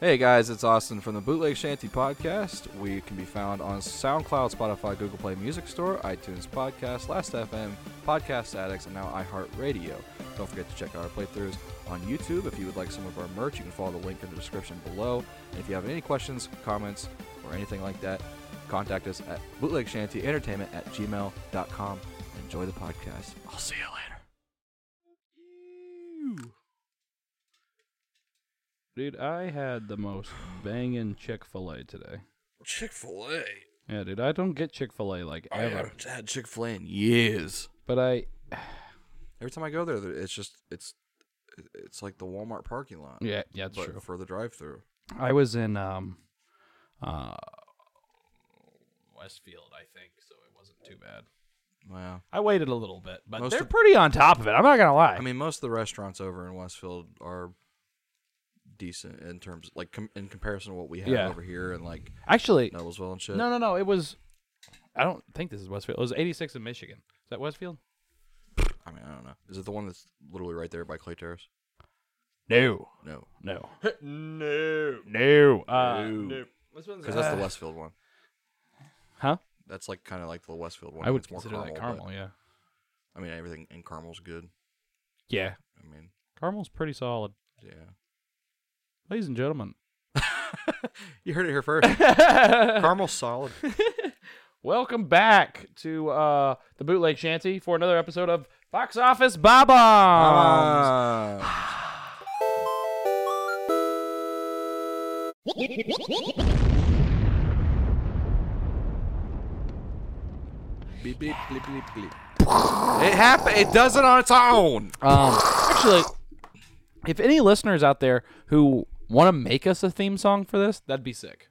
Hey guys, it's Austin from the Bootleg Shanty Podcast. We can be found on SoundCloud, Spotify, Google Play Music Store, iTunes Podcast, Last FM, Podcast Addicts, and now iHeartRadio. Don't forget to check out our playthroughs on YouTube. If you would like some of our merch, you can follow the link in the description below. And if you have any questions, comments, or anything like that, contact us at bootlegshantyentertainment at gmail.com. Enjoy the podcast. I'll see you later. Dude, I had the most banging Chick fil A today. Chick fil A. Yeah, dude, I don't get Chick fil A like I ever. haven't had Chick fil A in years. But I, Every time I go there, it's just, it's, it's like the Walmart parking lot. yeah, yeah, it's but true. for the drive-through. I was in um, uh, Westfield, I think, so it wasn't too bad. Wow. I waited a little bit, but Most they're of- pretty on top of it. I'm not gonna lie. I mean, most of the restaurants over in Westfield are decent in terms, like com- in comparison to what we have Yeah. over here in like actually, no, Noblesville and shit. no, no, It was. I don't think this is Westfield. It was 86 in Michigan. Is that Westfield? I mean, I don't know. Is it the one that's literally right there by Clay Terrace? No, No, no, no, no. Uh, No. This one's- because that's uh, the Westfield one. Huh? That's like kind of like the Westfield one. I would It's more consider that but- caramel. Yeah. I mean, everything in Carmel's good. Yeah. I mean, Caramel's pretty solid. yeah. Ladies and gentlemen. You heard it here first. Carmel's solid. Welcome back to uh, the Bootleg Shanty for another episode of Box Office Bob Bombs. Ah. Beep, beep, bleep, bleep, bleep. It happen. It does it on its own. Um, actually, if any listeners out there who want to make us a theme song for this, that'd be sick.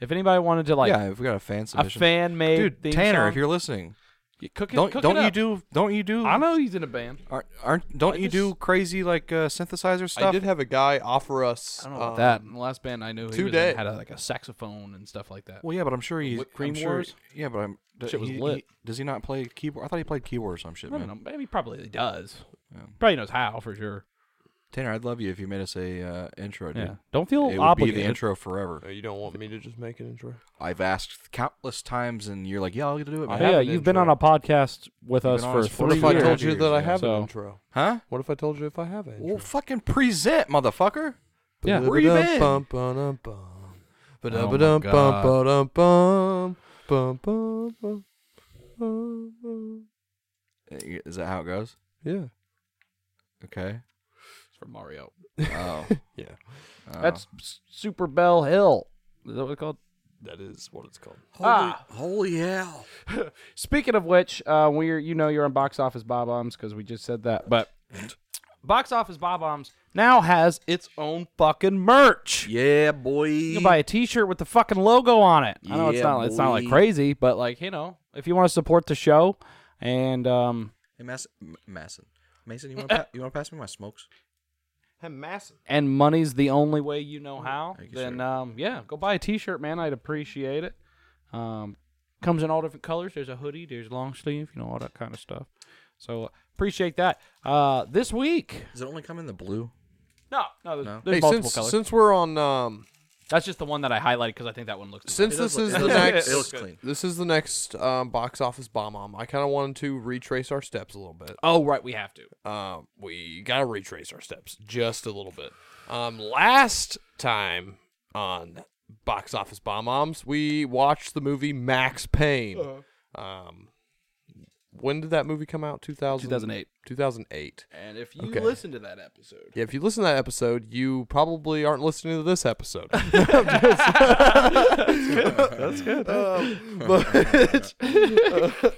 If anybody wanted to like yeah, we've got a fan a submission. fan made Dude, theme Tanner, song, if you're listening, you cook it, don't cook don't it you up. do don't you do I know he's in a band. aren't, aren't don't you do crazy like uh, synthesizer stuff? I did have a guy offer us I don't know about um, that. And the last band I knew he was in today. had a, like a saxophone and stuff like that. Well, yeah, but I'm sure he's Whipped cream I'm sure- wars? Yeah, but I'm Shit was he- lit. he- does he not play keyboard? I thought he played keyboard or some shit, I man. don't know. Maybe he probably does. Yeah. Probably knows how for sure. Tanner, I'd love you if you made us a uh, intro, dude. Yeah. Don't feel It would obligated. be the intro forever. Oh, you don't want me to just make an intro? I've asked countless times, and you're like, "Yeah, I'll get to do it." Man. I have yeah, an uh, you've been on intro. a podcast with us been on for us for What three if I years. told you years, that I yeah. have So- an intro? Huh? What if I told you if I have an intro? Well, fucking present, motherfucker. yeah. Where you been? Bum, bum, bum, bum. Oh my Ba-dum, God. bum, bum, bum, bum, bum, bum, bum. Uh, Is that how it goes? Yeah. Okay. It's from Mario. Oh, Yeah. Oh. That's S- Super Bell Hill. Is that what it's called? That is what it's called. holy, ah. holy hell. Speaking of which, uh, we're you know you're on Box Office Bob Bombs because we just said that, but Box Office Bob Bombs now has its own fucking merch. Yeah, boy. You can buy a T-shirt with the fucking logo on it. I know it's Yeah, not it's not like boy. crazy, but like you know, if you want to support the show, and um, Hey, Mason. Mason. Mason, you want to pa- you want to pass me my smokes? Hey, massive. and money's the only way you know how, Thank you, then sir. um, yeah, go buy a T-shirt, man. I'd appreciate it. Um, comes in all different colors. There's a hoodie. There's long sleeve. You know all that kind of stuff. So uh, appreciate that. Uh, this week, Does it only come in the blue? no, no, there's, No. there's Hey, multiple since, colors. since we're on, um, That's just the one that I highlighted because I think that one looks. the since It this does is look- it the looks- next, it looks clean. this is the next um, box office bomb bomb. I kind of wanted to retrace our steps a little bit. best. Oh right, we have to. um, we gotta retrace our steps just a little bit. Um, last time on Box Office Bomb Bombs, we watched the movie Max Payne. Um, when did that movie come out? 2000, 2008. 2008. And if you Okay. listen to that episode, Yeah, if you listen to that episode, you probably aren't listening to this episode. Um, That's good. but- uh,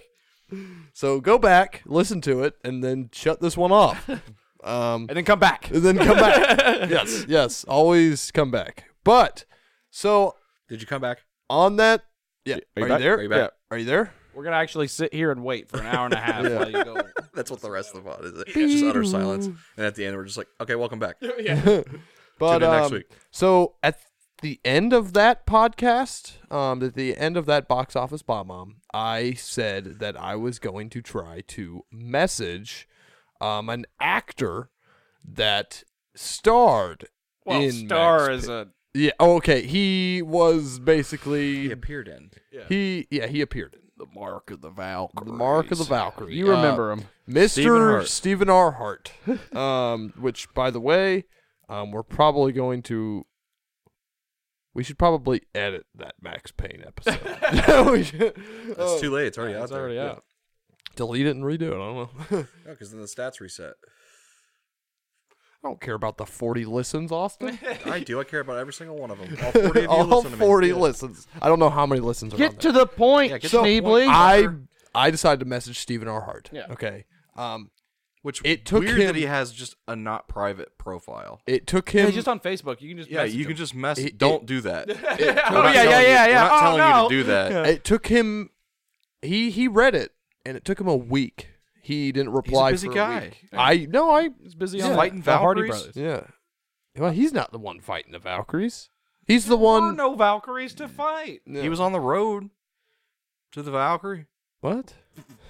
so go back, listen to it, and then shut this one off. Um, and then come back. and then come back. yes, yes, always come back. But so Did you come back? on that, yeah, you are you, back? there? Are you back? Yeah, are you there? We're gonna actually sit here and wait for an hour and a half while you go. That's what the rest of the pod is. It's just utter silence. And at the end, we're just like, okay, welcome back. But Tune in next um, week. so at the end of that podcast, um, at the end of that box office bomb bomb, I said that I was going to try to message, um, an actor that starred Well, in star Max is a Yeah. Oh, okay. He was He basically appeared in he. Yeah, he appeared. in the Mark of the Valkyrie. The Mark of the Valkyrie. You Uh, remember him. Stephen Mr. Hart. Stephen R. Hart. um, which, by the way, um, we're probably going to. We should probably edit that Max Payne episode. We should- It's too late. It's already out It's there. already Yeah. out. delete it and redo it. I don't know. No, because then the stats reset. I don't care about the 40 listens, Austin. I do. I care about every single one of them. All 40 of you All listen to me. 40 Yeah. listens. I don't know how many listens are on Get to there. the point, Yeah, get to the point. Sneebly. I I decided to message Stephen R. Hart. Yeah. Okay. Um, Which It took weird him- that he has just a not private profile. it took Hey, him. just on Facebook. You can just Yeah, message you him. can just mess. It- don't it- do that. Oh, yeah, yeah, yeah, yeah. We're not Oh, telling no. you to do that. it took him. He he read it, and it took him a week. He didn't reply. busy for a guy. week. I no. I He's busy Yeah. on Fighting the Hardy Valkyries? Brothers. yeah. Well, he's not the one fighting the Valkyries. He's the one. Oh, no Valkyries to fight. Yeah. He was on the road to the Valkyrie. what?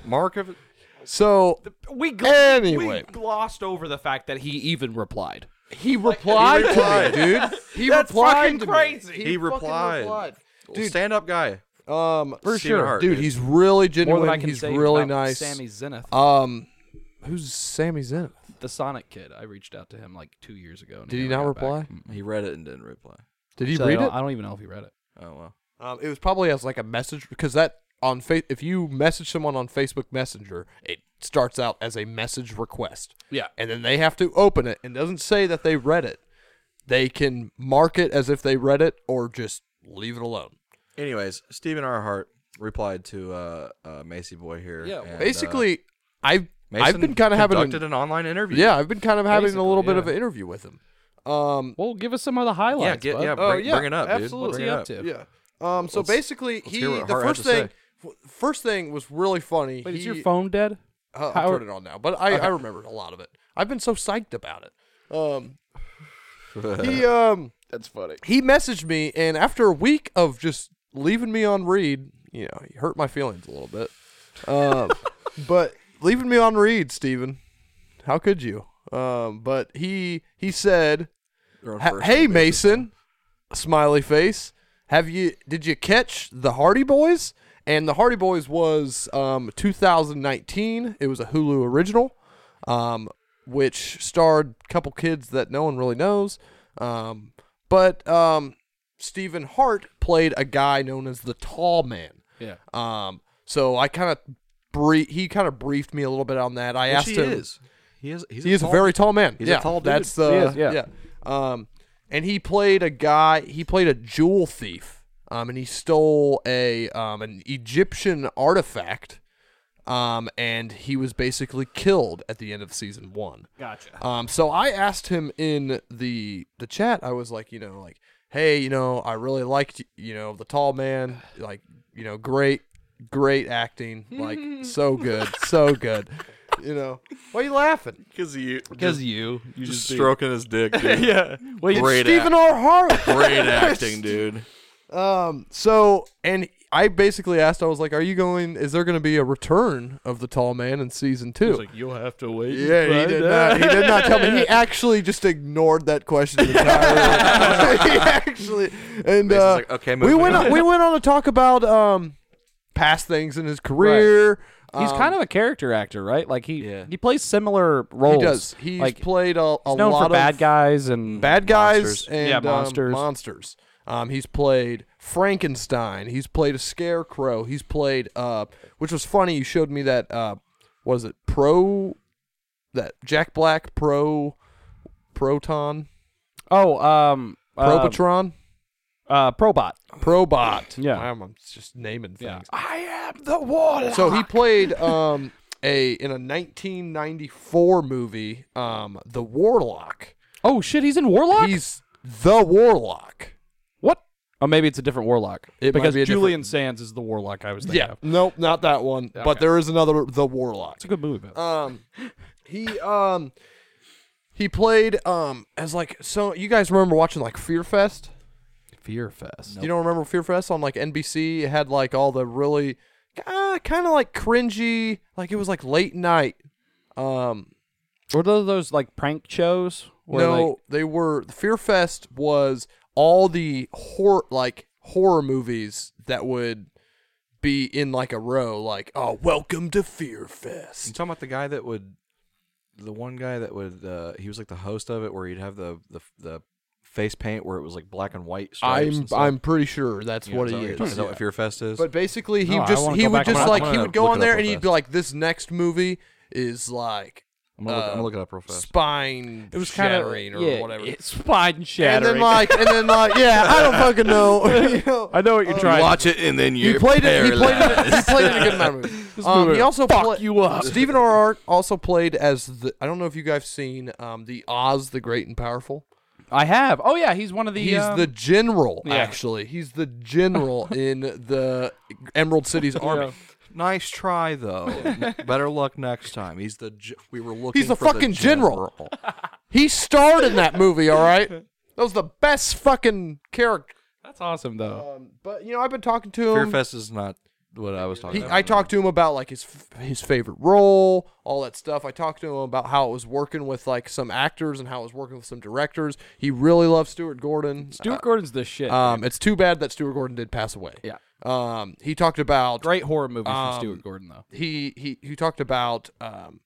Mark of So We gl- Anyway. we glossed over the fact that he even replied. he replied, to me, dude. He That's replied fucking to me. crazy. he, fucking replied. Dude. stand up guy. Um, for Stephen sure, Hart, dude. dude. He's More really genuine. than I can he's say really about nice. Sammy Zenith, Um, who's Sammy Zenith? the Sonic kid. I reached out to him like two years ago. And Did he never got not back. reply? He read it and didn't reply. Did he So I read don't- it? I don't even know if he read it. Oh well. Um, it was probably as like a message because that on face if you message someone on Facebook Messenger, it starts out as a message request, Yeah. and then they have to open it. And it doesn't say that they read it. They can mark it as if they read it or just leave it alone. Anyways, Stephen R. Hart replied to uh, uh, Macy Boy here. Yeah, and, uh, Basically, I've I've Mason been kind of having conducted an, an online interview. yeah, I've been kind of having a Basically, little bit yeah. of an interview with him. Um, Well, give us some of the highlights. yeah, get, bud. yeah, bring, Oh, yeah, bring it up, absolutely. dude. What's Bring he it up to? yeah. Um, so Let's- basically, let's he hear what the Hart had first to say. thing, f- first thing was really funny. Wait, is He- your phone dead? Uh, I How- turned it on now, but I, I remembered a lot of it. I've been so psyched about it. Um, he um, That's funny. he messaged me, and after a week of just leaving me on read, you know, he hurt my feelings a little bit. Um, but leaving me on read, Steven, how could you? Um, but he he said, They're on "Ha- first "Hey name basis. Mason, smiley face, have you did you catch the Hardy Boys?" And the Hardy Boys was um, 2019. It was a Hulu original, um, which starred a couple kids that no one really knows. Um, but um, Stephen Hart played a guy known as the Tall Man. Yeah. Um, so I kind of brief he kind of briefed me a little bit on that. I Which asked he him is. He is. He's he is tall- a very tall man. He's a yeah, tall dude. That's the He is, yeah. yeah. Um, and he played a guy. He played a jewel thief. Um, and he stole a um an Egyptian artifact. Um, and he was basically killed at the end of season one. Gotcha. Um, so I asked him in the the chat. I was like, you know, like, hey, you know, I really liked, you know, the tall man. Like, you know, great, great acting. Like, so good, so good. You know, why are you laughing? Because you Because you, you just just, stroking his dick, dude. yeah. Wait, Great It's Stephen R. Hart. Great acting, dude. um. So, and I basically asked. I was like, "Are you going? Is there going to be a return of the Tall Man in season two? you'll have to wait. Yeah, he did not. He did not tell me. He actually just ignored that question entirely. he actually and Mason's uh, like, "Okay, we moving went on." on, we went on to talk about um past things in his career. He's Um, kind of a character actor, right? Like he Yeah. he plays similar roles. he does. He's like played a, a he's known lot for bad of guys and bad guys Monsters. and Yeah, um, monsters. monsters. Um, he's played Frankenstein. He's played a scarecrow. He's played uh, which was funny. You showed me that uh, was it pro that Jack Black pro proton Oh, um, uh, probotron uh, Probot. Oh, probot. Yeah. Wow, I'm just naming Yeah. things. I am the water. So he played um a in a 1994 movie um the Warlock. Oh shit, he's in Warlock. He's the Warlock. what? Oh, maybe it's a different Warlock. It might because be a different- Julian Sands is the Warlock I was thinking Yeah. of. Nope, not that one. But Okay. there is another The Warlock. It's a good movie, but Um he um he played um as like so you guys remember watching like Fear Fest? Fear Fest. You don't remember Fear Fest on like NBC? It had like all the really uh, kind of like cringy, like it was like late night. Um Were those those like prank shows? Where, no, like, they were Fear Fest was all the horror like horror movies that would be in like a row, like oh, welcome to Fear You Fest. talking about the guy that would, the one guy that would, uh, he was like the host of it, where he'd have the the, the face paint where it was like black and white. stripes I'm and stuff. I'm pretty sure that's You know, what is it that is. you're talking- Is that what Fear Fest is? But basically, he No, would I just wanna he go would back and just watch- like I'm he gonna would go look on it up there real and he'd be fast. like, "This next movie is like I'm gonna, look, I'm uh, gonna look it up real fast. spine It was kind of shattering or yeah, whatever." It's spine and shattering. then like, and then like, yeah, I don't fucking know. You know? I know what you're trying. Watch it and then you He played it. He played it. He played it in a good amount of movies. Um, movie he will also fuck pla- you up. Stephen R. Art also played as the. I don't know if you guys seen um, the Oz the Great and Powerful. I have. Oh yeah, he's one of the. He's um, the general. yeah. Actually, he's the general in the Emerald City's army. Yeah. Nice try though. N- Better luck next time. He's the ge- we were looking. He's the for fucking general. general. He starred in that movie. All right, that was the best fucking character. That's awesome though. Um, but you know, I've been talking to him. Fear Fest is not what I was talking He, about. I talked to him about like his f- his favorite role, all that stuff. I talked to him about how it was working with like some actors and how it was working with some directors. He really loves Stuart Gordon. Stuart Gordon's the shit. Um, it's too bad that Stuart Gordon did pass away. Yeah. Um, he talked about Great horror movie from um, Stuart Gordon though. he he he talked about um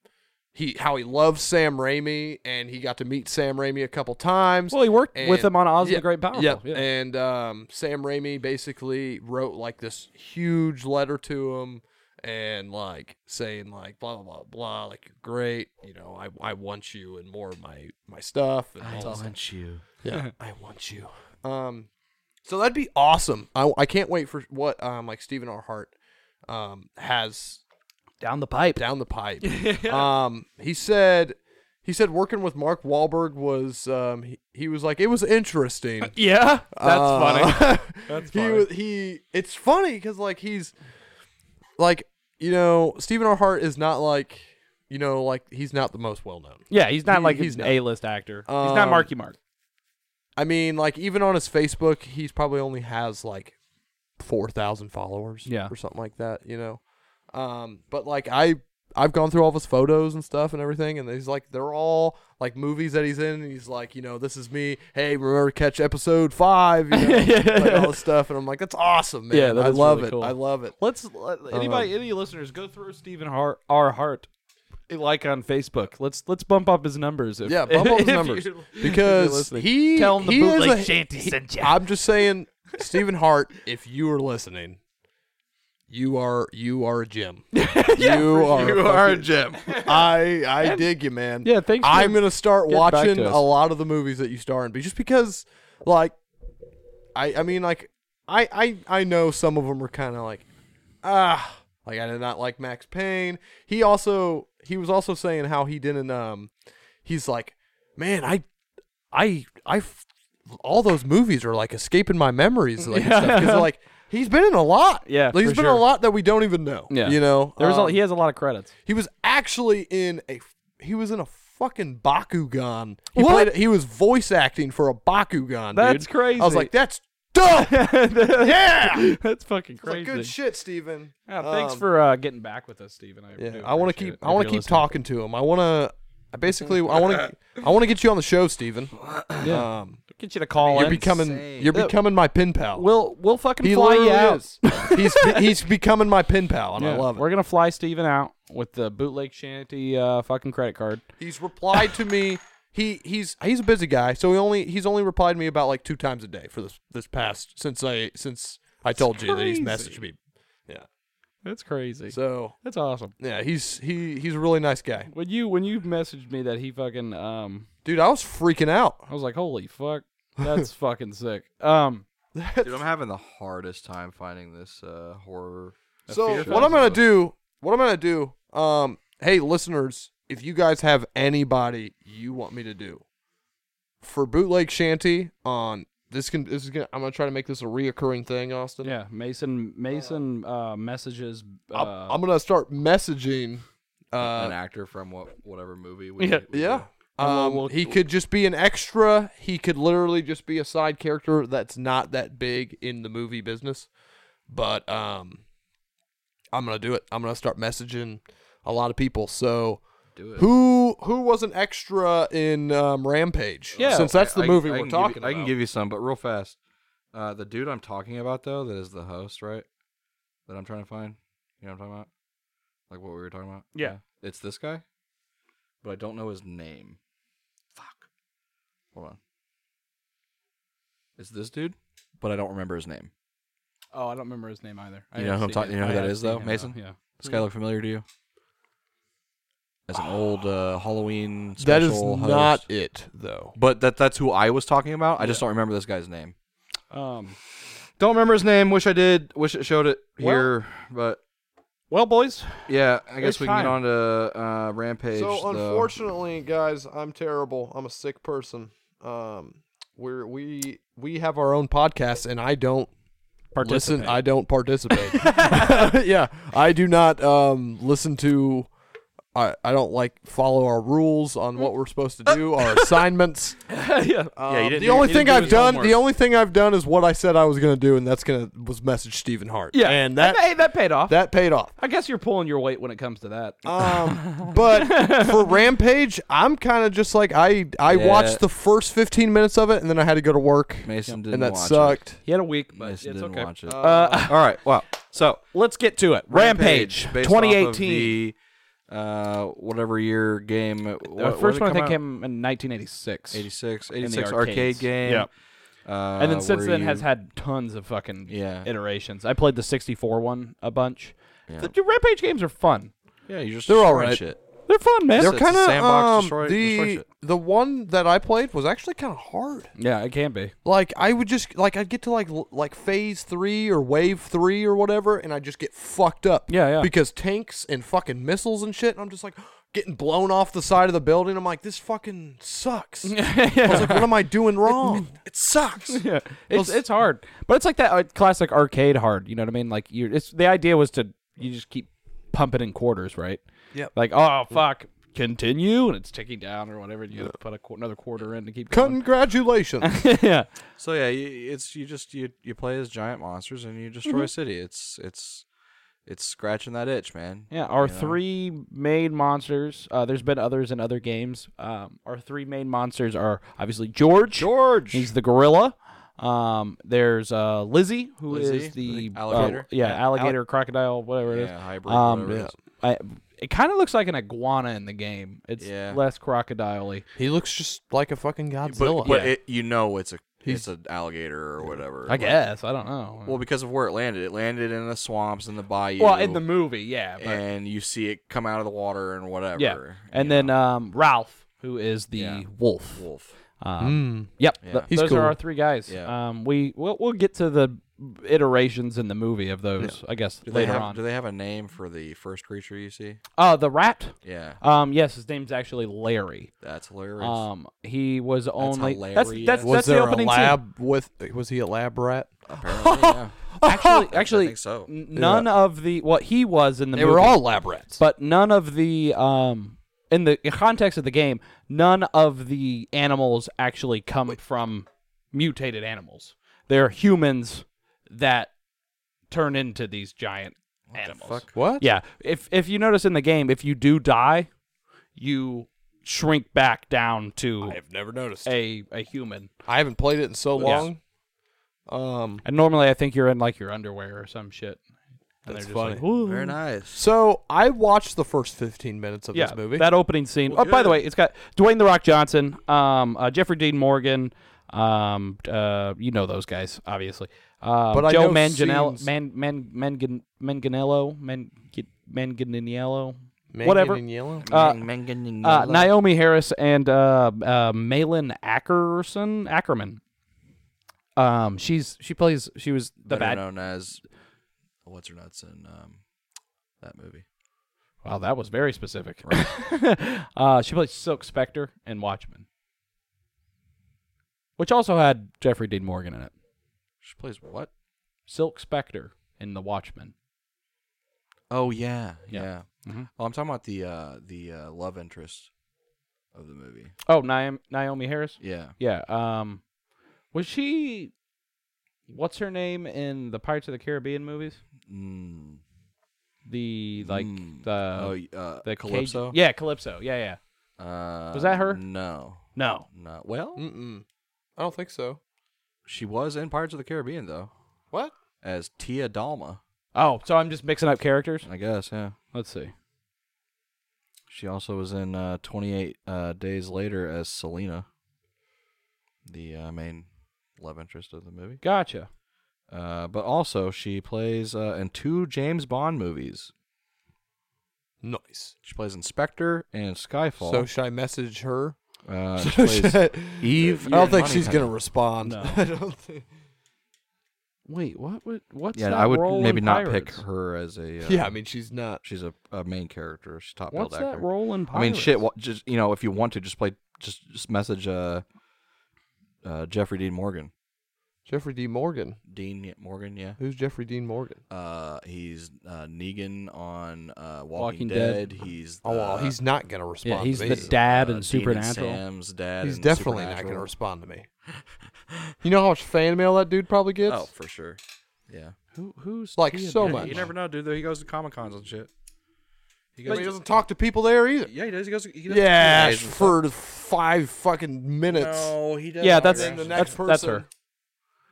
he how he loves Sam Raimi and he got to meet Sam Raimi a couple times. Well, he worked with and- him on Oz and the Yep, Great Powerful. yep. Yeah. And um, Sam Raimi basically wrote like this huge letter to him and like saying like blah blah blah blah like you're great you know I, I want you and more of my my stuff and all this- you. yeah I want you um so that'd be awesome I, I can't wait for what um like Stephen R Hart um has Down the pipe. down the pipe. Um, he said, he said working with Mark Wahlberg was, um, he, he was like it was interesting. That's Yeah, that's funny. That's funny. Uh, He was he. It's funny because like he's, like you know Stephen R. Hart is not like, you know like he's not the most well known. Yeah, he's not He- like he's an not. A list actor. he's not Um, Marky Mark. I mean like even on his Facebook he's probably only has like four thousand followers. Yeah. or something like that. You know, um, but like I I've gone through all of his photos and stuff and everything, and he's like they're all like movies that he's in, and he's like, you know, this is me. Hey, remember to catch episode five, you know, like all this stuff, and I'm like, that's awesome, man. Yeah, that I is love really it. cool. I love it. Let's let Uh, anybody, any listeners, go through Stephen Har- R. Hart, like on Facebook. Let's let's bump up his numbers. If, Yeah, bump up his if numbers you're- if you're because listening. he tell him the he is bootleg a- shanty sent you. I'm just saying, Stephen Hart, if you are listening, you are you are a gem. you are You are a gem. I I dig you, man. Yeah, thanks for I'm gonna start getting back watching to us. a lot of the movies that you star in, but just because, like, I I mean, like, I I I know some of them are kind of like, ah, like I did not like Max Payne. He also he was also saying how he didn't um, he's like, man, I I I f- all those movies are like escaping my memories, like and stuff, 'cause they're like. He's been in a lot. Yeah, like, he's for been in sure. a lot that we don't even know. Yeah. you know, There's a, um, he has a lot of credits. he was actually in a he was in a fucking Bakugan. He What? played he was voice acting for a Bakugan, That's dude. crazy. I was like, that's dope. yeah. That's fucking I was like, crazy. good shit, Steven. Yeah, thanks Um, for uh, getting back with us, Stephen. I, Yeah, do I want appreciate to keep it. I If you're want to keep listening. talking to him. I want to I basically I want to I want to get you on the show, Steven. Yeah. Um Get you to call you're in. becoming insane. you're becoming my pen pal. we'll we'll fucking he fly you literally out. is. he's he's becoming my pen pal and I Yeah, love it. We're gonna fly Steven out with the bootleg shanty uh, fucking credit card. He's replied to me. He he's he's a busy guy, so he only he's only replied to me about like two times a day for this this past since I since I told you that he's crazy. messaged me. Yeah. That's crazy. So That's awesome. yeah, he's he he's a really nice guy, When you when you messaged me that he fucking um dude. I was freaking out. I was like, holy fuck, that's fucking sick. Um, Dude, I'm having the hardest time finding this uh, horror. So Fear what I'm gonna Fest. do? What I'm gonna do? Um, hey listeners, if you guys have anybody you want me to do for bootleg shanty on this can this is gonna I'm gonna try to make this a reoccurring thing, Austin. yeah, Mason Mason uh, messages. Uh, I'm, I'm gonna start messaging. an Uh, actor from what whatever movie we Yeah. we yeah. do. And we'll- Um, we'll- he could just be an extra. He could literally just be a side character that's not that big in the movie business. But um, I'm gonna do it. I'm gonna start messaging a lot of people. So do it. Who who was an extra in um, Rampage? Yeah. since that's the I- movie I we're can give you- talking. I can about. give you some, but real fast. Uh, the dude I'm talking about though, that is the host, right? That I'm trying to find. You know what I'm talking about? Like what we were talking about. Yeah. it's this guy, but I don't know his name. Fuck. Hold on. It's this dude, but I don't remember his name. Oh, I don't remember his name either. I You know have who I'm seen talking- it. you know who I that have is, seen though? him, Mason? Yeah. Does this guy look familiar to you? As an old uh, Halloween special That is host. not it though. But that that's who I was talking about. I just don't remember this guy's name. Um, Don't remember his name. Wish I did. Wish it showed it Well- here. but well, boys, yeah, I guess It's we can get time. on to uh, Rampage. So though. unfortunately, guys, I'm terrible. I'm a sick person. Um, we're we we have our Our own podcast, and I don't participate. listen. I don't participate. yeah, I do not um, listen to. I, I don't like follow our rules on what we're supposed to do, our assignments. yeah. you Um, didn't the do- only you didn't thing do I've his done, the homework. only thing I've done is what I said I was gonna do, and that's gonna was message Stephen Hart. Yeah. and that hey, that paid off. that paid off. I guess you're pulling your weight when it comes to that. Um, but for Rampage, I'm kind of just like I I Yeah. watched the first 15 minutes of it, and then I had to go to work, Mason didn't and that watch sucked. he had a week, it. but Mason it's didn't okay. watch it. Uh, All right. Well, so let's get to it. Rampage, based off of 2018. the, uh, whatever year game. it- The what- first what one did I it think come out? came in 1986. 86, the 86 arcade arcades. game. Yep. Uh, and then since where then you- has had tons of fucking Yeah. iterations. I played the 64 one a bunch. Yeah. The, the Rampage games are fun. yeah, you just They're all destroy right. Shit. They're fun, man. They're it's a kind of sandbox, um, destroy- destroy the shit. the one that I played was actually kind of hard. yeah, it can be. Like I would just like I'd get to like l- like phase three or wave three or whatever, and I just get fucked up. Yeah, yeah. Because tanks and fucking missiles and shit, and I'm just like getting blown off the side of the building. I'm like, this fucking sucks. I was like, what am I doing wrong? It sucks. yeah, it's it's hard, but it's like that uh, classic arcade hard. You know what I mean? Like you, it's the idea was to you just keep pumping in quarters, right? Yep. Like oh fuck, continue, and it's ticking down or whatever. And you gotta put a qu- another quarter in to keep going. Congratulations. yeah, So yeah, you, it's you just you you play as giant monsters and you Mm-hmm. destroy a city. It's it's it's scratching that itch, man. yeah. Our You know? three main monsters. Uh, there's been others in other games. Um, our three main monsters are obviously George. George. He's the gorilla. Um, there's uh Lizzie, who is Lizzie, the the alligator? uh, yeah, alligator, crocodile, whatever it is. yeah, hybrid. Um, whatever it yeah. is. I, it kind of looks like an iguana in the game. It's Yeah. less crocodile-y. he looks just like a fucking But, Godzilla. but it, you know it's a He's- it's an alligator or whatever. I Like, guess. I don't know. Well, because of where it landed, it landed in the swamps in the bayou. Well, in the movie, yeah. But, and and you see it come out of the water and whatever. yeah. And you then know. um, Ralph, who is the Yeah. wolf. wolf. Um, Mm. Yep. Yeah. th- He's those cool. are our three guys. Yeah. Um, we we'll, we'll get to the iterations in the movie of those, I guess, Do they later have on. do they have a name for the first creature you see? uh, the rat. Yeah, Um, yes, his name's actually Larry. that's hilarious. Um, he was only hilarious. that's that's, Was that's there the opening a scene. lab with? Was he a lab rat? Apparently, yeah. Actually, I actually, think so. n- none of the what he was in the They movie were all lab rats. but none of the um in the context of the game, none of the animals actually come from mutated animals. They're humans that turn into these giant animals. fuck? what? Yeah. If if you notice in the game, if you do die, you shrink back down to I've never noticed. a a human. I haven't played it in so long. Um. And normally I think you're in like your underwear or some shit. And That's they're just like, funny. "Ooh." Very nice. So I watched the first 15 minutes of yeah, this movie. That opening scene. oh, by the way, it's got Dwayne the Rock Johnson, um, uh, Jeffrey Dean Morgan. Um, uh, you know those guys, obviously. Um, But I Joe know Manganiello, scenes- Man, Man, Mangan, Manganiello, Man, Manganiello, Man whatever. in yellow. Uh, uh, Manganiello. Naomi Harris and uh, uh, Malin Ackerson, Ackerman. Um, she's she plays she was the better bad. known as what's her nuts in um, that movie. Wow, that was very specific. uh, she played Silk Spectre in Watchmen, which also had Jeffrey Dean Morgan in it. She plays what? Silk Spectre in The Watchmen. Oh yeah, yeah. Yeah. Mhm. Well, I'm talking about the uh, the uh, love interest of the movie. Oh, Naomi, Naomi Harris. Yeah, Yeah. Um, was she? What's her name in the Pirates of the Caribbean movies? mm. the like Mm. the oh, y- uh, the Cajun- Calypso. yeah, Calypso. Yeah, yeah. Uh, Was that her? Mm. No, No, no. Well, Mm-mm. I don't think so. she was in Pirates of the Caribbean though, What? as Tia Dalma. Oh, so I'm just mixing up characters. I guess. Yeah. Let's see. She also was in uh, 28 uh, Days Later as Selena, the uh, main love interest of the movie. Gotcha. Uh, but also, she plays uh, in two James Bond movies. Nice. She plays Inspector and Skyfall. So should I message her? uh, she So plays should Eve. I don't think Moneypenny. she's gonna respond. No. I don't think. Wait, what? would what's Yeah, that I would role in maybe not Pirates? pick her as a. Uh, Yeah, I mean she's not. she's a, a main character. She's a top What's billed that actor. role in I Pirates? mean, shit. wha- Just you know, if you want to, just play. Just just message uh, uh, Jeffrey Dean Morgan. Jeffrey D. Morgan. Dean Morgan, yeah. Who's Jeffrey Dean Morgan? Uh, he's uh, Negan on uh, Walking, Walking Dead. Dead. He's Oh, well, the, he's not gonna respond. yeah, he's to the me. dad uh, in Dean and Supernatural. Sam's dad. He's in definitely not gonna Supernatural. respond to me. You know how much fan mail that dude probably gets? Oh, for sure. Yeah. Who, who's Like, Tia so Dalma? much. You never know, dude. Though he goes to comic cons and shit. He But goes. he doesn't talk to people there either. yeah, he does. He goes. He does Yeah, he does- for five fucking minutes. Oh, No, he does. Yeah, that's autographs. the that's, next that's her. person-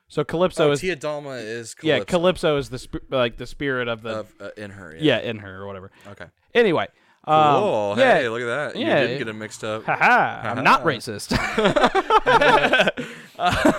So Calypso oh, is Tia Dalma is yeah, Calypso Calypso is the sp- like the spirit of the of, uh, in her. yeah. in her or whatever. Okay. Anyway, um, oh, yeah, hey, look at that. You yeah. didn't get him mixed up. Haha, I'm not racist.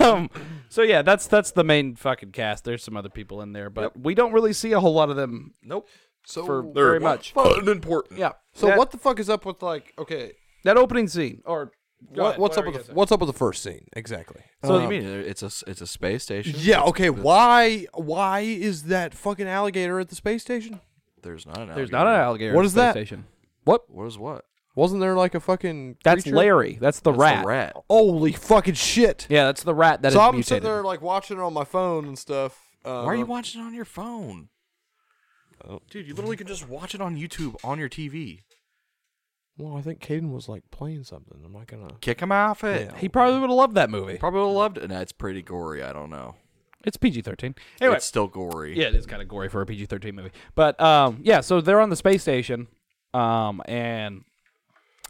um, so yeah, that's that's the main fucking cast. There's some other people in there, but we don't really see a whole lot of them Nope. So for They're very much. unimportant. yeah. So That- what the fuck is up with like? Okay, That opening scene, or go What, ahead, what's whatever up with you the, guys what's up with the first scene exactly? So Um, you mean it's a it's a space station? Yeah. Okay. Why? Why is that fucking alligator at the space station? There's not an. are. There's not an alligator. What in is that? PlayStation. What is what? Wasn't there like a fucking? That's creature? Larry. That's the rat. The rat. Holy fucking shit! Yeah, that's the rat that is so I'm mutated. sitting there like watching it on my phone and stuff. Uh, Why Oh. are you watching it on your phone? Dude, you literally can just watch it on YouTube on your TV. Well, I think Caden was like playing something. I'm not gonna. Kick him off it. He probably would have loved that movie. Probably would have loved it. Nah, it's pretty gory. I don't know. It's PG-13. Anyway, It's still gory. yeah, it is kind of gory for a PG-13 movie. But um, yeah, so they're on the space station, um, and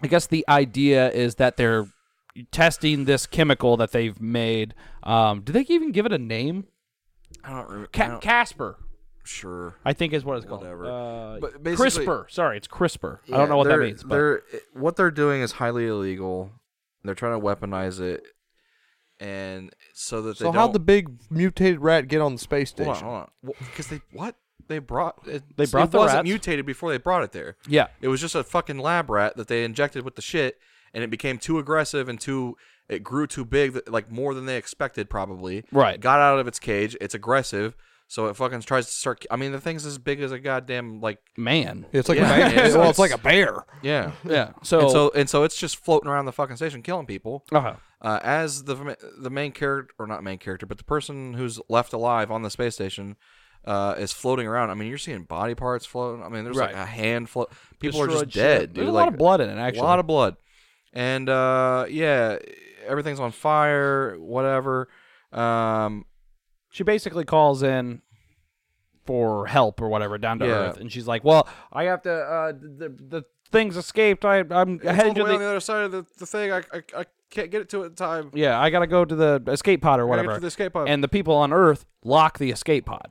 I guess the idea is that they're testing this chemical that they've made. Um, do they even give it a name? I don't remember. Ca- Casper, sure. I think is what it's called. Whatever. Uh, But basically- CRISPR. Sorry, it's CRISPR. I don't know what that they're- means. But They're eh, what they're doing is highly illegal. They're trying to weaponize it, and so that So they don't. how'd the big mutated rat get on the space hold on, station? hold on. Because they what they brought it, They brought it the wasn't rats. mutated before they brought it there. yeah, It was just a fucking lab rat that they injected with the shit, and it became too aggressive and too. It grew too big, that, like more than they expected, probably. Right. Got out of its cage. It's aggressive, so it fucking tries to start. I mean, the thing's as big as a goddamn like. man. It's like a Yeah, it is. bear. well, it's like a bear. Yeah. Yeah. And So, so and so, it's just floating around the fucking station, killing people. uh-huh. Uh, as the ma- the main character, or not main character, but the person who's left alive on the space station. Uh, is floating around. I mean, you're seeing body parts floating. I mean, there's like Right. a hand float. People are Destroyed just dead, shit. dude. There's a like, lot of blood in it. Actually, a lot of blood and uh yeah everything's on fire whatever um she basically calls in for help or whatever down to Yeah. earth and she's like well i have to uh the the things escaped i i'm it's all headed the to way on the the other side of the, the thing I, I i can't get it to it in time yeah i gotta go to the escape pod or I gotta get whatever to the escape pod. and the people on earth lock the escape pod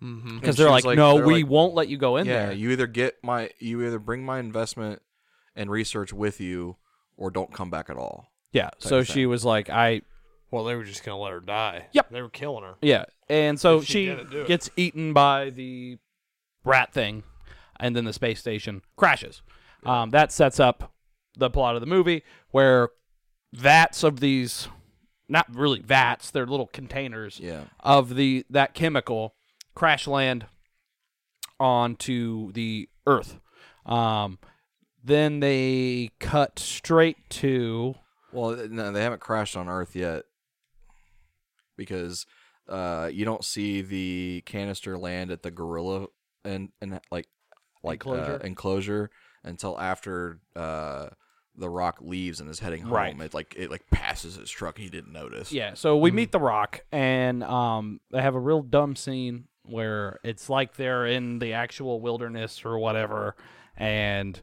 because And they're she was like no they're we like, won't let you go in yeah there you either get my you either bring my investment and research with you or don't come back at all yeah so she was like i Well, they were just gonna let her die. Yep. They were killing her. yeah and so If she she, didn't do it. gets eaten by the rat thing and then the space station crashes um, that sets up the plot of the movie where vats of these not really vats they're little containers yeah of the that chemical crash land onto the earth um, then they cut straight to well th- no they haven't crashed on earth yet because uh you don't see the canister land at the gorilla and and like like enclosure, Enclosure? uh, enclosure until after uh the rock leaves and is heading home Right. it like it like passes Mm-hmm. his truck and he didn't notice Yeah, so we meet The Rock, and um, they have a real dumb scene where it's like they're in the actual wilderness or whatever, and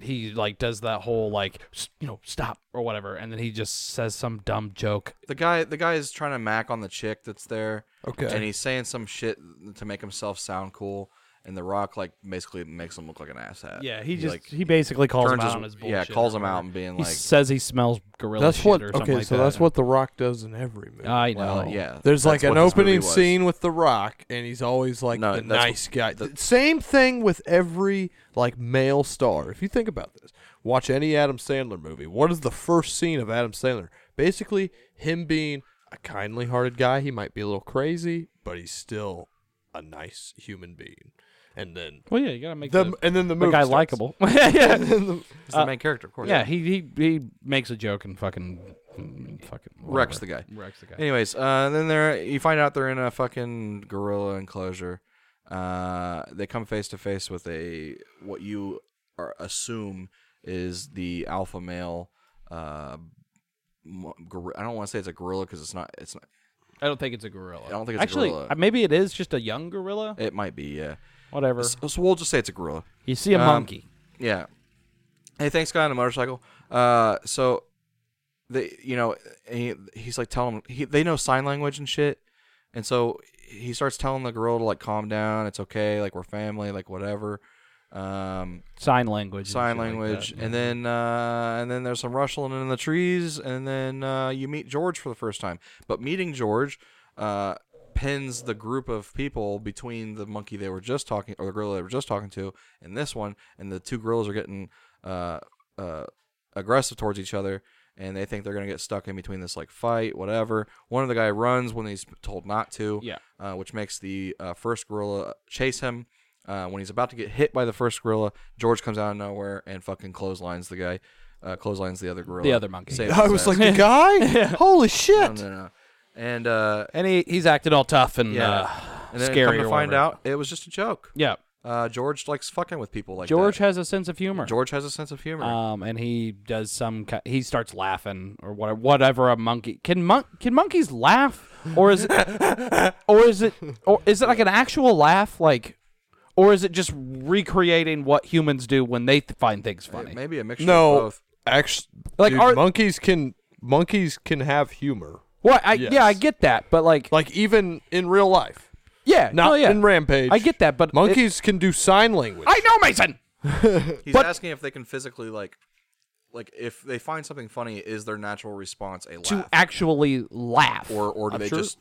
he like does that whole like "S- you know stop or whatever, and then he just says some dumb joke. The guy, the guy is trying to mac on the chick that's there. Okay. And he's saying some shit to make himself sound cool. And The Rock, like, basically makes him look like an asshat. Yeah, he He, just like, he basically calls him turns out his, on his bullshit. yeah, calls or him out whatever. and being He like, says he smells gorilla That's shit what. or something Okay, like so that. that's what The Rock does in every movie. I know. well, yeah. There's that's like an what this movie opening was. scene with The Rock, and he's always like No, the that's what- nice guy. the- Same thing with every like male star. If you think about this, watch any Adam Sandler movie. What is the first scene of Adam Sandler? Basically, him being a kindly-hearted guy. He might be a little crazy, but he's still a nice human being. And then Well, yeah, you gotta make the, the, and then the the movie guy starts. likable. yeah. He's the main character, of course. Yeah, he he he makes a joke and fucking mm, fucking Wrecks the whatever. guy. Wrecks the guy. Anyways, uh, then they're you find out they're in a fucking gorilla enclosure. Uh, they come face to face with a what you are, assume is the alpha male. Uh, mo- gor- I don't want to say it's a gorilla because it's not. It's not, I don't think it's a gorilla. I don't think it's a actually gorilla. uh, maybe it is just a young gorilla. it might be. Yeah. Whatever. So, so we'll just say it's a gorilla. You see a um, monkey. Yeah. Hey, thanks, guy on a motorcycle. Uh, so they, you know, he, he's like telling he they know sign language and shit, and so he starts telling the girl to like calm down. It's okay. Like we're family. Like whatever. Um, Sign language. and sign shit like that. language, and then uh, and then there's some rustling in the trees, and then uh, you meet George for the first time. But meeting George uh, pins the group of people between the monkey they were just talking, or the gorilla they were just talking to, and this one, and the two gorillas are getting uh, uh, aggressive towards each other. And they think they're gonna get stuck in between this like fight, whatever. One of the guy runs when he's told not to, Yeah. uh, which makes the uh, first gorilla chase him. Uh, when he's about to get hit by the first gorilla, George comes out of nowhere and fucking clotheslines the guy, uh, clotheslines the other gorilla. The other monkey. Saves I his was ass. like the guy. Holy shit! no, no, no. And uh, And he, he's acting all tough and Yeah. uh, and then scary. come to or find whatever. out, it was just a joke. Yeah. Uh, George likes fucking with people like George that. has a sense of humor. George has a sense of humor. Um, and he does some. ki- He starts laughing or whatever. Whatever a monkey can mon- can monkeys laugh or is it or is it or is it like an actual laugh like, or is it just recreating what humans do when they th- find things funny? Maybe a mixture of No, both. actually, Like, like are- monkeys can monkeys can have humor, Well, I Yes. yeah, I get that, but like, like even in real life, yeah, not no, Oh, yeah. in Rampage. I get that, but it- monkeys can do sign language. I know Mason. He's asking if they can physically like, like if they find something funny, is their natural response a laugh, To actually laugh, or or do I'm they sure- just,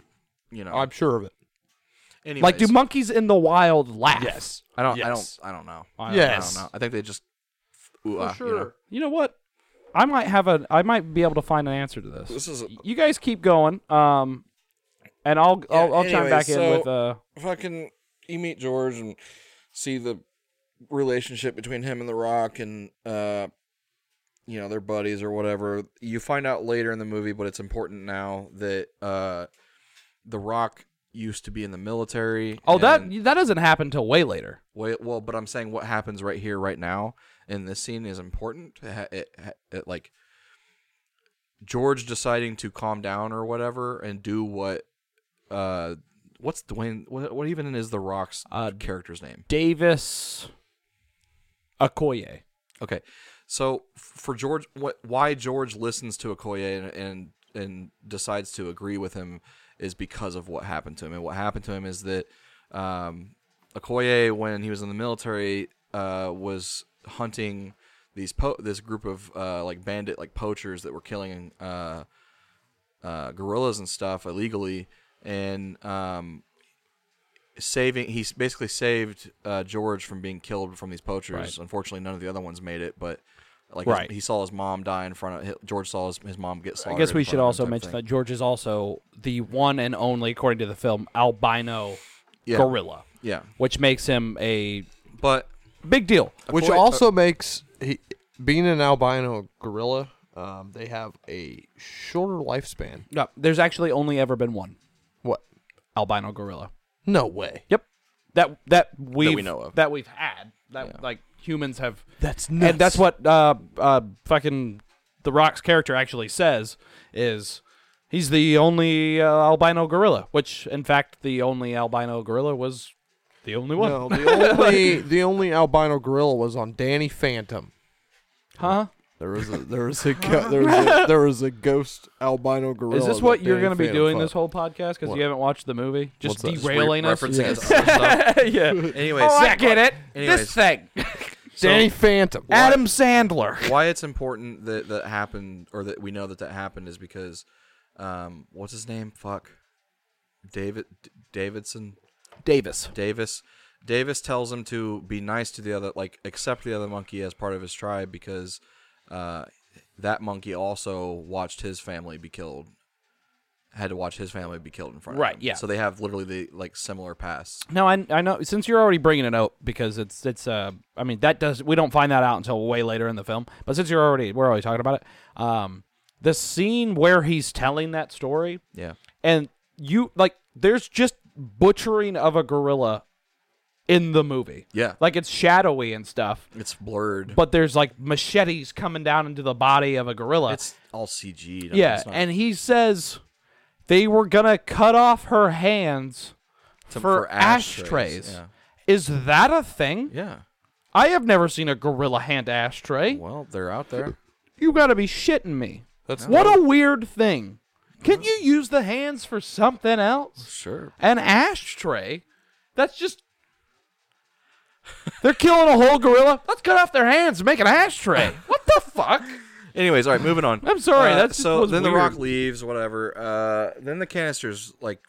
you know, am sure of it. anyways, like do monkeys in the wild laugh? I don't, I Yes. don't, I don't know. I don't- I don't Yes. know. I think they just. Ooh, ah, you know. sure. You know what? I might have a. I might be able to find an answer to this. This is a- you guys keep going. Um, and I'll I'll, I'll chime anyways, back in so- with uh. fucking you meet George and see the relationship between him and The Rock and uh you know, their buddies or whatever. You find out later in the movie, but it's important now that uh The Rock used to be in the military. Oh, and- that that doesn't happen till way later. Wait, well, but I'm saying what happens right here, right now, in this scene is important. It, ha- it, ha- it, like George deciding to calm down or whatever and do what, uh, what's Dwayne? What, what even is the Rock's Uh, character's name? Davis Okoye. Okay, so f- for George, what why George listens to Okoye and and, and decides to agree with him is because of what happened to him. And what happened to him is that um, Okoye, when he was in the military, uh, was hunting these po- this group of uh, like bandit like poachers that were killing uh, uh, gorillas and stuff illegally, and um, saving he s- basically saved uh, George from being killed from these poachers. Unfortunately, none of the other ones made it, but like his- Right. he saw his mom die in front of hi- George saw his, his mom get I slaughtered. guess we in should front of him also type mention thing. that George is also the one and only, according to the film, albino Yeah. gorilla, Yeah, which makes him a but big deal. Which According- also makes he, being an albino gorilla, um, they have a shorter lifespan. No, there's actually only ever been one What? albino gorilla. No way. Yep. That that we know of. that we've had that like humans have. That's And that's what uh uh fucking the Rock's character actually says is He's the only uh, albino gorilla, which, in fact, the only albino gorilla was the only one. No, The only, the only albino gorilla was on Danny Phantom. Huh? there was a there was a go- there was a, there was a ghost albino gorilla. Is this what that you're Danny going to be Phantom doing fucked. this whole podcast because What? you haven't watched the movie? What's Just that? Just re- derailing us. referencing Yes. it to other stuff. yeah. Anyways, Oh, I get it. Anyways. This thing. Danny Phantom. Adam Sandler. why it's important that that happened or that we know that that happened is because um what's his name fuck david D- davidson Davis. davis davis tells him to be nice to the other like accept the other monkey as part of his tribe because uh that monkey also watched his family be killed had to watch his family be killed in front Right, of him. yeah. so they have literally the like similar pasts No, I, I know. Since you're already bringing it up, because it's it's uh, I mean that does we don't find that out until way later in the film. But since you're already we're already talking about it, um, the scene where he's telling that story, yeah and you like there's just butchering of a gorilla in the movie. Yeah. like it's shadowy and stuff, it's blurred but there's like machetes coming down into the body of a gorilla. it's all cg yeah, and he says they were gonna cut off her hands for, for ashtrays, ashtrays. yeah. Is that a thing? yeah I have never seen a gorilla hand ashtray. well they're out there You gotta be shitting me. That's what a weird thing. Can you use the hands for something else? sure An ashtray? That's just. They're killing a whole gorilla. Let's cut off their hands and make an ashtray. what the fuck? Anyways, all right, moving on. I'm sorry, Uh, that just so was then the weird. rock leaves, whatever. Uh, then the canisters like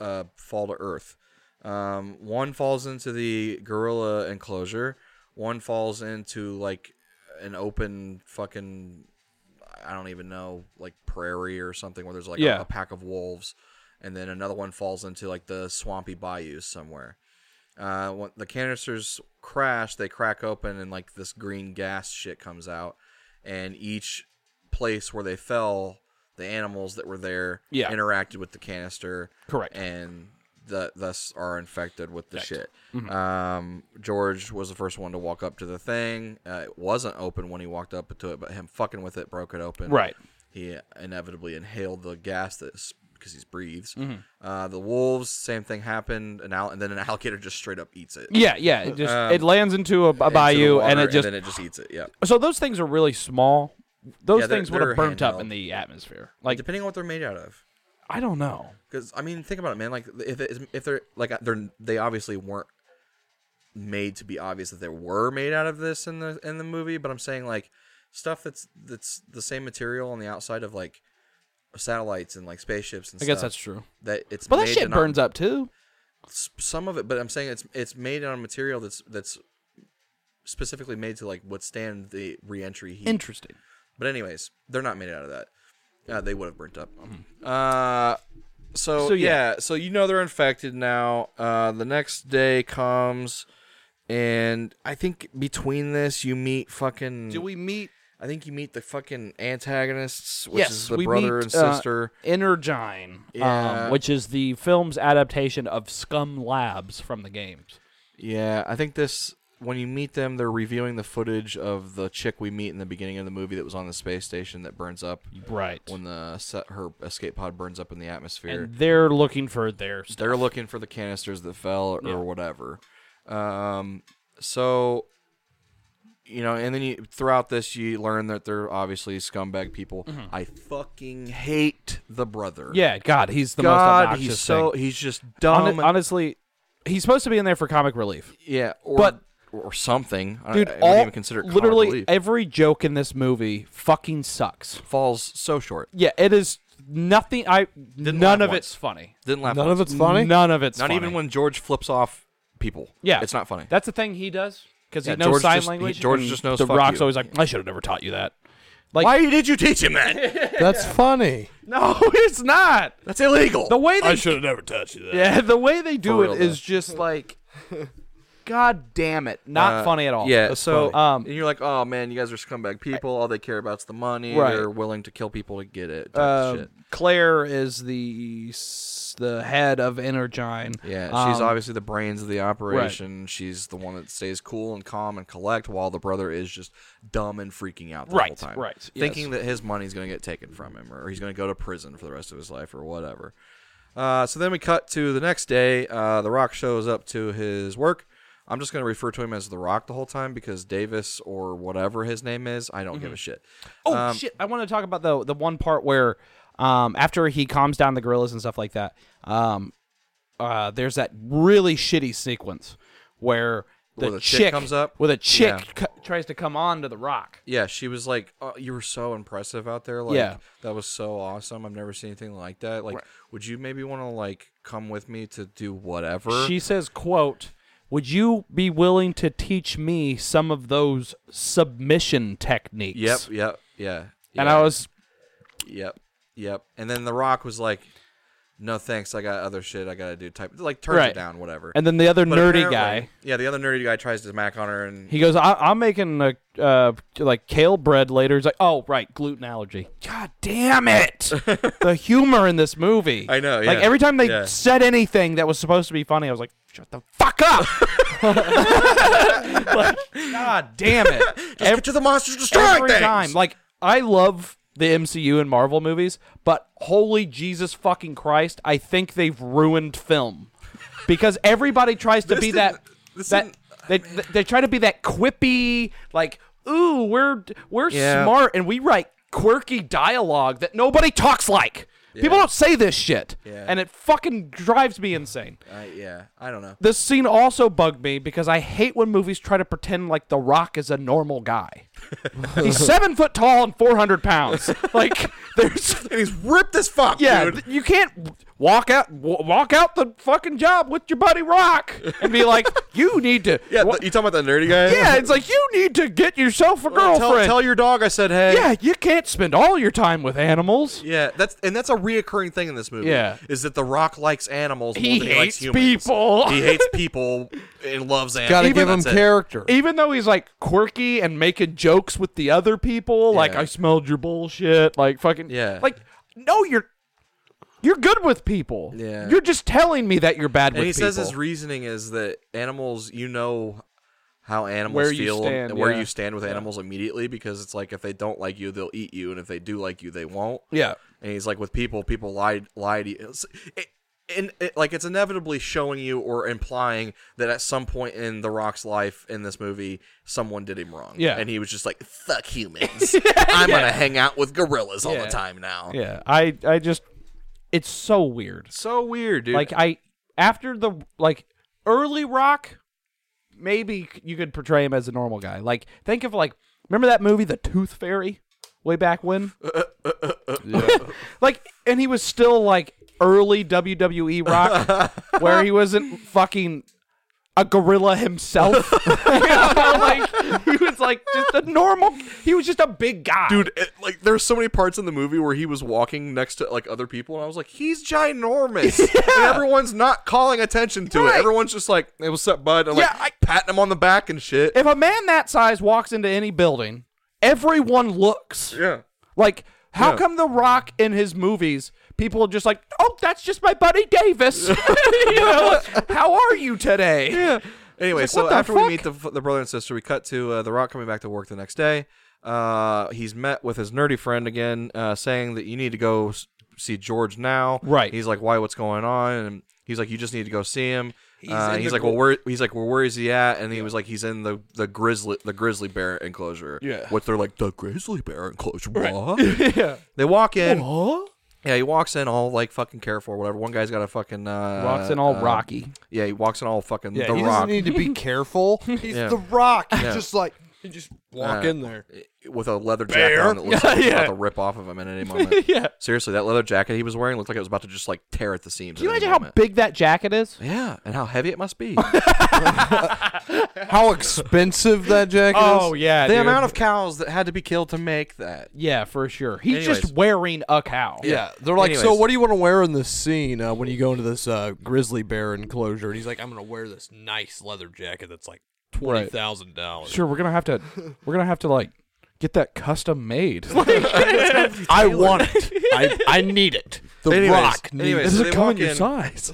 uh, fall to earth. Um, one falls into the gorilla enclosure. One falls into like an open fucking I don't even know like prairie or something where there's like a- Yeah. a, pack of wolves, and then another one falls into like the swampy bayou somewhere. Uh, when the canisters crash, they crack open and like this green gas shit comes out, and each place where they fell, the animals that were there Yeah. interacted with the canister, Correct. and the, thus are infected with the shit. Mm-hmm. Um, George was the first one to walk up to the thing. Uh, it wasn't open when he walked up to it, but him fucking with it broke it open. Right. He inevitably inhaled the gas that's because he breathes. Mm-hmm. Uh, the wolves, same thing happened. An al- and then an alligator just straight up eats it. Yeah, yeah. It just Um, it lands into a, a Into the bayou water, and it just then it just eats it. Yeah. so those things are really small. Those Yeah, they're- things would they're have burnt up handheld. in the atmosphere. Like Depending on what they're made out of. I don't know. Because I mean, think about it, man. Like if it, if they're like they're they obviously weren't made to be obvious that they were made out of this in the in the movie, but I'm saying like stuff that's that's the same material on the outside of like satellites and like spaceships and I stuff. guess that's true. That it's But that made shit to not- burns up too. s- some of it, but I'm saying it's it's made on material that's that's specifically made to like withstand the reentry heat. Interesting. But anyways, they're not made out of that. Uh, they would have burnt up. Hmm. Uh, so, So, yeah. yeah. so you know they're infected now. Uh, the next day comes, and I think between this you meet fucking. Do we meet I think you meet the fucking antagonists, which yes, is the we brother meet, and uh, sister. Energine, Yeah. um, which is the film's adaptation of Scum Labs from the games. yeah, I think this. When you meet them, they're reviewing the footage of the chick we meet in the beginning of the movie that was on the space station that burns up Right. when the set, her escape pod burns up in the atmosphere. And they're looking for their stuff. They're looking for the canisters that fell or whatever. Um, so, you know, and then you throughout this, you learn that they're obviously scumbag people. I fucking hate the brother. Mm-hmm. Yeah, God, he's the most God, obnoxious he's so thing. he's just Hon- dumb. honestly, he's supposed to be in there for comic relief. yeah, or but- or something. I- Dude, I, all wouldn't even consider it comic literally relief. every joke in this movie fucking sucks. falls so short. Yeah, it is nothing. I none laugh of once. it's funny. Didn't laugh. none of once. it's funny? None of it's Not funny. even when George flips off people. Yeah, it's not funny. That's the thing he does because Yeah, he knows George sign just- he- language. George and just knows, The "Fuck Rock's you." always like, I should have never taught you that. Like, Why did you teach him that? That's funny. no, it's not That's illegal. the way they. should have never touched you. That. yeah, the way they For do real, it is just like God damn it. Not Uh, funny at all. Yeah. so funny. Um, and you're like, oh man, you guys are scumbag people. All they care about is the money. Right. They're willing to kill people to get it. type of Uh, shit. Claire is the s- the head of Energine. Yeah, she's um, obviously the brains of the operation. She's the one that stays cool and calm and collect, while the brother is just dumb and freaking out the whole Right, time. right, yes. Thinking that his money's going to get taken from him, or he's going to go to prison for the rest of his life, or whatever. Uh, so then we cut to the next day. Uh, the Rock shows up to his work. I'm just going to refer to him as The Rock the whole time because Davis or whatever his name is, I don't give a shit. Oh Um, shit! I want to talk about the the one part where, um, after he calms down the gorillas and stuff like that, um, uh, there's that really shitty sequence where the, Where the chick chick, comes up? where the chick Yeah. cu- tries to come on to the rock. Yeah, she was like, oh, "You were so impressive out there. Like, Yeah. that was so awesome. I've never seen anything like that. Like, would you maybe want to like come with me to do whatever?" She says, "quote Would you be willing to teach me some of those submission techniques?" Yep. Yep. Yeah. And yeah, I was Yep. Yep. And then The Rock was like, "No thanks. I got other shit I gotta do." Type like turn Right. it down, whatever. And then the other But nerdy apparently- guy, Yeah, the other nerdy guy tries to smack on her, and he goes, I- "I'm making a uh, like kale bread later." He's like, "Oh, right, gluten allergy." God damn it! the humor in this movie. I know, Like yeah, every time they yeah. said anything that was supposed to be funny, I was like, "Shut the fuck up!" like, God damn it! just get to the monsters destroying every things. time. Like I love the MCU and Marvel movies, but holy Jesus fucking Christ, I think they've ruined film because everybody tries to be isn't- that this that isn't- they, they they try to be that quippy like ooh we're we're Yeah. smart and we write quirky dialogue that nobody talks like. People Yeah. don't say this shit, Yeah. and it fucking drives me insane. I- yeah, I don't know. This scene also bugged me because I hate when movies try to pretend like The Rock is a normal guy. He's seven foot tall and 400 pounds. Like, there's. And he's ripped as fuck, Yeah, dude. th- you can't walk out w- walk out the fucking job with your buddy Rock and be like, you need to. Yeah, wa- th- you talking about that nerdy guy? yeah, it's like, you need to get yourself a Tell- girlfriend. Tell, your dog I said hey. yeah, you can't spend all your time with animals. Yeah, that's and that's a reoccurring thing in this movie. Yeah. is that The Rock likes animals more He than he likes hates humans. people. He hates people and loves animals. Gotta Even- give him that's it. character. even though he's like quirky and making jokes with the other people, like Yeah. I smelled your bullshit, like fucking Yeah. like no, you're you're good with people. Yeah. you're just telling me that you're bad And with he people. says his reasoning is that animals, you know, how animals Where you feel stand, and where yeah. you stand with animals immediately because it's like if they don't like you, they'll eat you, and if they do like you, they won't. yeah, And he's like, with people, people lie lie to you. It's- It, and it, like it's inevitably showing you or implying that at some point in The Rock's life in this movie, someone did him wrong. Yeah. and he was just like, "Fuck humans! I'm gonna hang out with gorillas all Yeah. the time now." yeah. I I just it's so weird. So weird, dude. Like I after the like early rock, maybe you could portray him as a normal guy. Like think of like remember that movie The Tooth Fairy way back when? like and he was still like early WWE rock where he wasn't fucking a gorilla himself. You know, like he was like just a normal he was just a big guy. dude it, like there's so many parts in the movie where he was walking next to like other people and i was like he's ginormous and everyone's not calling attention to Right. it everyone's just like hey what's up bud and like Yeah, I- patting him on the back and shit If a man that size walks into any building, everyone looks. yeah Like, how Yeah. come The Rock in his movies, people are just like, oh, that's just my buddy Davis. you know, how are you today? yeah anyway It's like, so what the after fuck? we meet the, the brother and sister we cut to uh, the rock coming back to work the next day uh, he's met with his nerdy friend again uh, saying that you need to go s- see george now Right. he's like why what's going on and he's like you just need to go see him He's Uh, in he's the like, gr- well, where? He's like, well, where is he at? And he was like, he's in the the grizzly the grizzly bear enclosure. Yeah. What they're like the grizzly bear enclosure. What? They walk in. Huh? Yeah, he walks in all like fucking careful or whatever. One guy's got a fucking uh, Walks in all uh, rocky. Yeah, he walks in all fucking Yeah, the he rock. doesn't need to be careful. He's Yeah. the Rock. He's Yeah. just like You just walk Uh, in there. with a leather jacket Bear. on that looks like it's Yeah. about to rip off of him at any moment. yeah. Seriously, that leather jacket he was wearing looked like it was about to just like tear at the seams. Can you at any imagine how moment. big that jacket is? Yeah, and how heavy it must be. How expensive that jacket is. Oh, yeah, the amount of cows that had to be killed to make that. yeah, for sure. He's Anyways. just wearing a cow. Yeah, they're like, so Anyways. what do you want to wear in this scene uh, when you go into this uh, grizzly bear enclosure? And he's like, I'm gonna wear this nice leather jacket that's like twenty thousand dollars. sure. We're gonna have to. We're gonna have to like get that custom made. Like, I want it. I, I need it. The Anyways, Rock needs anyways, it. so they come walk in your in- size.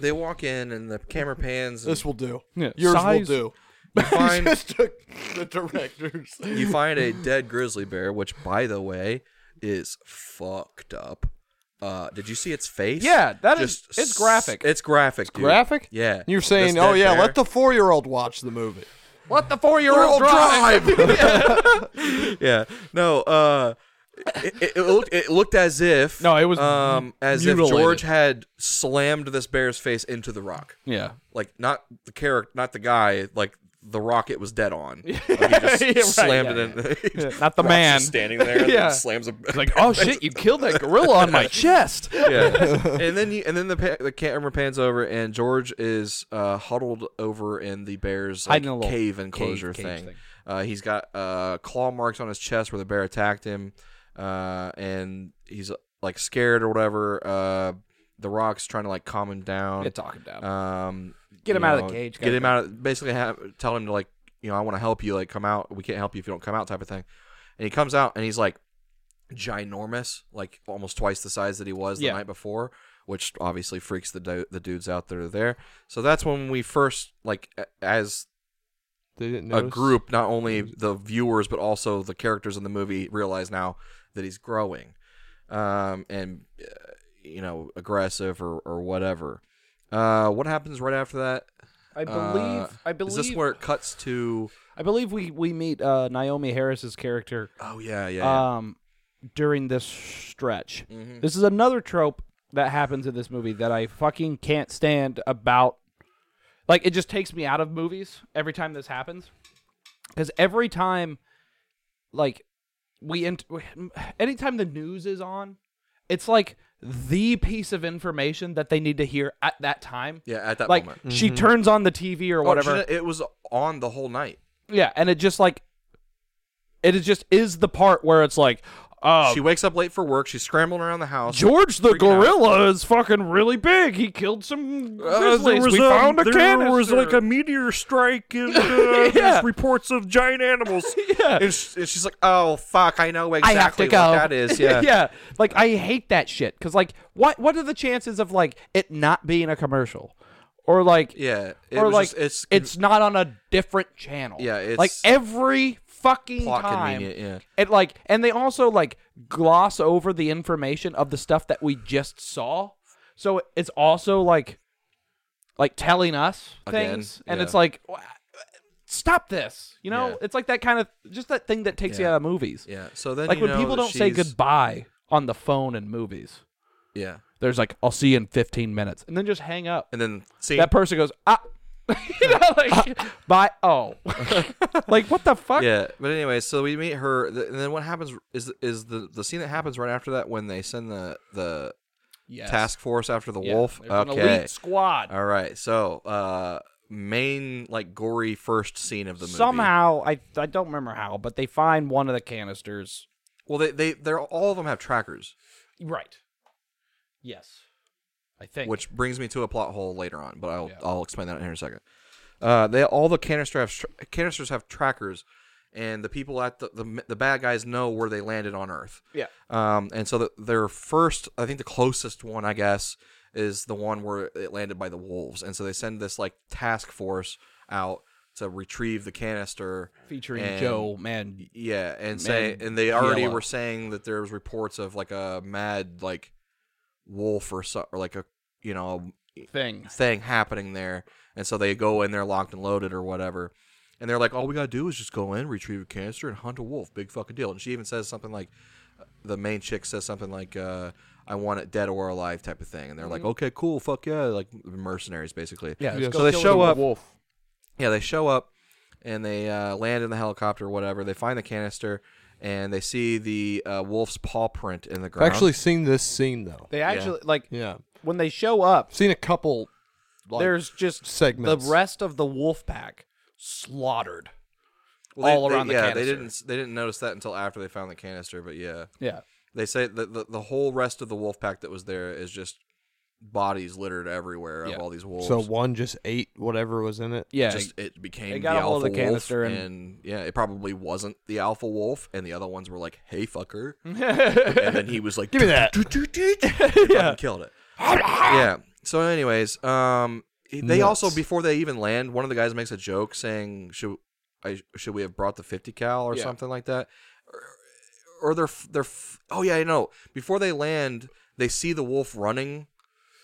They walk in and the camera pans. And This will do. Yeah, Yours size- will do. you find Just took the directors. you find a dead grizzly bear, which by the way is fucked up. Uh, did you see its face? Yeah, that is- it's s- graphic. It's graphic. dude. graphic? Yeah. You're This saying, dead oh yeah, bear- let the four-year-old watch the movie. Let the four-year-old drive. yeah. No. Uh, it, it, it looked, it looked as if No, it was um as mutilated. if George had slammed this bear's face into the rock. Yeah. Like not the character, not the guy. Like the rock it was dead on. Like, he just Yeah, right, slammed yeah, it in. Yeah, not the Rock's man. just standing there. and Yeah. then Slams a. Like, oh shit, you killed that gorilla on my chest. yeah. and then you, and then the pa- the camera pans over and George is uh, huddled over in the bear's like, Hiding in a little cave enclosure cage thing. thing. Uh, he's got uh, claw marks on his chest where the bear attacked him, uh, and he's like scared or whatever. Uh, the rock's trying to like calm him down. Yeah, talk him down. Um, Get him you out of the know, cage, Get him goddamn. out. of Basically, have, tell him to like, you know, I want to help you. Like, come out. We can't help you if you don't come out, type of thing. And he comes out, and he's like ginormous, like almost twice the size that he was the Yeah. night before, which obviously freaks the du- the dudes out that are there. So that's when we first like a- as They didn't a group, not only the viewers but also the characters in the movie realize now that he's growing, um, and uh, you know aggressive or or whatever. Uh, what happens right after that? I believe. Uh, I believe. Is this where it cuts to? I believe we we meet uh, Naomi Harris's character Oh yeah, yeah. yeah. Mm-hmm. um, during this stretch. This is another trope that happens in this movie that I fucking can't stand about. Like, it just takes me out of movies every time this happens. Because every time, like, we. Ent- anytime the news is on, it's like the piece of information that they need to hear at that time. yeah, at that Like, moment. she turns on the TV or Oh, whatever. shouldn't- it was on the whole night. Yeah, and it just like it is just is the part where it's like, oh, She wakes up late for work. She's scrambling around the house. George the out. gorilla is fucking really big. He killed some Uh, grizzlies. we found a canister. meteor strike and uh, Yeah. reports of giant animals. yeah. And, sh- and she's like, "Oh fuck, I know exactly I have to what go. that is." Yeah, yeah. Like I hate that shit because like what what are the chances of like it not being a commercial or like yeah. It or was like just- it's it's not on a different channel. Yeah, it's- like every fucking plot time. convenient. Yeah, And like, and they also like gloss over the information of the stuff that we just saw. So it's also like, like telling us Again, things, and yeah. it's like, wha- stop this. You know, Yeah. it's like that kind of just that thing that takes you Yeah. out of movies. yeah. So then, Like you when know people that don't say she's- goodbye on the phone in movies. Yeah, There's like, I'll see you in 15 minutes, and then just hang up. and then see, That person goes, ah. you know, like, bye. Oh, like what the fuck? yeah. But anyway, so we meet her, th- and then what happens is is the the scene that happens right after that when they send the the Yes. task force after the Yeah, wolf. there's an Okay, elite squad. all right. So uh, main like gory first scene of the movie. Somehow, I I don't remember how, but they find one of the canisters. well, they they they're all of them have trackers. Right. Yes. I think. which brings me to a plot hole later on, but I'll Yeah. I'll explain that here in a second. Uh, they all the canister have, tr- canisters have trackers, and the people at the, the the bad guys know where they landed on Earth. Yeah. Um, and so the, their first, I think the closest one, I guess, is the one where it landed by the wolves, and so they send this like task force out to retrieve the canister. Featuring and- Joe, man. Yeah, and say Man, and they already yellow. were saying that there was reports of like a mad like wolf or so, or like a you know Thing. thing happening there. And so they go in there locked and loaded or whatever. And they're like, all we got to do is just go in, retrieve a canister, and hunt a wolf. Big fucking deal. And she even says something like, uh, the main chick says something like, uh, I want it dead or alive type of thing. And they're like, okay, cool, fuck yeah. Like mercenaries, basically. Yeah. So they show up. Wolf. Yeah, they show up and they uh, land in the helicopter or whatever. They find the canister and they see the uh, wolf's paw print in the I've ground. actually seen this scene though. They actually like Yeah, when they show up. I've seen a couple. Like, there's just segments. the rest of the wolf pack slaughtered. Well, they- all they- around the yeah, they canister. didn't they didn't notice that until after they found the canister. But yeah, Yeah. they say that the, the whole rest of the wolf pack that was there is just bodies littered everywhere of Yeah. all these wolves. so one just ate whatever was in it. Yeah. just it became they got the a hold alpha of the canister wolf, and- and... yeah, it probably wasn't the alpha wolf, and the other ones were like, "Hey, fucker," and then he was like, "Give me that." yeah, killed it. yeah. So, anyways, um, they also Nuts. before they even land, one of the guys makes a joke saying, "Should I? Should we have brought the fifty cal or Yeah. something like that?" Or, or they're f- they're f- oh yeah, I know. Before they land, they see the wolf running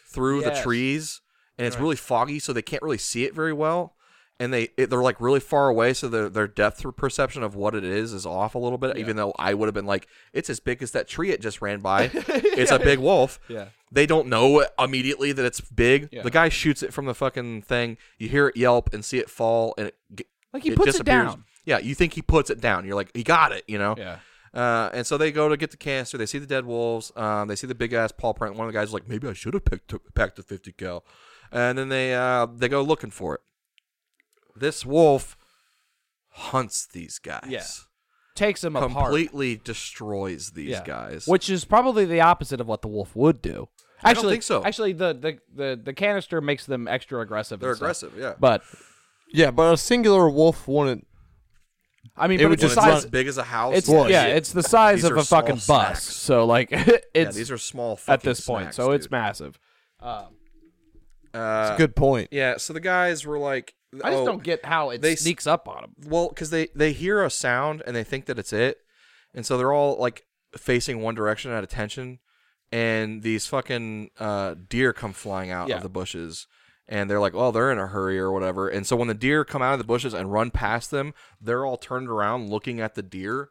through the Yes. trees and it's really foggy so they can't really see it very well and they it, they're like really far away so their their depth perception of what it is is off a little bit even though I would have been like it's as big as that tree it just ran by it's a big wolf Yeah. they don't know immediately that it's big Yeah. the guy shoots it from the fucking thing you hear it yelp and see it fall and it g- Like he puts it disappears. down. yeah you think he puts it down you're like he got it you know Yeah. uh, and so they go to get the canister. They see the dead wolves. Um, they see the big ass paw print. One of the guys is like, maybe I should have picked packed the fifty cal. And then they uh, they go looking for it. This wolf hunts these guys. Yeah. Takes them apart. Completely destroys these Yeah. guys. Which is probably the opposite of what the wolf would do. Actually, don't think so. Actually, the, the, the, the canister makes them extra aggressive. They're and stuff. aggressive. Yeah. But Yeah, but a singular wolf wouldn't. I mean, It but would it's the When just it's size. as big as a house. It's Well, yeah, shit. it's the size These of are a fucking bus. small snacks. So like, yeah, it's these are small. at fucking this point. snacks, So it's dude. massive. Uh, Good point. yeah. So the guys were like, I just oh, don't get how it they s- sneaks up on them. well because they they hear a sound and they think that it's it and so they're all like facing one direction at attention and these fucking uh, deer come flying out Yeah. of the bushes and they're like oh they're in a hurry or whatever and so when the deer come out of the bushes and run past them they're all turned around looking at the deer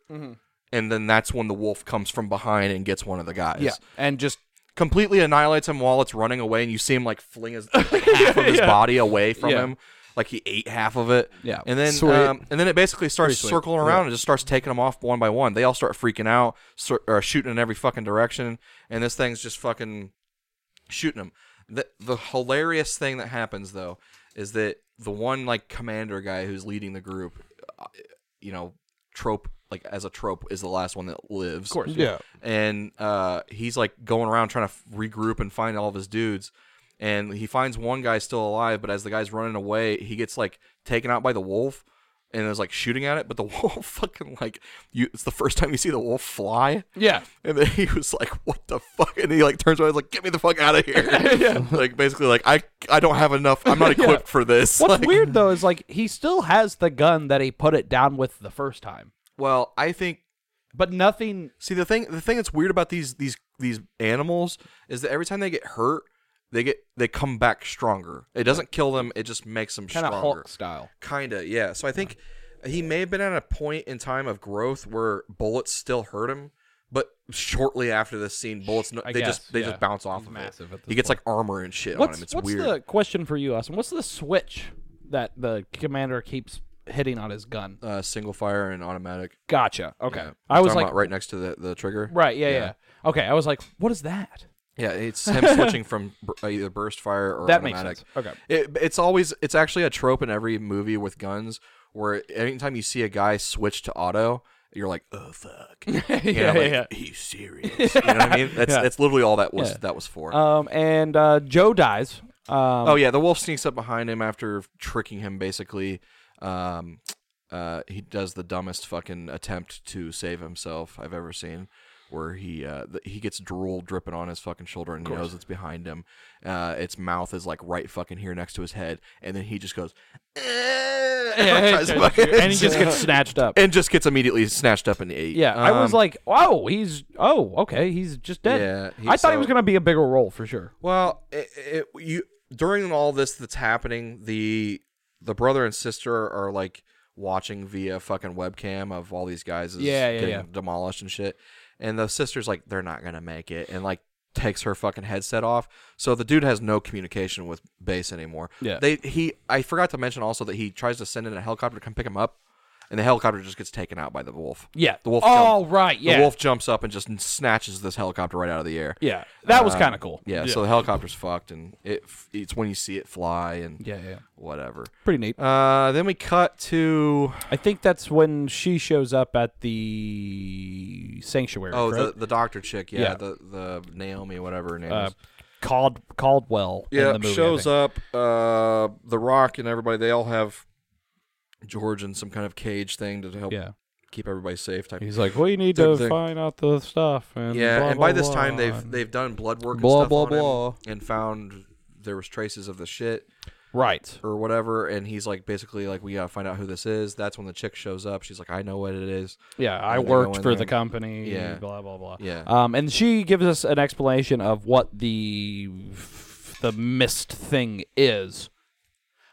and then that's when the wolf comes from behind and gets one of the guys and just completely annihilates him while it's running away, and you see him like fling his like, half of his body away from Yeah. him, like he ate half of it. Yeah. and then Sweet. um, and then it basically starts circling around and just starts taking them off one by one. They all start freaking out, sor- or shooting in every fucking direction, and this thing's just fucking shooting them. The the hilarious thing that happens though is that the one like commander guy who's leading the group, uh, you know, trope like as a trope is the last one that lives. Of course, Yeah. and uh, he's like going around trying to f- regroup and find all of his dudes. And he finds one guy still alive, but as the guy's running away, he gets like taken out by the wolf, and is like shooting at it. But the wolf fucking like you—it's the first time you see the wolf fly. yeah, And then he was like, "What the fuck?" And he like turns around, he's like, "Get me the fuck out of here!" Like basically, like I I don't have enough. I'm not equipped for this. What's Like- weird though is like he still has the gun that he put it down with the first time, Well, I think but nothing. See the thing the thing that's weird about these these these animals is that every time they get hurt, they get they come back stronger. It doesn't kill them, it just makes them Kind of stronger. Hulk style. Kinda, yeah. So I think he may have been at a point in time of growth where bullets still hurt him, but shortly after this scene, bullets no, I they guess, just they yeah. just bounce off He's of massive it. at He this gets like armor and shit on What's him. It's what's weird. the question for you, Austin? What's the switch that the commander keeps hitting on his gun? Uh, single fire and automatic. Gotcha. Okay, Yeah. I was Talking like, about right next to the, the trigger. right, yeah, yeah, Okay, I was like, what is that? Yeah, it's him switching from br- uh, either burst fire or That makes automatic. sense. Okay. It, it's always it's actually a trope in every movie with guns where anytime you see a guy switch to auto, you're like, oh fuck, You know, Yeah, like, yeah. he's serious. You know what I mean? That's that's literally all that was Yeah. that was for. Um, and uh, Joe dies. Um, oh yeah, the wolf sneaks up behind him after tricking him. Basically, um, uh, he does the dumbest fucking attempt to save himself I've ever seen. Where he uh, th- he gets drool dripping on his fucking shoulder and he knows it's behind him. Uh, its mouth is like right fucking here next to his head, and then he just goes. "Eh," and tries to fucking- and he just gets snatched up. and just gets immediately snatched up and ate. Yeah, I was Um, like, oh, he's oh, okay, he's just dead. Yeah, he- I thought he so- was gonna be a bigger role for sure. Well, it, it, you during all this that's happening, the the brother and sister are like watching via fucking webcam of all these guys is Yeah, yeah, getting yeah. demolished and shit. And the sister's like, they're not gonna make it, and like takes her fucking headset off. So the dude has no communication with base anymore. Yeah. They he I forgot to mention also that he tries to send in a helicopter to come pick him up, and the helicopter just gets taken out by the wolf. Yeah. The wolf. Oh, jump- right. Yeah. The wolf jumps up and just snatches this helicopter right out of the air. Yeah. That was kind of cool. Uh, Yeah, so the helicopter's fucked, and it f- it's when you see it fly and Yeah. Yeah. whatever. Pretty neat. Uh, then we cut to I think that's when she shows up at the sanctuary. oh the, correct? the doctor chick, yeah, Yeah. the the Naomi whatever her name uh, is. Cald Caldwell. in Yeah, the movie, I shows think. up. Uh, the Rock and everybody they all have George in some kind of cage thing to help Yeah. keep everybody safe. Type. He's like, we need Same to thing. find out the stuff. And yeah, blah, and by blah, this time blah, they've and- they've done blood work and Blah, stuff blah, on him blah. and found there was traces of the shit right. or whatever. And he's like basically like we gotta find out who this is. That's when the chick shows up. She's like, I know what it is. Yeah, I And they go worked in for there. the company. Yeah. blah blah blah. Yeah. Um, and she gives us an explanation of what the the mist thing is.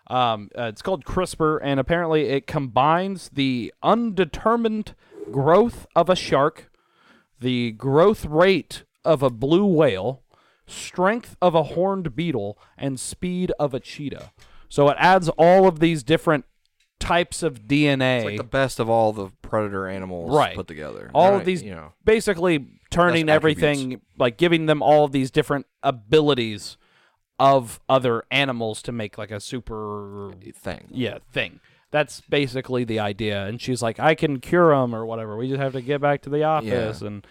Um, uh, it's called CRISPR, and apparently it combines the undetermined growth of a shark, the growth rate of a blue whale, strength of a horned beetle, and speed of a cheetah. So it adds all of these different types of DNA. It's like the best of all the predator animals Right. put together. all Right, of these you know. basically turning That's everything like giving them all of these different abilities of other animals to make like a super thing. yeah thing that's basically the idea and she's like i can cure them or whatever we just have to get back to the office and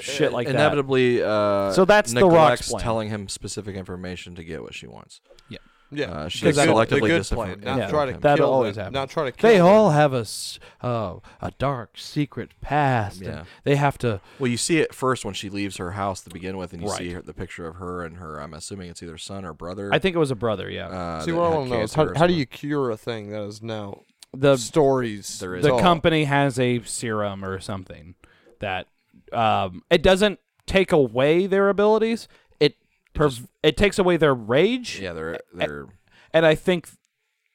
shit like that. inevitably, uh, So that's The Rock's neglects plan. telling him specific information to get what she wants. yeah Yeah, Uh, she The good- selectively the good disinform- plan. Not Yeah. try to That'll kill always them. happen. Not try to kill they all them. have a s- uh, a dark secret past Yeah. and they have to Well, you see it first when she leaves her house to begin with, and you see Right. her, the picture of her and her. I'm assuming it's either son or brother. i think it was a brother yeah Uh, See that what I had want to know is cancer how, or how do something. you cure a thing that is now the stories? There is the all. company has a serum or something that um, it doesn't take away their abilities. It perv- it takes away their rage, Yeah, they're they're and I think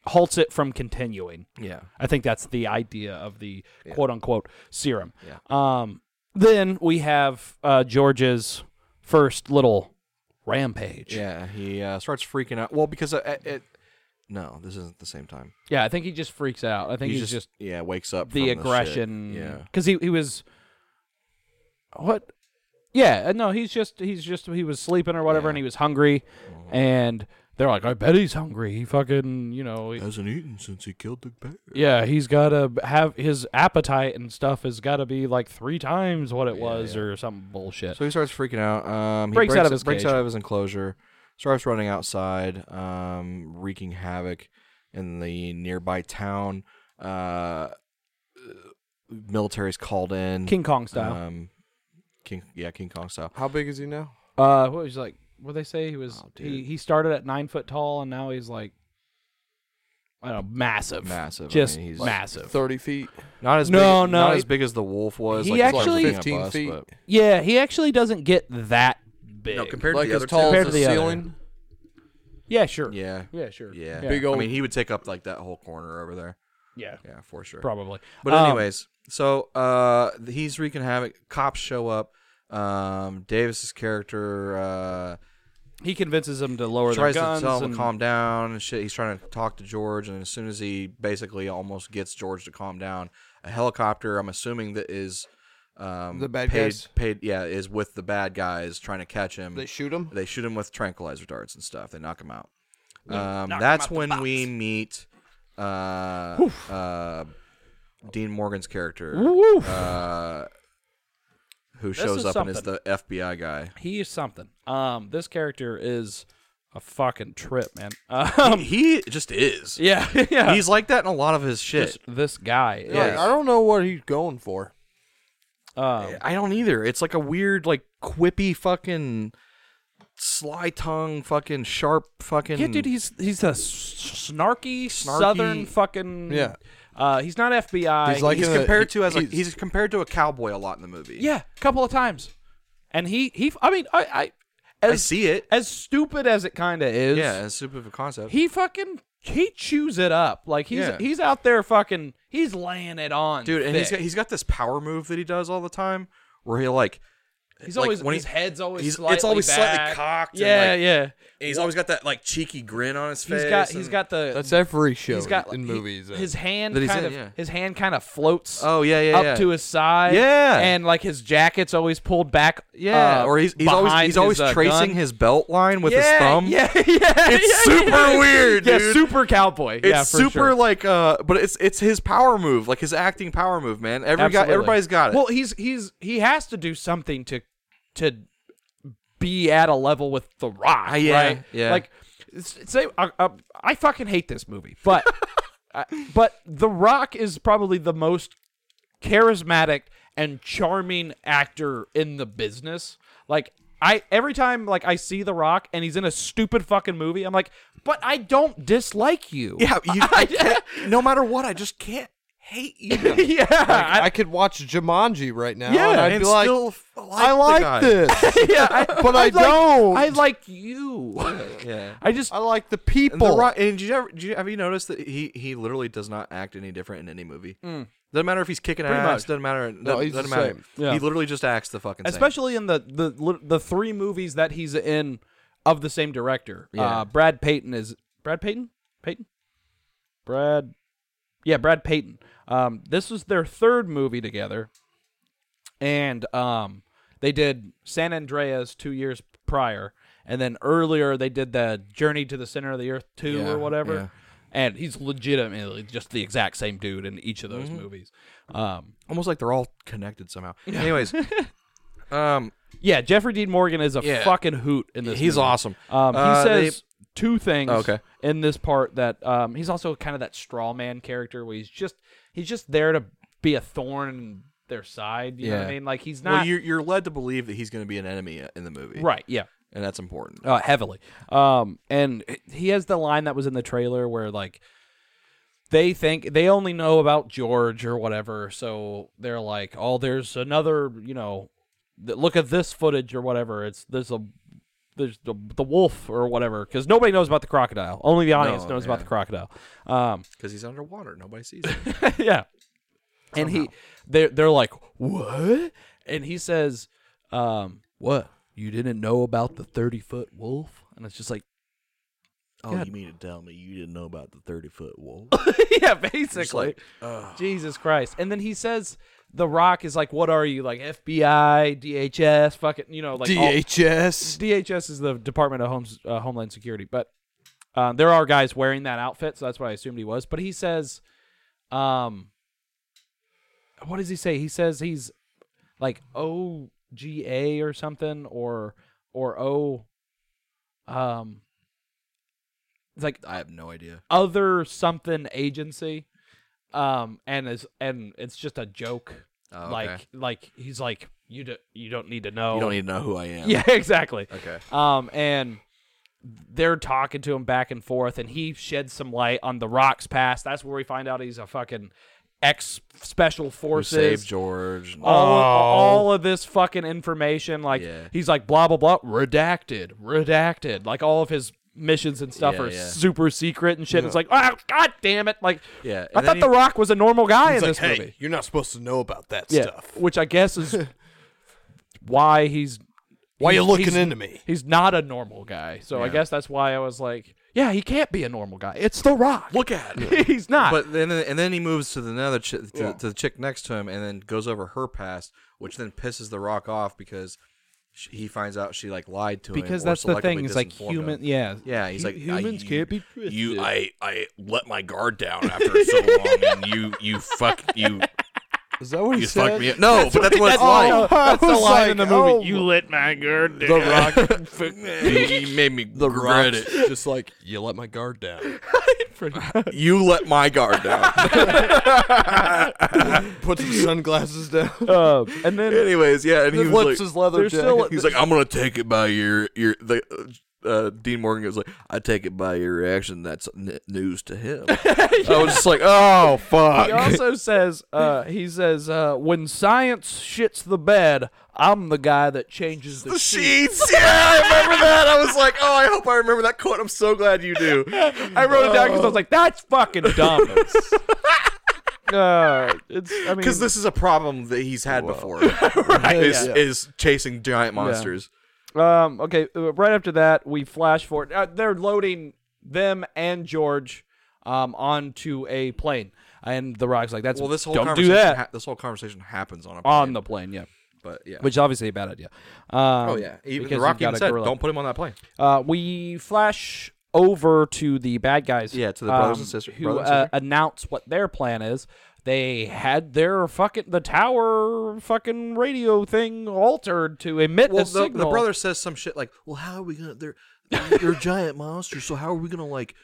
halts it from continuing. yeah. I think that's the idea of the quote unquote serum. Yeah. Um, then we have uh, George's first little rampage. Yeah, he uh, starts freaking out. Well, because uh, it, it- no, this isn't the same time. Yeah, I think he just freaks out. I think He he's just, just yeah wakes up the from shit. aggression. Yeah, because he he was what? Yeah, uh, no, he's just he's just he was sleeping or whatever, and he was hungry, Mm-hmm. and they're like, I bet he's hungry. He fucking you know. he- hasn't eaten since he killed the bear. yeah, he's got to have his appetite and stuff has got to be like three times what it was or some bullshit. So he starts freaking out. Um, he Breaks out of his breaks cage. out of his enclosure, starts running outside, um, wreaking havoc in the nearby town. Uh, uh, military's called in. King Kong style. Um, King, yeah, King Kong style. How big is he now? Uh, what was he like? What they say he was? he Uh-huh. Oh, dude. he started at nine foot tall, and now he's like, I don't know, massive, Massive. I just mean, he's- massive. Thirty feet. Not as No, big, no, not he- as big as the wolf was. he like, as far as actually- being a 15 bus, feet. but- Yeah, he actually doesn't get that big. No, compared like to the as other tall two- Compared as to the, the other. ceiling. yeah, sure. Yeah, Yeah, sure. yeah. Yeah. Big I old- mean, he would take up like that whole corner over there. Yeah, Yeah, for sure. probably. But Um, anyways, so uh, he's wreaking havoc. Cops show up. Um, Davis's character uh, he convinces him to lower tries their to guns. tell him and- to calm down and shit. He's trying to talk to George, and as soon as he basically almost gets George to calm down, a helicopter, I'm assuming that is um, The bad paid, guys? paid, yeah, is with the bad guys trying to catch him. They shoot him. They shoot him with tranquilizer darts and stuff. They knock him out. Um, that's when we meet uh, uh, Dean Morgan's character, Woof. uh, who This shows is up and is something. the FBI guy. he is something. Um, this character is a fucking trip, man. Um, He just is. yeah, yeah. He's like that in a lot of his shit. just this guy. Like, Yeah. I don't know what he's going for. Um, I don't either. It's like a weird, like quippy fucking sly tongue, fucking sharp fucking. yeah, dude. He's he's a s- snarky, southern fucking. Yeah. Uh, he's not FBI. He's like he's in a- compared to as a, he's- he's compared to a cowboy a lot in the movie. yeah, a couple of times, and he he. I mean, I I. As, I see it. As stupid as it kind of is. Yeah, it's super of a concept. he fucking he chews it up. Like he's Yeah. he's out there fucking he's laying it on. dude and he's thick. got, he's got this power move that he does all the time where he like He's like, always when his he- head's always he's- slightly it's always slightly back. cocked and, Yeah, like- yeah. And he's always got that like cheeky grin on his face. He's got he's and- got the That's every show he's got like, in he- movies. uh, his hand that he's kind in, of yeah. his hand kind of floats Oh yeah, yeah, up yeah. to his side. Yeah. and like his jacket's always pulled back. yeah, uh, or he's he's always behind he's always his, uh, tracing gun. his belt line with yeah, his thumb. Yeah, yeah, it's super weird, Yeah, dude. super cowboy. It's yeah, for super sure. like uh but it's it's his power move, like his acting power move, man. Every guy Absolutely. everybody's got it. Well, he's he's he has to do something to to be at a level with The Rock, Ah, yeah, right? yeah. Like s- say uh, uh, I fucking hate this movie, but I- but The Rock is probably the most charismatic and charming actor in the business. Like I every time like I see The Rock and he's in a stupid fucking movie, I'm like, "But I don't dislike you." yeah, you I can't, no matter what, I just can't hate you. and yeah. I, I- could watch Jumanji right now. Yeah, and I'd be like, still f- I like the this, yeah, I- but I I'd like- don't. I like you. guy. Yeah. I just I like the And, the people. Rock, and did you ever, did you, have you noticed that he, he literally does not act any different in any movie? Mm. Doesn't matter if he's kicking ass. much. Doesn't matter. Doesn't, he's the doesn't matter. same. Yeah. He literally just acts the fucking same. especially in the the li- the three movies that he's in of the same director. Uh, Brad Payton is Brad Payton Payton Brad yeah Brad Payton. Um, this was their third movie together, and um, they did San Andreas two years prior, and then earlier they did the Journey to the Center of the Earth two Yeah, or whatever. yeah. And he's legitimately just the exact same dude in each of those Mm-hmm. movies. Um, almost like they're all connected somehow. Anyways, um, Yeah, Jeffrey Dean Morgan is a Yeah. fucking hoot in this. he's movie. awesome. Um, he Uh, they- says two things Oh, okay. in this part that um, he's also kind of that straw man character where he's just he's just there to be a thorn in their side. You know what I Yeah. mean? Like he's well, not you're, you're led to believe that he's going to be an enemy in the movie, right. Yeah, And that's important. uh, heavily. Um, and he has the line that was in the trailer where like they think they only know about George or whatever, so they're like, "Oh, there's another, you know, th- look at this footage or whatever. It's there's a there's the, the wolf or whatever because nobody knows about the crocodile. Only the audience No, knows yeah. about the crocodile. Um, because he's underwater. Nobody sees him. yeah. And he they're they're like, What? And he says, um, what? You didn't know about the thirty foot wolf? And it's just like oh, you mean to tell me you didn't know about the thirty foot wolf? Yeah, basically. like, Jesus Christ. And then he says the rock is like, What are you? Like FBI, DHS, fucking you oh. know, like all- DHS. DHS is the Department of Homes, uh, Homeland Security, but um, there are guys wearing that outfit, so that's what I assumed he was. But he says, um, what does he say? He says he's like OGA or something, or or O, um, it's like I have no idea. other something agency, um, and is and it's just a joke. Oh, okay. Like like he's like you do, you don't need to know. You don't even know who I am. Oh. yeah, exactly. Okay. Um, and they're talking to him back and forth, and he sheds some light on the Rock's past. That's where we find out he's a fucking ex special Who saved forces. George? and- All, all of this fucking information, like Oh. Yeah. he's like blah blah blah, redacted, redacted. Like all of his missions and stuff Yeah, are yeah. super secret and shit. It's like, oh god damn it! Like, Yeah, and I then thought he- The Rock was a normal guy in this hey, movie. you're not supposed to know about that stuff. which I guess is why he's Why you he's- looking he's- into me? he's not a normal guy. So I guess that's why I was like, yeah, he can't be a normal guy. It's The Rock. Look at him. he's not. But then, and then he moves to the another chi- to, to the chick next to him, and then goes over her past, which then pisses the Rock off because sh he finds out she like lied to him. because or that's the selectively thing. It's like disinformed human. him. Yeah. Yeah, he's Hu- like I- humans you- can't be trusted. You, I, I let my guard down after so long, and you, you fuck, you, Is that what he you said? fucked me up. No, but that's what it's like. Oh, that's the line in the oh movie. you lit my guard down. you, you made me the regret it. Just like you let my guard down. You let my guard down. Put some sunglasses down. Uh, and then Anyways, yeah, and he He was flips like, his leather there's still- jacket. he's like, I'm gonna take it by your your the. Uh, Dean Morgan goes like, I take it by your reaction. That's n- news to him. I was just like, oh fuck. he also says, uh, he says, uh, when science shits the bed, I'm the guy that changes the, the sheet. sheets. Yeah, I remember that. I was like, oh, I hope I remember that quote. I'm so glad you do. Oh. I wrote it down because I was like, that's fucking dumb. uh, it's I mean Because this is a problem that he's had before. Is is chasing giant monsters. Um, okay, uh, right after that, we flash forward. Uh, they're loading them and George um, onto a plane. And The Rock's like, that's Well, this whole don't do conversation that ha- this whole conversation happens on a plane, on the plane, yeah. but yeah. Which is obviously a bad idea. Um, oh yeah, even because the you've Rock got even a said, gorilla. "Don't put him on that plane." Uh, we flash over to the bad guys. Yeah, to the brothers and sister- who brothers and uh, announce what their plan is. They had their fucking the tower fucking radio thing altered to emit Well, a the, signal. the brother says some shit like, "Well, how are we gonna? They're they're giant monsters, so how are we gonna like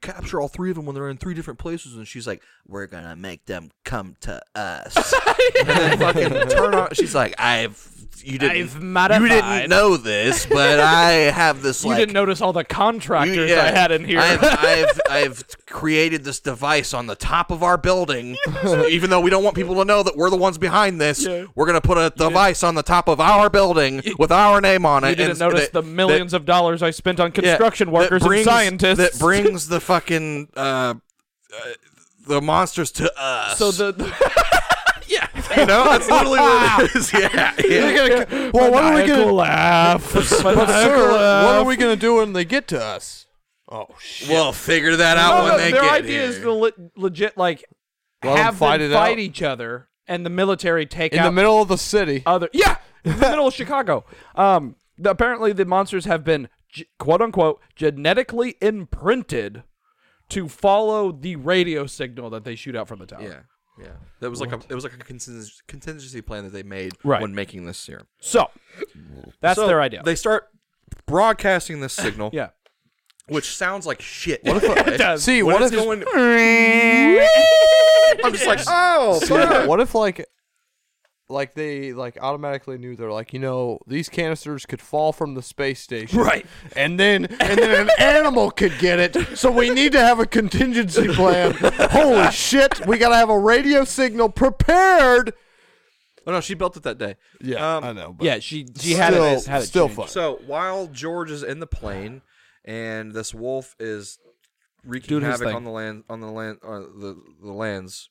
capture all three of them when they're in three different places?" And she's like, "We're gonna make them come to us." and then fucking turn on. She's like, "I've." You I've didn't. you modified." didn't know this, but I have this. you like, didn't notice all the contractors You- yeah. I had in here. I've, I've, I've created this device on the top of our building. So even though we don't want people to know that we're the ones behind this, we're going to put a device on the top of our building with our name on it. You didn't and notice that- the millions of dollars I spent on that- yeah, construction workers that brings- and scientists. That brings the fucking. Uh, uh, the monsters to us. so the, the you know that's literally what it is. Yeah. yeah. well, what are we gonna laugh? But sir, what are we gonna do when they get to us? Oh shit! We'll figure that out when they their get idea here. is to le- legit like Let 'em have fight them it out. fight each other and the military take In out the middle of the city. Uh, other yeah in the middle of chicago um the, apparently the monsters have been g- quote unquote genetically imprinted to follow the radio signal that they shoot out from the tower Yeah, yeah. That was like a it was like a contingency, contingency plan that they made Right. when making this serum. so that's So their idea They start broadcasting this signal, yeah which sounds like shit. It does. See, When what if? it's going- I'm just like, oh, See, fuck. what if like, like they like automatically knew they're like you know these canisters could fall from the space station, Right. And then and then an animal could get it, so we need to have a contingency plan. Holy shit, we gotta have a radio signal prepared. Oh no, she built it that day. Yeah, Um, I know. But yeah she she had it, still- had it still changed. fun. So while George is in the plane, and this wolf is wreaking Doing his havoc thing. on the land, on the land, on the the lands.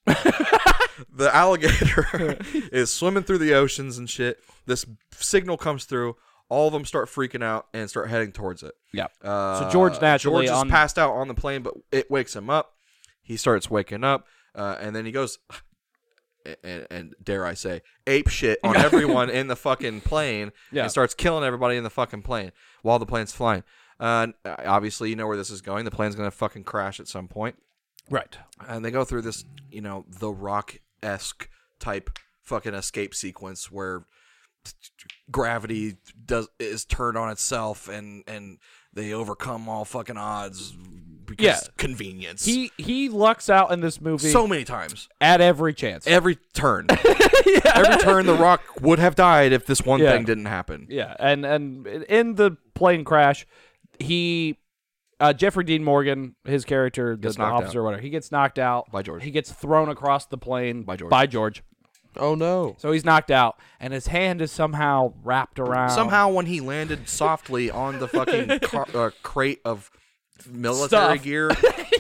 the alligator is swimming through the oceans and shit. This signal comes through. All of them start freaking out and start heading towards it. yeah Uh, So George naturally George is on- passed out on the plane, but it wakes him up. He starts waking up, uh, and then he goes, and, and dare I say, ape shit on everyone in the fucking plane, Yeah. and starts killing everybody in the fucking plane while the plane's flying. Uh, obviously, you know where this is going. The plane's gonna fucking crash at some point right and they go through this, you know, the rock esque type fucking escape sequence where gravity does is turned on itself and and they overcome all fucking odds because Yeah. convenience. he he lucks out in this movie so many times. at every chance Every turn. Every turn the rock would have died if this one Yeah. thing didn't happen. Yeah, and and in the plane crash, he uh, Jeffrey Dean Morgan, his character, the, Gets the knocked officer, or whatever, he gets knocked out By George. He gets thrown across the plane by George. By George. oh no, So he's knocked out, and his hand is somehow wrapped around. Somehow when he landed softly on the fucking car, uh, crate of military Stuff. gear,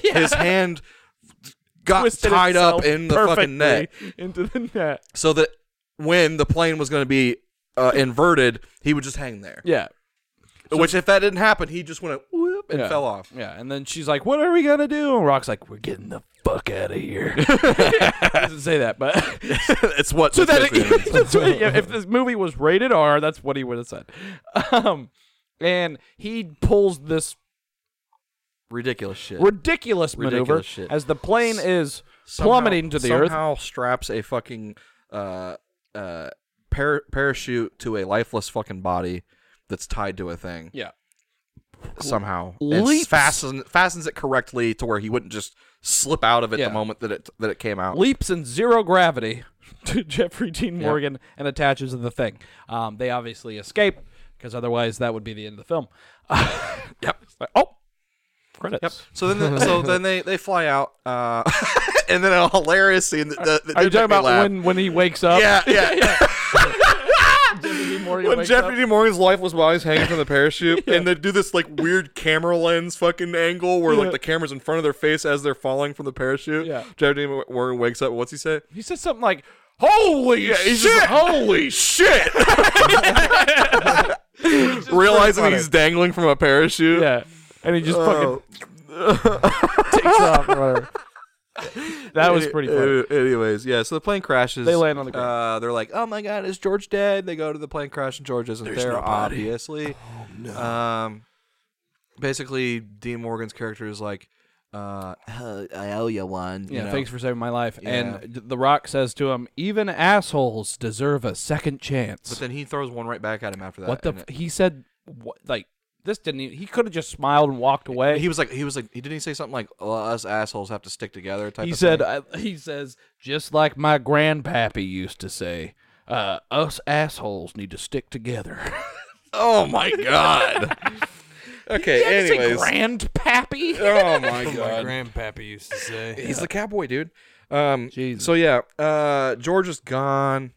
his hand got twisted tied up itself in the fucking net. perfectly into the net. so that when the plane was going to be uh, inverted, he would just hang there. Yeah, Which, if that didn't happen, he just went whoop and Yeah. fell off. yeah. And then she's like, "What are we gonna do?" And Rock's like, "We're getting the fuck out of here." he doesn't say that, but it's what. so that supposed to happen. that's what- yeah, if this movie was rated R, that's what he would have said. Um, and he pulls this ridiculous shit. ridiculous maneuver Ridiculous shit. as the plane is Somehow- plummeting to the earth. Somehow straps a fucking uh, uh, par- parachute to a lifeless fucking body that's tied to a thing. Yeah. Somehow, Leaps. and fastens fastens it correctly to where he wouldn't just slip out of it Yeah. the moment that it that it came out. Leaps in zero gravity to Jeffrey Dean Morgan and attaches to the thing. Um, they obviously escape because otherwise that would be the end of the film. yep. oh, credits. So then, the, so then they they fly out, uh, and then a hilarious scene. That, that, that Are you did make talking me about laugh. when, when he wakes up? Yeah, yeah, yeah. Morty When wakes Jeffrey up. D. Morgan's life was while he's hanging from the parachute, and they do this like weird camera lens fucking angle where like the camera's in front of their face as they're falling from the parachute. Yeah. Jeffrey D. Morgan wakes up. What's he say? He said something like, Holy shit! Holy shit! Realizing he's dangling from a parachute. "Yeah," and he just Oh. Oh. fucking takes off or whatever. That was pretty funny. Any- Anyways, yeah. So the plane crashes. They land on the ground. Uh, they're like, "Oh my God, is George dead?" They go to the plane crash, and George isn't there, nobody. obviously. no. Um, basically, Dean Morgan's character is like, uh, Uh, I owe you one. yeah, thanks for saving my life. Yeah. And The Rock says to him, "Even assholes deserve a second but chance." then he throws one right back at him after that. What the? and F- it- he said, "What?" Like this didn't. Even, he could have just smiled and walked away. he was like, he was like, he didn't he say something like, "Well, "Us assholes have to stick together." Type. he of said thing? uh, he says just like my grandpappy used to say uh, us assholes need to stick together Oh my god. okay. anyways. grandpappy oh my That's what god. my grandpappy used to say. He's the cowboy, dude. Um, Jesus. So yeah, uh, George is gone,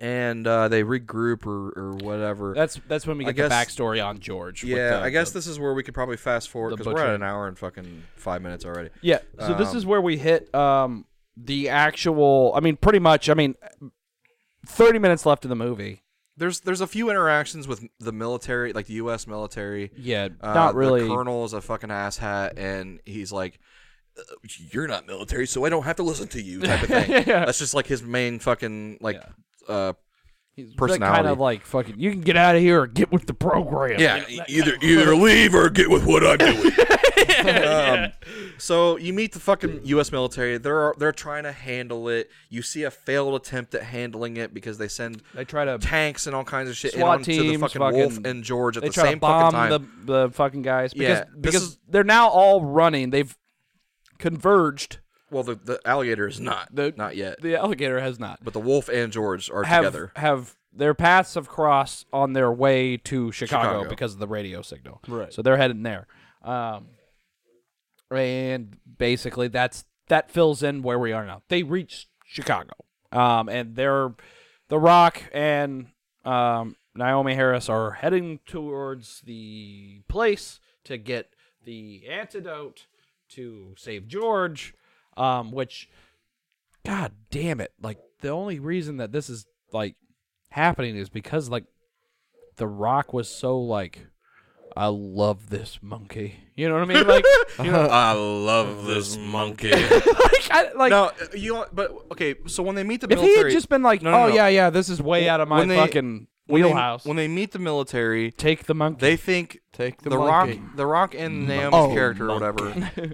and uh, they regroup or, or whatever. that's that's when we I get the guess- backstory on george with yeah, the- I guess the- this is where we could probably fast forward the because we're at butcher. an hour and fucking five minutes already. yeah so this is where we hit um the actual i mean pretty much i mean 30 minutes left in the movie "There's there's a few interactions with the military, like the U.S. military. yeah Uh, not the really colonel is a fucking asshat, and he's like, "Uh, You're not military, so I don't have to listen to you. Type of thing. thing. that's just like his main fucking like uh He's that kind personality. of like fucking you can get out of here or get with the program Yeah, e- either either leave or get with what I'm doing. Um, So you meet the fucking U.S. military. They're they're trying to handle it. You see a failed attempt at handling it because they send they try to tanks and all kinds of shit in SWAT onto the teams, fucking, fucking- Wolf and George at they the try same to bomb fucking time. the the fucking guys because Yeah, this because is- they're now all running. They've converged. well, the, the alligator is not The- not yet, The alligator has not but the Wolf and George are have together. have their paths have crossed on their way to Chicago, Chicago. because of the radio signal. Right. So they're heading there. Um, and basically that's that fills in where we are now. They reach Chicago. Um, and they're The Rock and um, Naomi Harris are heading towards the place to get the antidote to save George, um, which God damn it. Like the only reason that this is like happening is because like the rock was so like I love this monkey. You know what I mean? uh, Like Uh-huh. you know I love this monkey. like, I, like Uh, No, uh, you but okay. So when they meet the if military, he had just been like, No, no, "Oh no. yeah, yeah, this is way out of my When they- fucking when they- wheelhouse." when they meet the military, Take the monkey. they think Take the, the, Rock, monkey. the Rock and Nam's Oh, character or whatever,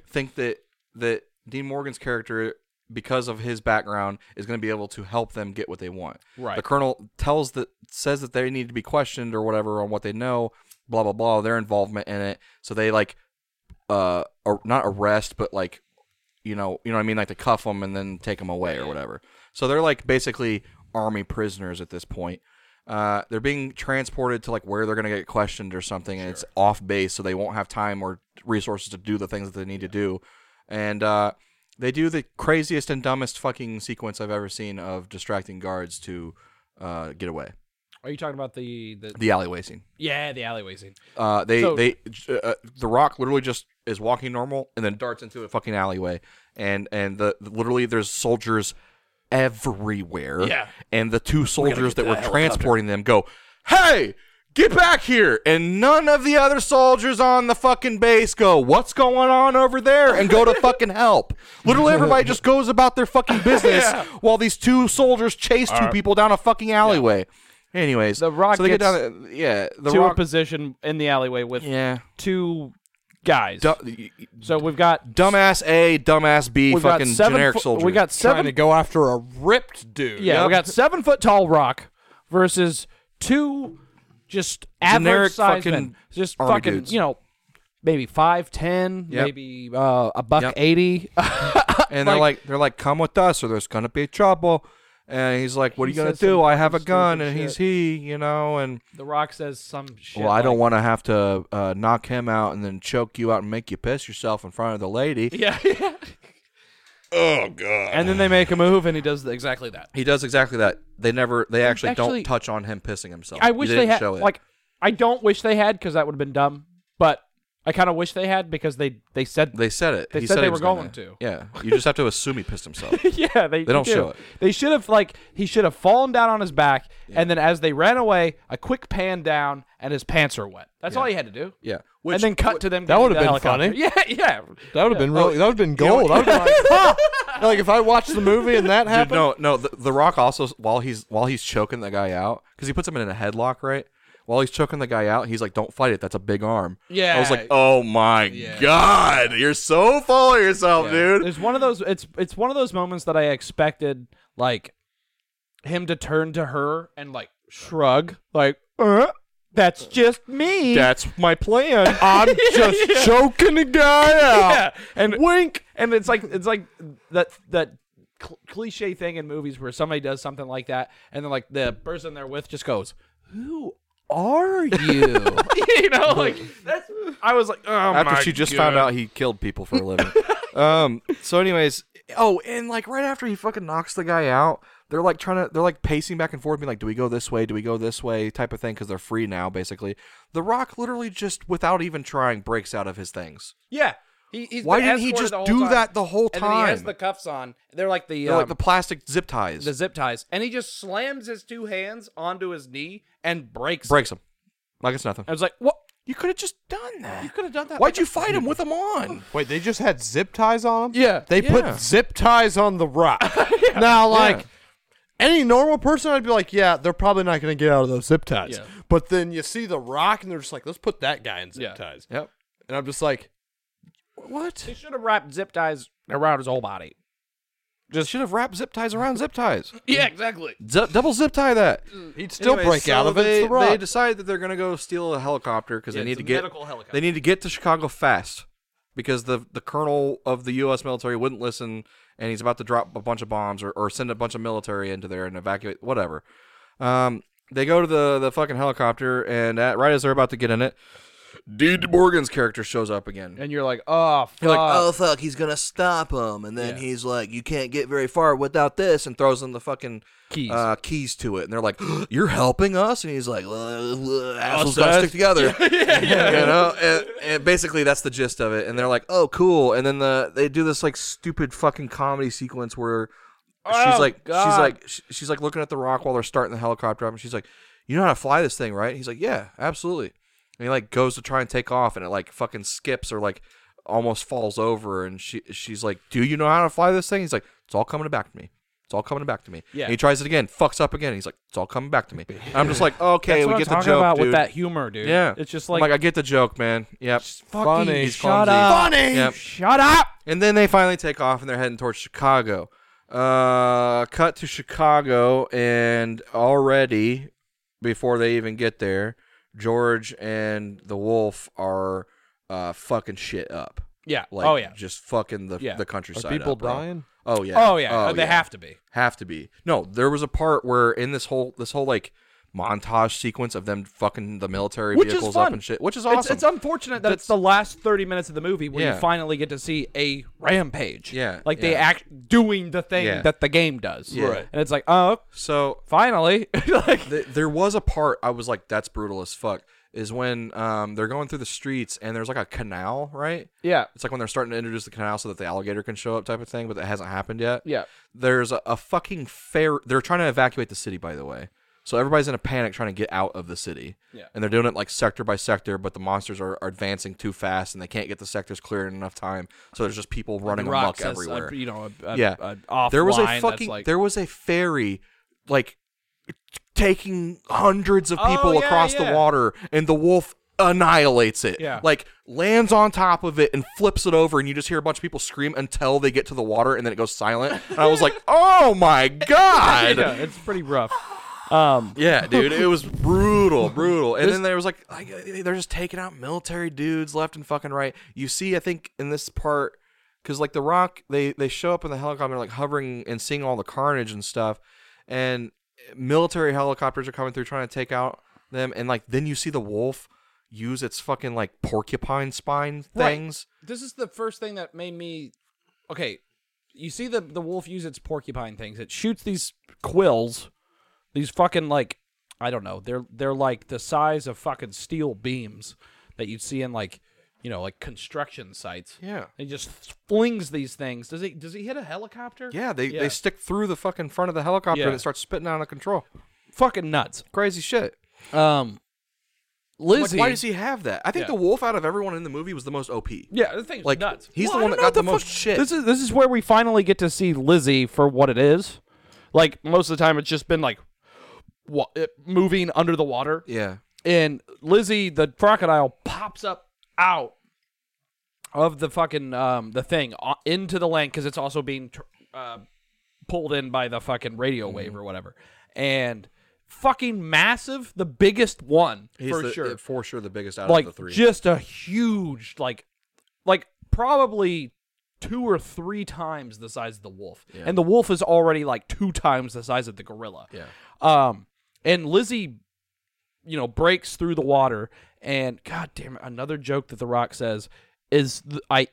think that that Dean Morgan's character, because of his background, is going to be able to help them get what they want. Right. The colonel tells that says that they need to be questioned or whatever on what they know, blah blah blah, their involvement in it. So they like, uh, ar- not arrest, but like, you know, you know what I mean, like they cuff them and then take them away or whatever. So they're like basically army prisoners at this point. Uh, they're being transported to like where they're gonna get questioned or something, and it's off base, so they won't have time or resources to do the things that they need to do. And uh, they do the craziest and dumbest fucking sequence I've ever seen of distracting guards to uh, get away. Are you talking about the, the The alleyway scene. Yeah, the alleyway scene. Uh, they So- they uh, the Rock literally just is walking normal and then darts into a fucking alleyway, and and the literally there's soldiers everywhere. Yeah. and the two soldiers that were transporting them go, "Hey, get back here!" And none of the other soldiers on the fucking base go, "What's going on over there?" and go to fucking help. Literally, everybody just goes about their fucking business while these two soldiers chase two people down a fucking alleyway. Anyways, The Rock so they get gets down. Yeah, the to a Rock. position in the alleyway with yeah. two guys. Du- so we've got dumbass A, dumbass B, we've got fucking seven generic fo- soldier. We got Trying seven to go after a ripped dude. Yeah, we got seven foot tall rock versus two just Generic average size fucking men. Just army fucking dudes. you know maybe five ten, Yep. maybe uh, a buck Yep. eighty. and they're like, they're like, come with us, or there's gonna be trouble. And he's like, what are you gonna says some do? I have a stupid gun, and shit. he's he, you know, and the Rock says some shit. well, I don't like- want to have to uh, knock him out and then choke you out and make you piss yourself in front of the lady. Yeah, oh god. And then they make a move, and he does exactly that. He does exactly that. They never. They actually, don't Actually- touch on him pissing himself. I You wish they didn't had. show it. Like, I don't wish they had because that would have been dumb. But I kind of wish they had because they they said they said it. They He said they he were was gonna. going to. Yeah, you just have to assume he pissed himself. yeah, they, They don't do. show it. They should have like he should have fallen down on his back, and then as they ran away, a quick pan down, and his pants are wet. That's all he had to do. Yeah, and then cut to them. that getting would've the been helicopter. funny. Yeah, yeah. That would have been Oh. really. That would have been gold. I would've been like, "Huh." like if I watched the movie and that Dude, happened. no, no. The, the Rock also while he's while he's choking the guy out because he puts him in a headlock, right? While he's choking the guy out, he's like, "Don't fight it. That's a big arm." I was Yeah. like, "Oh my god, you're so full of yourself, dude." There's one of those. It's it's one of those moments that I expected like him to turn to her and like shrug, like uh, that's just me. That's my plan. I'm just choking the guy out. yeah, and wink, and it's like it's like that that cl- cliche thing in movies where somebody does something like that, and then like the person they're with just goes, "Who are you?" you know, like that's. I was like, oh after my she just God. found out he killed people for a living. um. So, anyways, oh, and like right after he fucking knocks the guy out, they're like trying to, they're like pacing back and forth, being like, "Do we go this way? Do we go this way?" type of thing because they're free now, basically. The Rock literally just, without even trying, breaks out of his things. Yeah. He, he's Why been didn't he escorted just the whole do time. that the whole And then he has time? the cuffs on. They're like the They're um, like the plastic zip ties. the zip ties, and he just slams his two hands onto his knee and breaks. breaks him like it's nothing. I was like, "What? You could have just done that. You could have done that." Why'd you fight him with him on? Wait, they just had zip ties on them. Yeah, they yeah. put zip ties on the rock. Now, like Yeah. any normal person, I'd be like, yeah, they're probably not going to get out of those zip ties. Yeah. But then you see the rock, and they're just like, let's put that guy in zip Yeah. ties. Yep. And I'm just like, What? He should have wrapped zip ties around his whole body. Just should have wrapped zip ties around zip ties. Yeah, exactly. Z- double zip tie that. he'd still Anyway, break out so of it. It's They, the rock. they decide that they're gonna go steal a helicopter because Yeah, they need it's to a get medical helicopter. they need to get to Chicago fast because the the colonel of the U.S. military wouldn't listen and he's about to drop a bunch of bombs or, or send a bunch of military into there and evacuate whatever. Um, they go to the the fucking helicopter and at, right as they're about to get in it, Dude Morgan's character shows up again. And you're like, "Oh, fuck. You're like, oh fuck, he's gonna stop him, and then he's like, "You can't get very far without this," and throws them the fucking Keys. uh, keys to it, and they're like, "You're helping us," and he's like, "Uh, uh, "Assholes gotta stick together," you know, and, and basically that's the gist of it. And they're like, "Oh, cool." And then the they do this like stupid fucking comedy sequence where she's like, she's Oh, God. like, sh- she's like looking at the rock while they're starting the helicopter up, and she's like, "You know how to fly this thing, right?" He's like, "Yeah, absolutely." And he like goes to try and take off, and it like fucking skips or like almost falls over, and she she's like, "Do you know how to fly this thing?" He's like, "It's all coming back to me." It's all coming back to me. Yeah. And he tries it again, fucks up again. He's like, "It's all coming back to me." And I'm just like, "Okay, That's we what I'm get the talking joke, about dude." with that humor, dude. Yeah. Oh it's just I'm like, I get the joke, man. Yep. fucking funny. Shut clumsy. up. Funny. Yep. Shut up. And then they finally take off and they're heading towards Chicago. Uh, cut to Chicago, and already before they even get there, George and the Wolf are uh, fucking shit up. Yeah. Like, oh yeah. just fucking the Yeah. the Are countryside. People up, bro. dying. Oh yeah. Oh yeah. they have to be. have to be. No, there was a part where in this whole this whole like montage sequence of them fucking the military Which is vehicles up fun. and shit, which is awesome. It's, it's unfortunate that it's the last 30 minutes of the movie where Yeah. you finally get to see a rampage. Yeah, Like they yeah. act doing the thing Yeah. that the game does. Yeah. Right. And it's like, oh, so finally. like, th- there was a part I was like, that's brutal as fuck. Is when um, they're going through the streets and there's like a canal, right? yeah. It's like when they're starting to introduce the canal so that the alligator can show up, type of thing, but that hasn't happened yet. Yeah. There's a, a fucking fair. They're trying to evacuate the city, by the way. So everybody's in a panic trying to get out of the city. Yeah. And they're doing it like sector by sector, but the monsters are, are advancing too fast and they can't get the sectors clear in enough time. So there's just people running amok Rocks has, uh, everywhere you know, a, a, yeah. a there was offline a that's fucking like- there was a ferry like taking hundreds of Oh, people yeah, across yeah. the water and the wolf annihilates it. Yeah. Like lands on top of it and flips it over and you just hear a bunch of people scream until they get to the water and then it goes silent. And I was like, "Oh my god." yeah, yeah. it's pretty rough. Um, dude, it was brutal, brutal. And then there was like, like they're just taking out military dudes left and fucking right. You see, I think in this part because like the rock they they show up in the helicopter like hovering and seeing all the carnage and stuff and military helicopters are coming through trying to take out them and like then you see the wolf use its fucking like porcupine spine Right. things This is the first thing that made me okay. you see the the wolf use its porcupine things. It shoots these quills, these fucking like I don't know. They're they're like the size of fucking steel beams that you'd see in like you know like construction sites. Yeah. He just flings these things. Does he does he hit a helicopter? Yeah, they, Yeah. they stick through the fucking front of the helicopter Yeah. and it starts spitting out of control. Fucking nuts. Crazy shit. Um Like, Lizzie why does he have that? I think Yeah. the wolf out of everyone in the movie was the most OP. Yeah, the thing's Like nuts. he's the Well, I one don't that know got the what most fuck- shit. This is this is where we finally get to see Lizzie for what it is. Like most of the time, it's just been like wa- it, moving under the water, yeah. and Lizzie the crocodile pops up out of the fucking um the thing o- into the land because it's also being tr- uh, pulled in by the fucking radio wave or whatever, and fucking massive, the biggest one He's for the- sure For sure the biggest out like of the three. just a huge like like probably two or three times the size of the wolf and the wolf is already like two times the size of the gorilla Yeah. um and lizzie you know breaks through the water and god damn it another joke that the rock says is th- i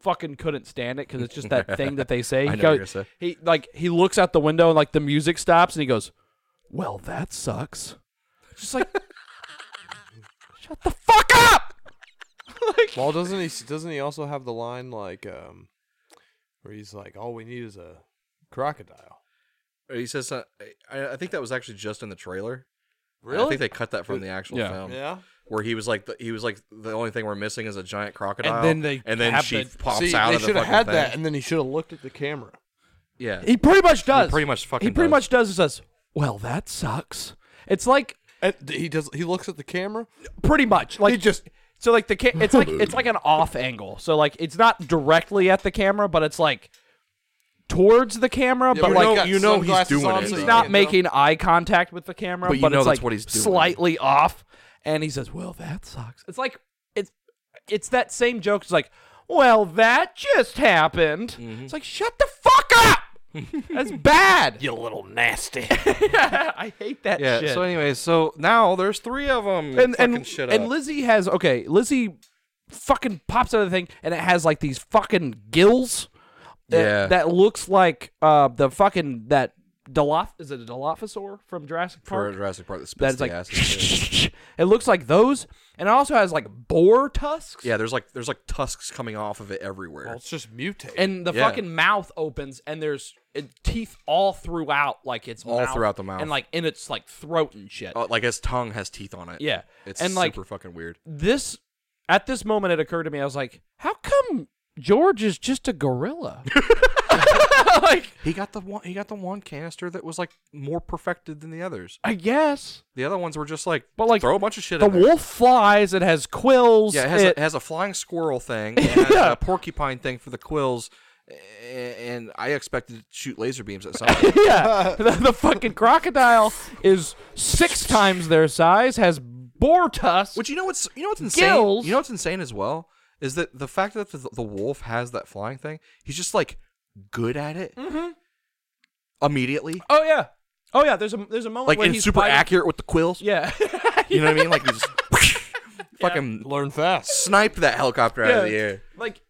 fucking couldn't stand it because it's just that thing that they say I he, know what goes- you're gonna say. he like he looks out the window and like the music stops and he goes well that sucks just like shut the fuck up like Well, doesn't he? Doesn't he also have the line like, um, where he's like, "All we need is a crocodile." He says, uh, I, I think that was actually just in the trailer. I Really? think they cut that from the actual Yeah. film. yeah. Where he was like, the, he was like, the only thing we're missing is a giant crocodile. then they and then have she the- pops See, out they of the should fucking have had thing. that, and then he should have looked at the camera. Yeah. he pretty much does pretty much fucking he pretty does. much does is says well that sucks it's like And he does. He looks at the camera. pretty much like He just- so like the ca- it's like it's like an off angle so like it's not directly at the camera but it's like towards the camera but you like know- you know he's doing it, he's though. not Yeah. making eye contact with the camera But you know it's that's like what he's doing. slightly off and he says well that sucks it's like it's it's that same joke it's like well that just happened Mm-hmm. it's like shut the fuck up that's bad You little nasty. i hate that Yeah. shit So, anyways, so now there's three of them. and fucking and, shit and up. Lizzie has okay, Lizzie fucking pops out of the thing and it has like these fucking gills that, Yeah. that looks like uh the fucking that Diloph is it a Dilophosaur from Jurassic for Park? Jurassic Park that spits that is the like acid. Yeah. it looks like those and it also has like boar tusks. Yeah, there's like there's like tusks coming off of it everywhere. Well, it's just mutated. And the Yeah. fucking mouth opens and there's uh, teeth all throughout like its All mouth throughout the mouth. and like in its like throat and shit. Uh, like his tongue has teeth on it. yeah. It's and super like fucking weird. this at this moment it occurred to me i was like how come george is just a gorilla like He got the one he got the one canister that was like more perfected than the others. i guess The other ones were just like But, like, throw a bunch of shit the in there. wolf flies it has quills Yeah, it has, a, it- it has a flying squirrel thing, it has a porcupine thing for the quills, a- and I expected to shoot laser beams at something. yeah the, the fucking crocodile is six times their size has boar tusks Which you know what's you know what's insane. Gills. You know what's insane as well is that the fact that the, the wolf has that flying thing, he's just like good at it Mm-hmm. immediately, oh yeah oh yeah there's a there's a moment like where and he's super fighting- accurate with the quills. yeah You know what I mean? Like he just fucking learn fast. snipe that helicopter out of Yeah. the air. like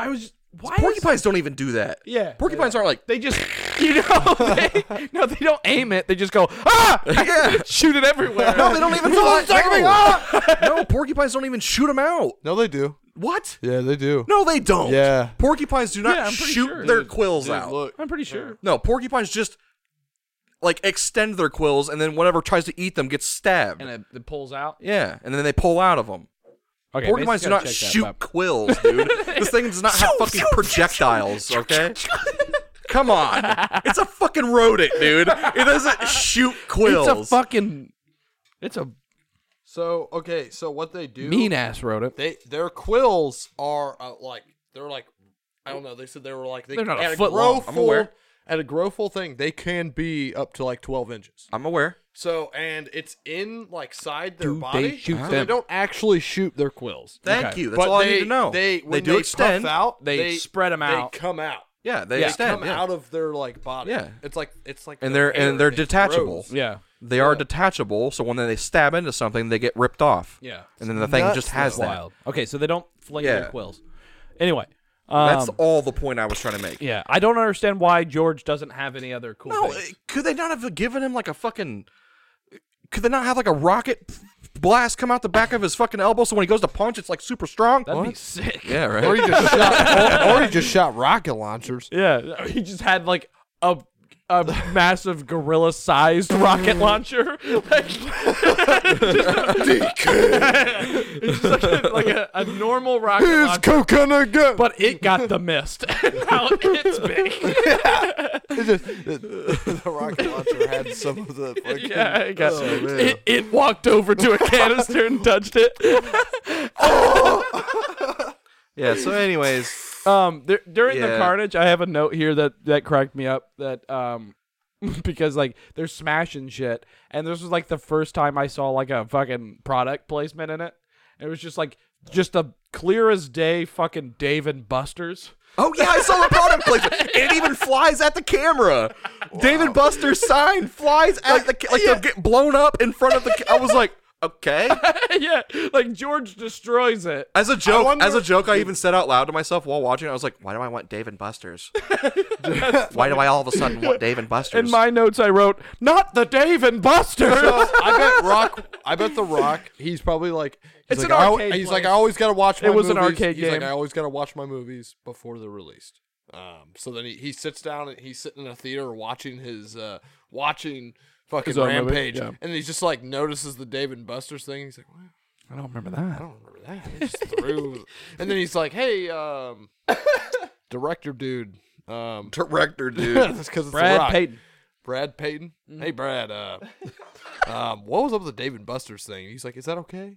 i was just, why is- Porcupines don't even do that. yeah Porcupines aren't like they just you know they, no they don't aim it they just go ah yeah. shoot it everywhere No, they "Ah!" don't even fly. "Ah!" No. no, porcupines don't even shoot them out. No, they do. What? Yeah, they do. No, they don't. Yeah. Porcupines do not Yeah, I'm pretty shoot sure. their quills out. Look, I'm pretty sure. No, porcupines just like extend their quills, and then whatever tries to eat them gets stabbed. And it, it pulls out. yeah, and then they pull out of them. Okay, porcupines do not shoot quills, dude. this thing does not have fucking projectiles. Okay. Come on, it's a fucking rodent, dude. It doesn't shoot quills. It's a fucking. It's a So okay, so what they do? mean ass rodent. They their quills are uh, like they're like I don't know. They said they were like they, They're not a at foot grow long, I'm aware. full- At a grow full thing, they can be up to like twelve inches. I'm aware. So and it's in like side their Do they body. shoot so them? they don't actually shoot their quills. Thank Okay. you. That's but all they, I need to know. They when do extend. puff out. they spread 'em out. They come out. Yeah, they Yeah. They extend. come yeah. out of their like body. Yeah. it's like it's like And their they're- and hair, they're it detachable. grows. Yeah. They are detachable, so when they stab into something, they get ripped off. Yeah. And then the thing Nuts, just has Wild. Okay, so they don't fling their Yeah. quills. Anyway, That's Um, all the point I was trying to make. yeah, I don't understand why George doesn't have any other cool. No, things. eh, could they not have given him like a fucking? Could they not have like a rocket blast come out the back of his fucking elbow so when he goes to punch, it's like super strong? that'd be sick. Yeah, right. Or he just shot, or, or he just shot rocket launchers. Yeah, he just had like a a massive gorilla sized rocket launcher, like, just it's just like, a, like a, a normal rocket launcher, coconut gun. but it got the mist. now it's big. the rocket launcher had some of the. Fucking, Yeah, it, got, it, it walked over to a canister and touched it. Yeah. So, anyways, Um, dur- during the Yeah. carnage, I have a note here that that cracked me up. That um, because like they're smashing shit, and this was like the first time I saw like a fucking product placement in it. It was just like just a clear as day fucking Dave and Buster's. oh yeah, I saw the product placement. It even flies at the camera. David Buster's sign flies at the ca- like they're getting blown up in front of the. Ca- I was like, okay. yeah, like George destroys it. As a joke, as a joke, I even said out loud to myself while watching. it, I was like, why do I want Dave and Buster's? why do I all of a sudden want Dave and Buster's? In my notes, I wrote, "Not the Dave and Buster's." I bet Rock. I bet the Rock. He's probably like. He's It's like, an I al- arcade He's place. like, I always gotta watch. My It was an movies." arcade he's game. Like, I always gotta watch my movies before they're released. Um, so then he, he sits down and he's sitting in a theater watching his uh, watching fucking His own movie, Rampage, yeah. and he just like notices the Dave and Buster's thing. He's like, "Well, I don't remember that. I don't remember that. He just threw. and then he's like, Hey, um, director dude. Um, director, dude. because it's the Brad Rock. Payton. Brad Payton. Mm-hmm. Hey, Brad. Uh, um, what was up with the Dave and Buster's thing? He's like, is that okay?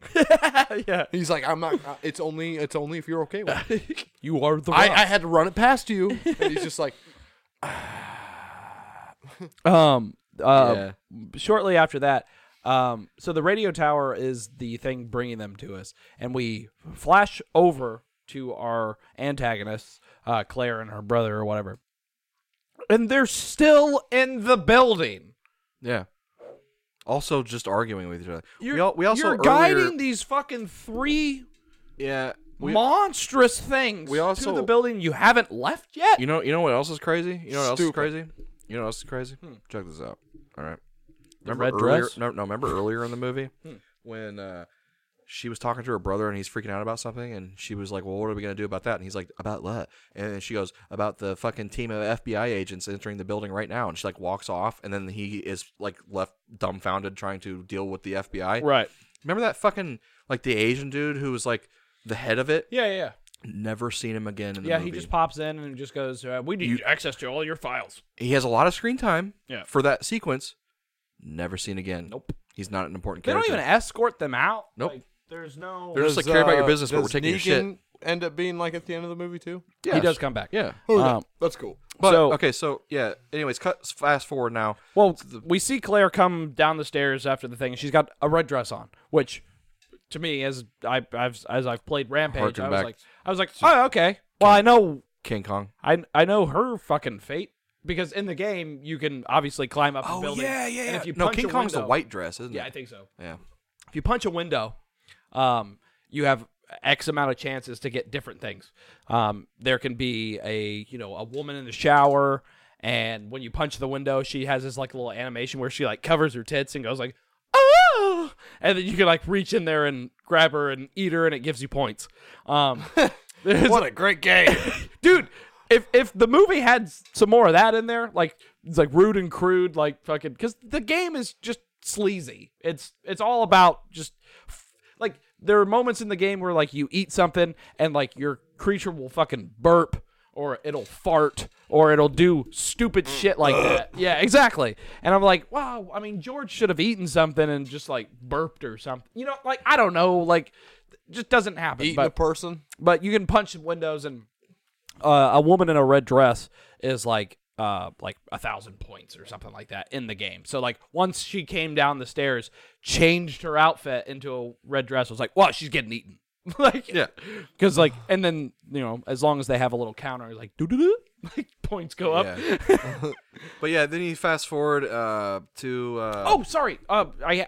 yeah, He's like, I'm not. uh, It's only. It's only if you're okay with it. you are the. I, I had to run it past you. And he's just like, Um. Uh, Yeah. Shortly after that, um. So the radio tower is the thing bringing them to us, and we flash over to our antagonists, uh, Claire and her brother or whatever, and they're still in the building. Yeah. Also, just arguing with each other. You're, we, al- we also you're earlier- guiding these fucking three Yeah. We, monstrous things we also- to the building you haven't left yet. you know. You know what else is crazy? You know what else is Stupid. crazy? You know what else is crazy? Check this out. All right. Remember red earlier? dress? No, no. Remember earlier in the movie when uh, she was talking to her brother and he's freaking out about something and she was like, "Well, what are we gonna do about that?" And he's like, "About what?" And then she goes, "About the fucking team of FBI agents entering the building right now." And she like walks off and then he is like left dumbfounded trying to deal with the FBI. right. Remember that fucking like the Asian dude who was like the head of it? Yeah, yeah, yeah. Never seen him again in the Yeah, movie. he just pops in and just goes, uh, "We need access to all your files." He has a lot of screen time Yeah. for that sequence. Never seen again. Nope. He's not an important They don't character. even escort them out. Nope. Like, there's no. They're just like "Does, care about your uh, business, but we're does taking your shit. Negan End up being like at the end of the movie too. He does come back. Yeah. Um, That's cool. But So- okay, so yeah. Anyways, cut fast forward now. well, we see Claire come down the stairs after the thing. She's got a red dress on, which to me, as I, I've as I've played Rampage, Harken I was back. like, I was like, oh, okay. Well, I know, King Kong. I I know her fucking fate because in the game you can obviously climb up Oh, a building. And if you no, punch King a Kong's window, a white dress, isn't Yeah, I it? think so. yeah. if you punch a window, um, you have X amount of chances to get different things. Um, there can be a you know a woman in the shower, and when you punch the window, she has this like little animation where she like covers her tits and goes like, oh, and then you can like reach in there and grab her and eat her, and it gives you points. Um, there's- What a great game. dude. If, if the movie had s- some more of that in there, like it's like rude and crude, like fucking, because the game is just sleazy. It's it's all about just f- like there are moments in the game where like you eat something and like your creature will fucking burp or it'll fart or it'll do stupid shit like that. Yeah, exactly. And I'm like, wow. I mean, George should have eaten something and just like burped or something. You know, like I don't know, like it just doesn't happen. Eating but- a person. but you can punch windows and uh, a woman in a red dress is like uh like a thousand points or something like that in the game so like once she came down the stairs changed her outfit into a red dress was like well she's getting eaten like yeah because like and then you know as long as they have a little counter like doo doo doo like points go up But yeah, then you fast forward uh, to uh, oh sorry uh Oh, i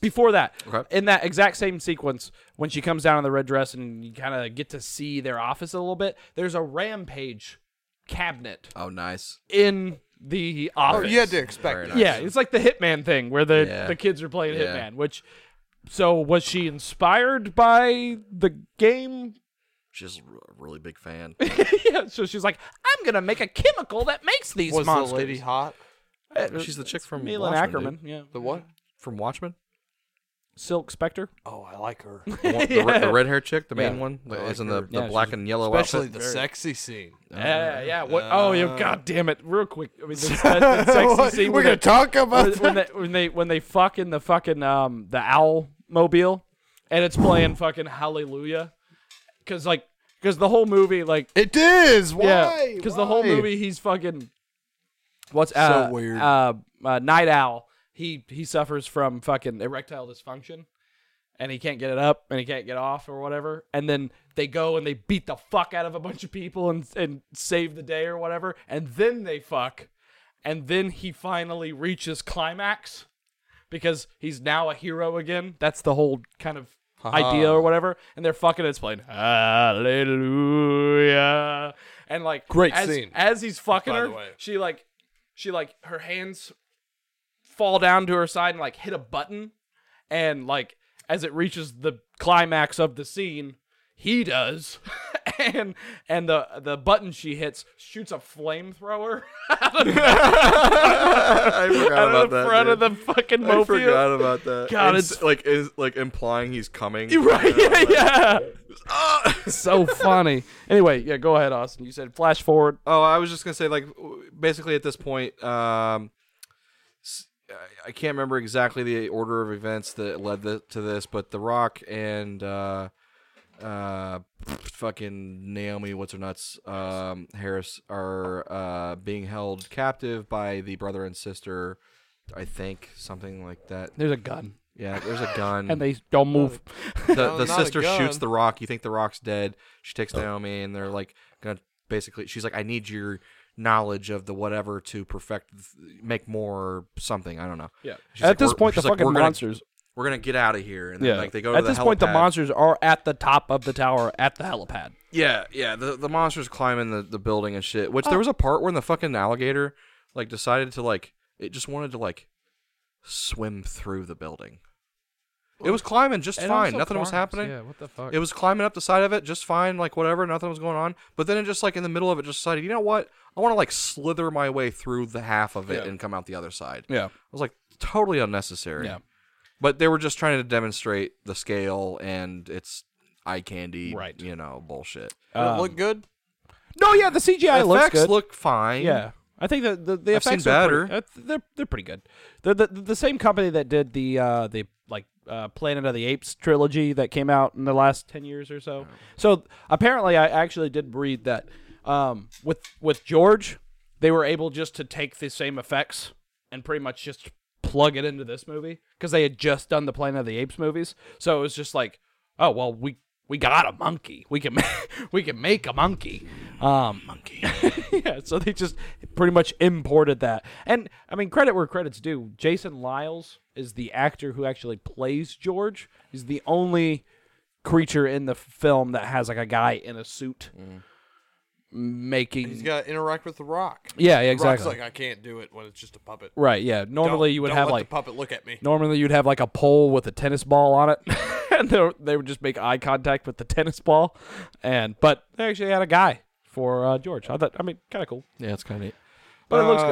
before that, in that exact same sequence, when she comes down in the red dress and you kind of get to see their office a little bit, there's a rampage cabinet Oh, nice. in the office. You had to expect it. Yeah, it's like the Hitman thing where the, Yeah. the kids are playing Yeah. Hitman, which. So was she inspired by the game? She's a really big fan. yeah. So she's like, I'm gonna make a chemical that makes these Was monsters. the lady hot? She's the chick from Milan Watchmen, Ackerman. Yeah. The what? From Watchmen, Silk Spectre. Oh, I like her. the, one, the, re- the red hair chick, the main one, like, is in the, the Yeah, black she's- and yellow Especially outfit. the sexy scene. Yeah, yeah. What? oh, yeah. God damn it! Real quick. I mean, the, that- that sexy scene. Uh, We're when gonna they- talk about when, when they when they when they fuck in the fucking um the owl mobile, and it's playing fucking Hallelujah, because like because the whole movie like It is. Why? yeah because the whole Why? movie he's fucking what's uh, weird. uh, uh night owl he he suffers from fucking erectile dysfunction and he can't get it up and he can't get off or whatever. And then they go and they beat the fuck out of a bunch of people and and save the day or whatever. And then they fuck, and then he finally reaches climax because he's now a hero again. That's the whole kind of idea or whatever. And they're fucking. It's playing hallelujah and like Great as, scene, As he's fucking by her, the way. she like she like her hands fall down to her side and like hit a button and like as it reaches the climax of the scene he does and and the the button she hits shoots a flamethrower out of the, I forgot out about of the that. front dude. of the fucking I mobile forgot about that. God, And it's- s- like is like implying he's coming. right yeah yeah Ah! so funny anyway yeah go ahead austin you said flash forward Oh, I was just gonna say, like, w- basically at this point, um, s- I- I can't remember exactly the order of events that led th- to this, but The Rock and uh, uh, fucking Naomi, what's her nuts, um, Harris are uh, being held captive by the brother and sister. I think something like that. there's a gun Yeah, there's a gun. and they don't move the, the not a sister shoots gun. the rock. You think the rock's dead. She takes Oh. Naomi, and they're like, gonna basically, she's like, I need your knowledge of the whatever to perfect, th- make more or something. I don't know. yeah She's at like, this "We're-" point the she's like, fucking "We're gonna- monsters We're gonna get out of here, and then yeah like they go at to this the point the helipad. monsters are at the top of the tower at the helipad Yeah, yeah. The the monsters climbing the, the building and shit. Which there was a part where the fucking alligator like decided to like it just wanted to like swim through the building. It was climbing just fine. Nothing was happening. yeah what the fuck It was climbing up the side of it just fine, like whatever, nothing was going on. But then it just like in the middle of it just decided, you know what? I want to like slither my way through the half of it and come out the other side. Yeah. I was like totally unnecessary. Yeah. But they were just trying to demonstrate the scale and its eye candy, Right. you know, bullshit. Did it look good? No, yeah, the CGI looks effects good. look fine. yeah, I think that the, the I've seen effects are pretty- better. uh, they're they're pretty good. They're the the same company that did the uh, the like uh, Planet of the Apes trilogy that came out in the last ten years or so. So apparently, I actually did read that um, with with George, they were able just to take the same effects and pretty much just plug it into this movie because they had just done the Planet of the Apes movies. So it was just like, oh well, we we got a monkey. We can we can make a monkey. Um, monkey. yeah. So they just pretty much imported that. And I mean, credit where credits due. Jason Lyles is the actor who actually plays George. He's the only creature in the film that has like a guy in a suit making. Mm. He's got to interact with the Rock. yeah, yeah, The Rock's exactly. like I can't do it when it's just a puppet. right. Yeah. Normally Don't- you would don't have let like the puppet look at me. Normally, you'd have like a pole with a tennis ball on it, and they would- they would just make eye contact with the tennis ball. And but they actually had a guy for uh, George. I thought, I mean, kind of cool, Yeah, it's kind of neat. but it Uh, looks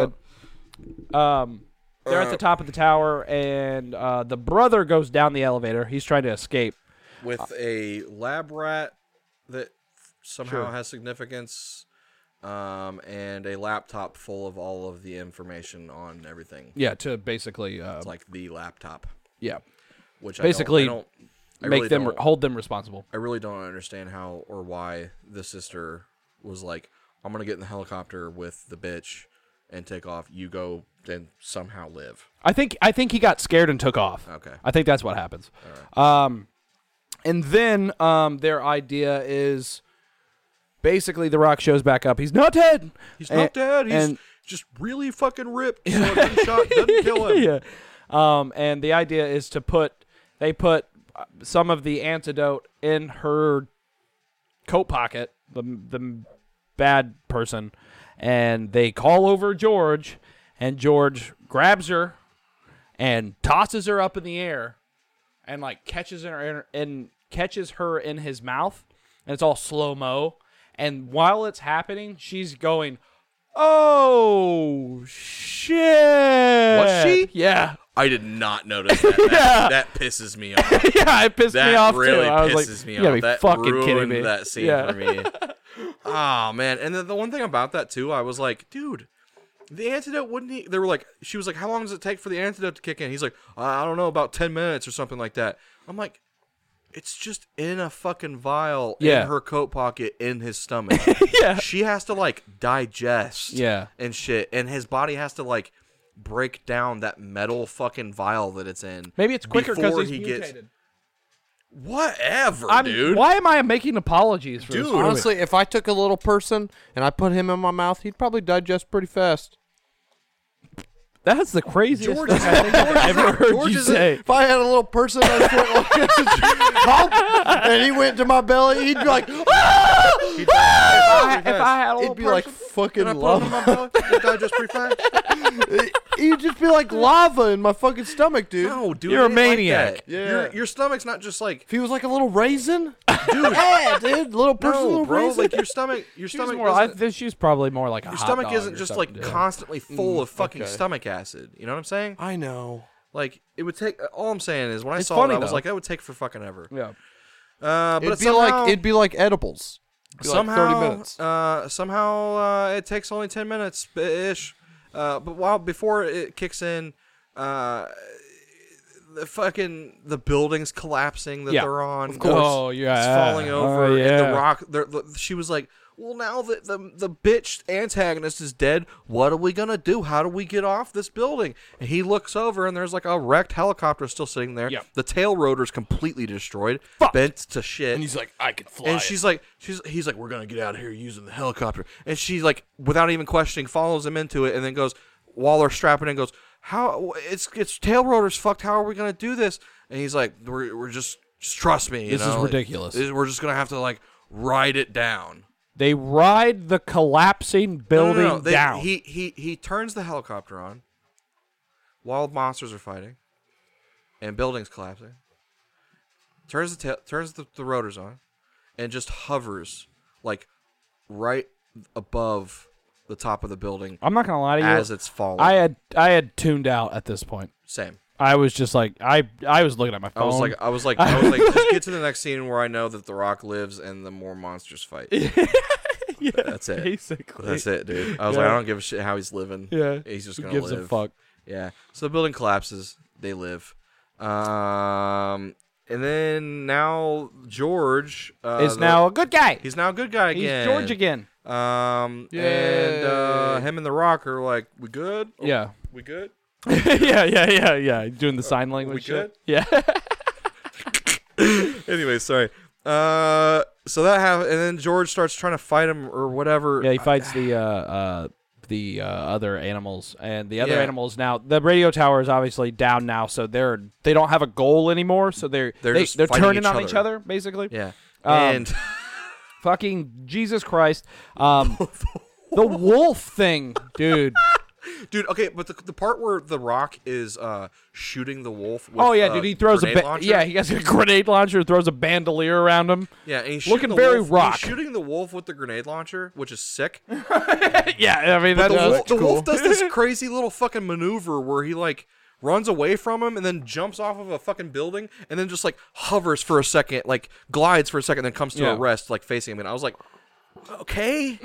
good. Um, they're at the top of the tower, and uh, the brother goes down the elevator. He's trying to escape. With a lab rat that somehow has significance um, and a laptop full of all of the information on everything. Yeah, to basically, uh, It's like the laptop, yeah, which Basically, I don't, I don't I make really them Don't, hold them responsible. I really don't understand how or why the sister was like, "I'm gonna get in the helicopter with the bitch and take off. You go and somehow live." I think I think he got scared and took off. Okay. I think that's what happens. Um, and then um, their idea is basically the Rock shows back up. He's not dead. He's not dead. He's and- just really fucking ripped. So a gunshot doesn't kill him. yeah. Um, and the idea is to put They put uh, some of the antidote in her coat pocket, the the bad person, and they call over George, and George grabs her and tosses her up in the air, and like catches her in, and catches her in his mouth, and it's all slow mo. And while it's happening, she's going, "Oh shit!" Was she? Yeah, I did not notice that. That, that pisses me off. yeah, it pissed me That off really too. I was pisses like, me "You gotta off. be that fucking ruined kidding me." that scene yeah. for me. Oh man, and the, the one thing about that too, I was like, dude, the antidote wouldn't. He, they were like, she was like, how long does it take for the antidote to kick in? He's like, "Uh, I I don't know, about ten minutes or something like that. I'm like, it's just in a fucking vial Yeah. in her coat pocket in his stomach. Yeah. she has to like digest, Yeah. and shit, and his body has to like break down that metal fucking vial that it's in. Maybe it's quicker because before he's he mutated. gets whatever, I'm, dude. Why am I making apologies for this? Honestly, if I took a little person and I put him in my mouth, he'd probably digest pretty fast. That's the craziest George thing is- I think I've ever heard George you is a- say. If I had a little person I just went like this, hop, and he went to my belly, he'd be like, He digests pretty if fast. I had a it'd little be like person- fucking Can I put it in lava. my belly? It digests pretty fast. He'd just be like lava in my fucking stomach, dude. No, dude, You're it a ain't like maniac. that. Yeah. your, your stomach's not just like If he was like a little raisin, dude, yeah, dude, little person, no, little bro. raisin. Like your stomach, your She was stomach, more. I doesn't- think she's probably more like a your hot stomach dog isn't or just something, like yeah. Mm, constantly full of fucking okay. stomach acid. You know what I'm saying? I know. Like it would take. All I'm saying is when I It's saw funny, it, I was though. like, that would take for fucking ever. Yeah. Uh, but it'd be somehow, like it'd be like edibles. It'd be like somehow, thirty minutes. Uh, somehow uh, it takes only ten minutes ish. Uh, but while before it kicks in, uh, the fucking the building's collapsing that Yeah, they're on. of course. Oh, yeah. it's falling Oh, over. and yeah. the rock. The, the, she was like, "Well, now that the the bitch antagonist is dead, what are we gonna do? How do we get off this building?" And he looks over, and there's like a wrecked helicopter still sitting there. Yep. The tail rotor's completely destroyed, bent to shit. And he's like, I can fly. And it." she's like, she's he's like, we're gonna get out of here using the helicopter. And she like, without even questioning, follows him into it, and then goes while they're strapping in, goes, how it's it's tail rotors fucked. How are we gonna do this? And he's like, we're, we're just just trust me. you This is know, like, ridiculous. this- we're just gonna have to like ride it down. They ride the collapsing No, no, building no, no, they- down. He he he turns the helicopter on. Wild monsters are fighting, and buildings collapsing. Turns the ta- turns the, the rotors on, and just hovers like right above the top of the building I'm not gonna lie to you. as it's falling. I had I had tuned out at this point. Same. I was just like I I was looking at my phone. I was like, I was like, I was like, just get to the next scene where I know that the Rock lives and the more monsters fight. that's it. basically. That's it, dude. I was like, I don't give a shit how he's living. Yeah. he's just Who gonna gives live. a fuck? Yeah. So the building collapses. They live. Um, and then now George uh, Is the- now a good guy. he's now a good guy He's again. George again. Um, and uh, him and the Rock are like, we good? Yeah. We good? yeah, yeah, yeah, yeah. Doing the Uh, sign language. shit. Yeah. anyway, sorry. Uh, so that happened, and then George starts trying to fight him or whatever. yeah, he fights the uh, uh, the uh, other animals, and the other Yeah. animals now. The radio tower is obviously down now, so they're they don't have a goal anymore. So they're They're they, just they're fighting turning each on other. each other, basically. yeah. Um, and Fucking Jesus Christ. Um, the wolf thing, dude. dude, okay, but the, the part where the Rock is uh shooting the wolf. With, oh yeah, uh, dude. He throws a grenade ba- launcher. yeah. He has a grenade launcher, throws a bandolier around him. Yeah, and he's shooting Looking the very wolf- rock. He's shooting the wolf with the grenade launcher, which is sick. But yeah, I mean that, the, that's wolf, the cool. wolf does this crazy little fucking maneuver where he like runs away from him and then jumps off of a fucking building and then just like hovers for a second, like glides for a second, then comes to Yeah. a rest, like facing him. And I was like, okay,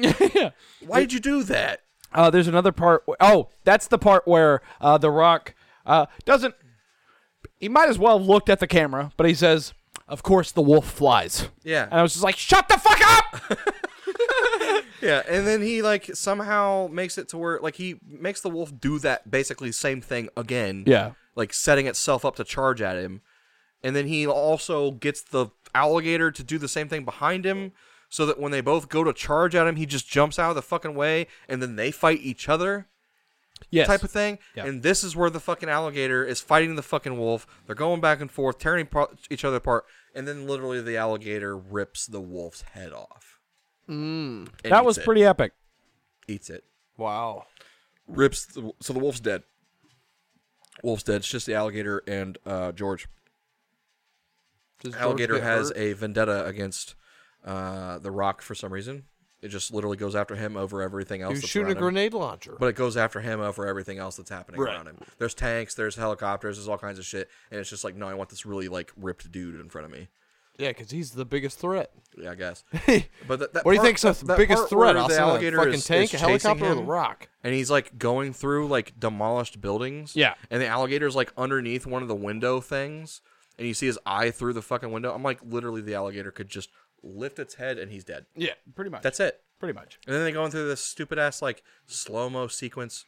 why did you do that? Uh, there's another part. wh- oh, that's the part where uh, The Rock uh, doesn't. He might as well have looked at the camera, but he says, "Of course, the wolf flies." Yeah. and I was just like, "Shut the fuck up!" Yeah, and then he like somehow makes it to where like he makes the wolf do that basically same thing again. Yeah. Like setting itself up to charge at him. And then he also gets the alligator to do the same thing behind him so that when they both go to charge at him, he just jumps out of the fucking way and then they fight each other. Yes. type of thing. Yeah. And this is where the fucking alligator is fighting the fucking wolf. They're going back and forth, tearing apart- each other apart, and then literally the alligator rips the wolf's head off. Mm. that was pretty epic. Eats it. Wow. Rips. The, so the wolf's dead. Wolf's dead. It's just the alligator and uh, George. Does George alligator get has hurt? a vendetta against uh, the Rock for some reason. It just literally goes after him over everything else. You that's shoot a around him. grenade launcher. But it goes after him over everything else that's happening Right. around him. There's tanks, there's helicopters, there's all kinds of shit, and it's just like, no, I want this really like ripped dude in front of me. Yeah, because he's the biggest threat. Yeah, I guess. But that, that What do you part- think's the that biggest part where threat? The alligator fucking is, tank, is a chasing helicopter, or the him, rock. and he's like going through like demolished buildings. Yeah. and the alligator's like underneath one of the window things, and you see his eye through the fucking window. I'm like, literally, the alligator could just lift its head and he's dead. Yeah. Pretty much. That's it. pretty much. And then they go into this stupid ass like slow mo sequence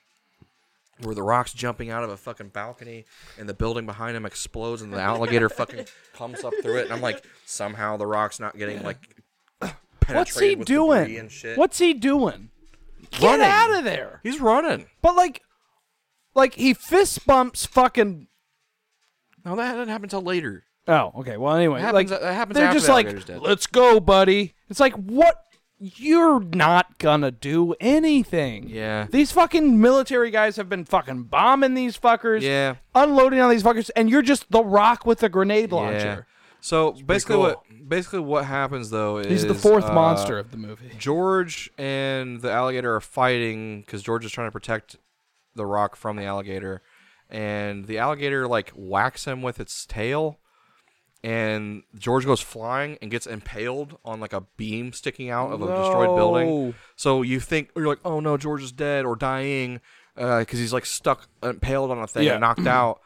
where the rock's jumping out of a fucking balcony and the building behind him explodes and the alligator fucking comes up through it. And I'm like, somehow the rock's not getting like penetrated What's he with debris doing? And shit. What's he doing? Get Running. out of there. He's running. But like like he fist bumps fucking No, that didn't happen until later. Oh, okay. Well, anyway, happens- like that happens they're after just the like, alligator's dead. "Let's go, buddy." It's like, "What? You're not gonna do anything." Yeah. These fucking military guys have been fucking bombing these fuckers. Yeah. Unloading on these fuckers, and you're just the rock with the grenade Yeah. launcher. So basically, what basically what happens though is He's the fourth uh, monster of the movie. George and the alligator are fighting because George is trying to protect the rock from the alligator, and the alligator like whacks him with its tail, and George goes flying and gets impaled on like a beam sticking out of a destroyed building. No. So you think you're like, oh no, George is dead or dying because he's like stuck impaled on a thing Yeah. and knocked out,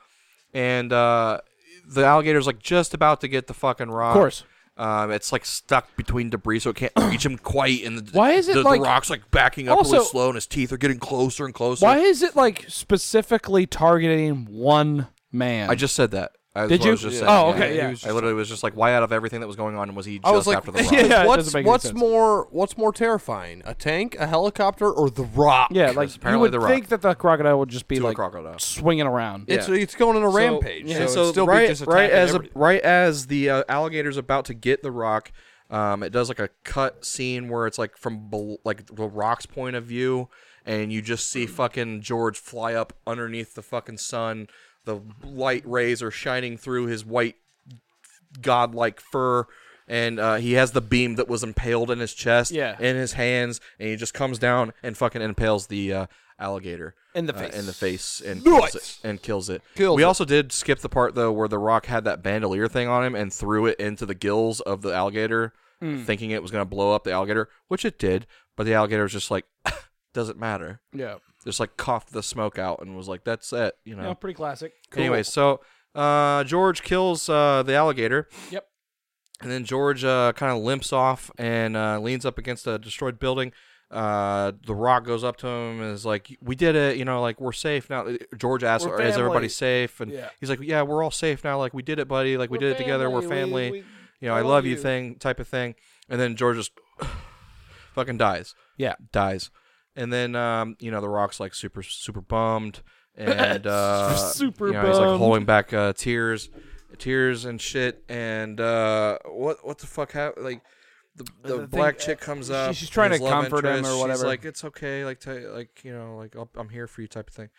and uh, the alligator's like just about to get the fucking rock. Of course. Um, it's like stuck between debris, so it can't reach him quite. And the, Why is it the, like- the rocks like backing up Also- really slow, and his teeth are getting closer and closer? Why is it like specifically targeting one man? I just said that. I, Did what I you? was just Yeah. saying, Oh, okay, yeah. I literally was just like, why out of everything that was going on was he just I was like, after the rock? Yeah, it doesn't what's make any what's sense. more what's more terrifying, a tank, a helicopter, or the rock? yeah, like you apparently would the rock. think that the crocodile would just be To a like crocodile. swinging around. It's it's going on a rampage. So, So, so it'd still right, be just right attacking as a, everything. right as the uh, alligator's about to get the rock, um, it does like a cut scene where it's like from bel- like the rock's point of view, and you just see fucking George fly up underneath the fucking sun. The light rays are shining through his white godlike fur. And uh, he has the beam that was impaled in his chest, Yeah. in his hands, and he just comes down and fucking impales the uh, alligator In the uh, face. in the face, and kills it. And kills it. we also did skip the part though where the rock had that bandolier thing on him and threw it into the gills of the alligator, thinking it was gonna blow up the alligator, which it did. But the alligator was just like, doesn't matter. Yeah. Just like coughed the smoke out and was like, that's it. You know. No, pretty classic. Anyway, so uh, George kills uh, the alligator. Yep. And then George uh, kind of limps off and uh, leans up against a destroyed building. Uh, the Rock goes up to him and is like, "We did it, you know, like we're safe now." Uh, George asks, We're "Is family." everybody safe?" And Yeah. he's like, "Yeah, we're all safe now. Like we did it, buddy. Like we We're did it together. We're family. family. We- we- you know, I love, you, thing type of thing." And then George just fucking dies Yeah. dies. And then um, you know, The Rock's like super super bummed and uh Super you know, he's like bummed. holding back uh tears tears and shit and uh what what the fuck happened like the, the, black chick comes up. uh, she's trying his to love comfort him or interest, whatever. She's like, "It's okay, like, t- like you know, like I'll, I'm here for you," type of thing.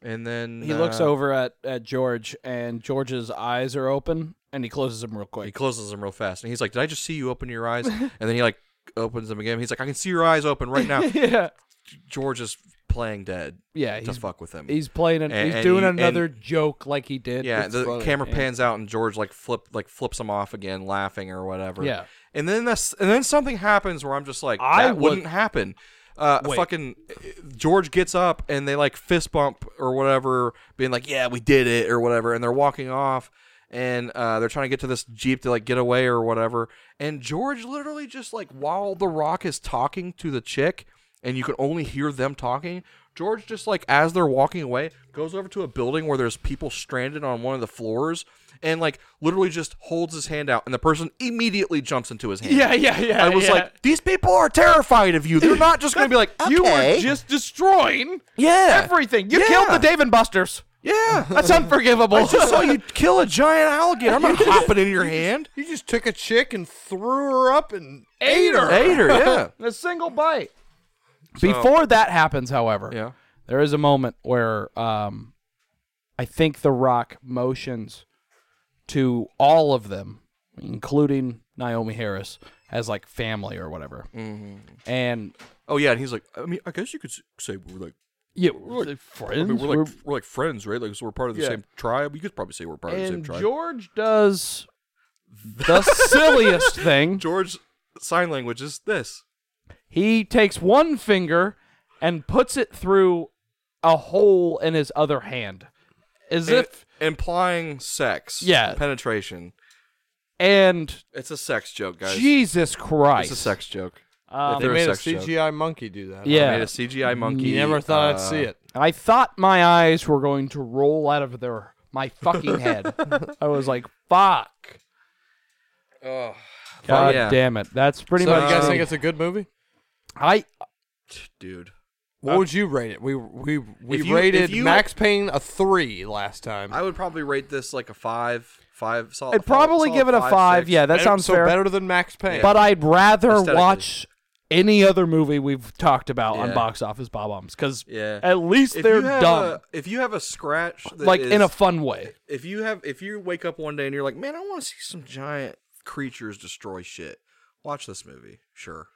And then He looks uh, over at, at George, and George's eyes are open, and he closes them real He quick. closes them real fast, and he's like, "Did I just see you open your eyes?" and then he like opens them again. He's like, "I can see your eyes open right now." yeah, George is playing dead yeah. to He's, fuck with him. he's playing. An, And- he's and doing he- another joke like he did. Yeah, It's the funny. camera Yeah. pans out and George like flip like flips him off again, laughing or whatever. Yeah. and then that's and then something happens where I'm just like, I that would- wouldn't happen. Uh, fucking George gets up and they like fist bump or whatever, being like, "Yeah, we did it" or whatever, and they're walking off and uh, they're trying to get to this jeep to like get away or whatever. And George literally just like while The Rock is talking to the chick, and you can only hear them talking. George just like as they're walking away goes over to a building where there's people stranded on one of the floors and like literally just holds his hand out and the person immediately jumps into his hand. Yeah, yeah, yeah. I was yeah. like, these people are terrified of you. They're not just going to be like, okay. you were just destroying yeah, everything. You Yeah. killed the Dave and Buster's. yeah. That's unforgivable. I just saw you kill a giant alligator. I'm not hopping in your hand. You just took a chick and threw her up and ate her. Later, yeah, A single bite. Before that happens, however, yeah. there is a moment where um, I think The Rock motions to all of them, including Naomi Harris, as like family or whatever. Mm-hmm. And Oh yeah, and he's like, I mean, I guess you could s- say we're like, yeah, we're like friends. I mean, we're like, We're- we're, like friends, right? Like, so we're part of the Yeah. same tribe. You could probably say we're part of the same and tribe. George does the silliest thing. George sign language is this. He takes one finger and puts it through a hole in his other hand, as if implying sex, Yeah. penetration. and It's a sex joke, guys. Jesus Christ, It's a sex joke. Um, They're made a sex joke. CGI monkey do that. yeah, Made a CGI monkey. You never thought uh, I'd see it. I thought my eyes were going to roll out of their my fucking head. I was like, "Fuck." God yeah. damn it! That's pretty Oh, So much. you guys the- think it's a Uh, good movie? I uh, dude. What would you rate it? We we we If you- rated if you- Max Payne a three last time. I would probably rate this like a five, five solid. Oh, I'd probably solid give it a five. six. Yeah, that Better- sounds so fair. better than Max Payne. But I'd rather Aesthetically. watch any other movie we've talked about on Yeah. box office bob bombs because Yeah. at least If they're you have dumb, a- if you have a scratch, that like in a is- fun way. if you have if you wake up one day and you're like, man, I want to see some giant creatures destroy shit. Watch this movie. Sure.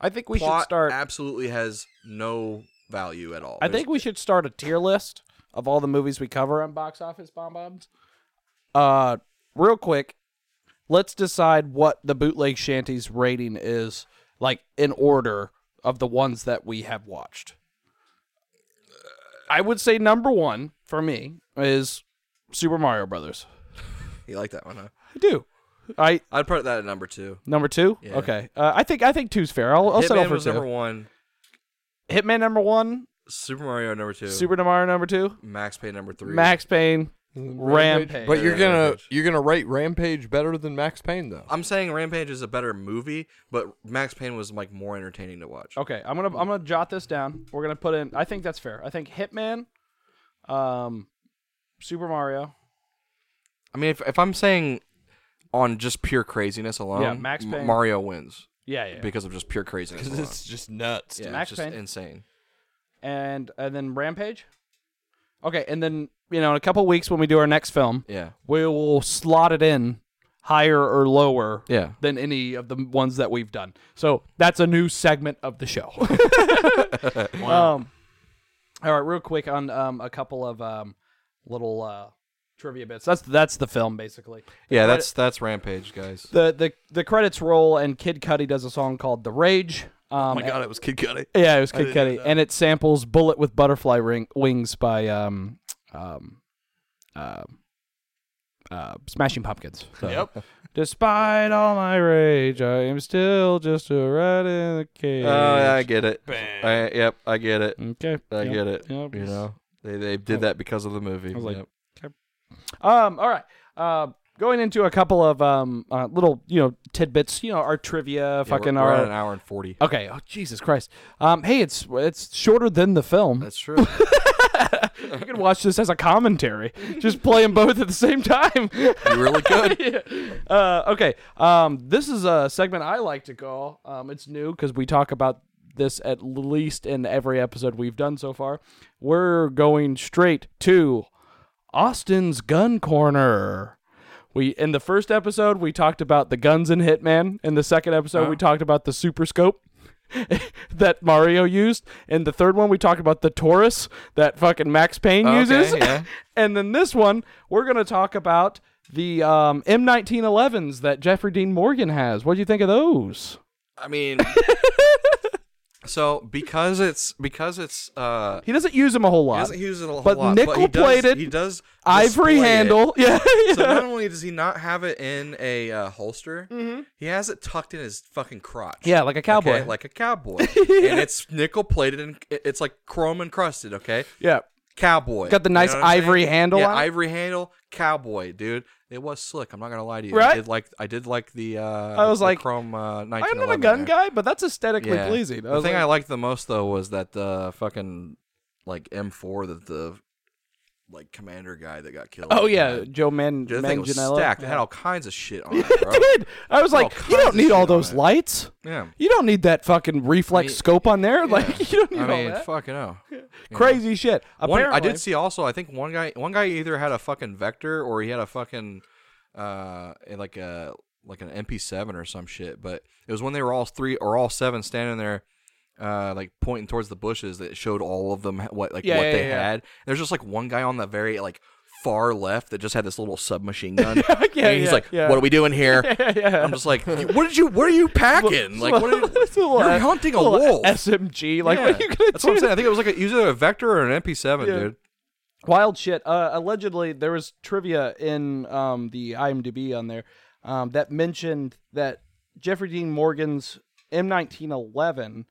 I think we Plot should start. Absolutely has no value at all. I think we should start a tier list of all the movies we cover on box office bomb bombs. Uh, real quick, let's decide what the bootleg shanties rating is, like in order of the ones that we have watched. I would say number one for me is Super Mario Brothers. you like that one. Huh? I do. I I'd put that at number two. number two. Okay. Uh, I think I think two's fair. I'll, I'll settle Hitman for was two. number one. Hitman number one. Super Mario number two. Super Mario number two. Max Payne number three. Max Payne. Rampage. But you're Yeah, gonna Rampage. you're gonna rate Rampage better than Max Payne though. I'm saying Rampage is a better movie, but Max Payne was like more entertaining to watch. Okay, I'm gonna I'm gonna jot this down. We're gonna put in. I think that's fair. I think Hitman, um, Super Mario. I mean, if, if I'm saying on just pure craziness alone, Yeah, Max M- Payne. Mario wins Yeah, yeah. because of just pure craziness. Alone. It's just nuts. yeah, Max it's just Payne. insane. And and then Rampage. Okay, and then you know in a couple weeks when we do our next film, Yeah, we will slot it in higher or lower yeah. than any of the ones that we've done. So that's a new segment of the show. um, all right, real quick on um, a couple of um, little uh, trivia bits. That's that's the film basically. Yeah, that's that's Rampage, guys. The the the credits roll and Kid Cudi does a song called "The Rage." Oh Um, Oh it was Kid Cudi. yeah, it was Kid Cudi, and it samples "Bullet with Butterfly Ring- Wings" by um um uh, uh, Smashing Pumpkins. So, Yep. Despite all my rage, I am still just a rat in a cage. Oh, yeah, I get it. I, yep, I get it. okay, I Mm. Yep. get it. Yep. You know, they they did that because of the movie. was like- Yep. Um, all right. Uh, going into a couple of um uh, little you know tidbits. You know our trivia, Yeah, we're- fucking we're our. at an hour and forty. Okay. Oh, Jesus Christ. Um, hey, it's it's shorter than the film. That's true. You can watch this as a commentary. Just play 'em both at the same time. really good. uh, okay. Um, this is a segment I like to call. Um, it's new because we talk about this at least in every episode we've done so far. We're going straight to Austin's Gun Corner. We in the first episode we talked about the guns in Hitman. In the second episode we talked about the super scope that Mario used. In the third one we talked about the Taurus that fucking Max Payne uses. Oh, yeah. and then this one we're gonna talk about the um, M1911s that Jeffrey Dean Morgan has. What do you think of those? I mean, So because it's because it's uh He doesn't use him a whole he lot. doesn't use it a whole But lot, he does- nickel-plated, He does Ivory display it. handle. Yeah. So not only does he not have it in a uh, holster, he has it tucked in his fucking crotch. Mm-hmm. yeah, like a cowboy. Okay, like a cowboy, and it's nickel plated and it- it's like chrome encrusted. Okay, yeah. cowboy. Got the You nice know what I'm ivory saying? handle Yeah, on it? ivory handle, cowboy, dude. It was slick. I'm not gonna lie to you. Right? I did like I did like the. Uh, I was the like, chrome. Uh, I'm not a 1911 gun there. guy, but that's aesthetically Yeah. pleasing. I The was thing like- I liked the most though was that uh, fucking like M4 that the like commander guy that got killed. oh yeah, Joe Man Dude, that thing was Manganiello. stacked. It had all kinds of shit on it, bro. Did I was like, All you kinds don't of need all shit on those it. lights. Yeah. You don't need that fucking reflex scope on there. Like you don't need I all mean, that fucking oh. crazy shit. One, Apparently, I did see also. I think one guy, one guy either had a fucking vector or he had a fucking, uh, like a like an MP7 or some shit. But it was when they were all three or all seven standing there, uh, like pointing towards the bushes that showed all of them ha- what like Yeah, what yeah, they yeah, yeah. had. There's just like one guy on the very like far left that just had this little submachine gun. yeah, and he's yeah, like, yeah. "What are we doing here?" yeah. I'm just like, "You- "What did you? What are you packing? Like, what are you, It's a little- uh, you're hunting a little wolf." SMG. Like, what Yeah. are you gonna That's do? what I'm saying. I think it was like a, either a vector or an MP7, Yeah. dude. Wild shit. Uh, allegedly, there was trivia in um, the IMDb on there um, that mentioned that Jeffrey Dean Morgan's M1911,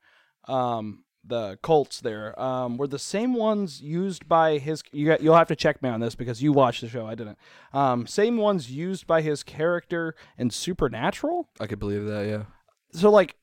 um, the Colts there, um, were the same ones used by his. You, you'll have to check me on this because you watched the show. I didn't. Um, same ones used by his character in Supernatural. I could believe that. Yeah. so like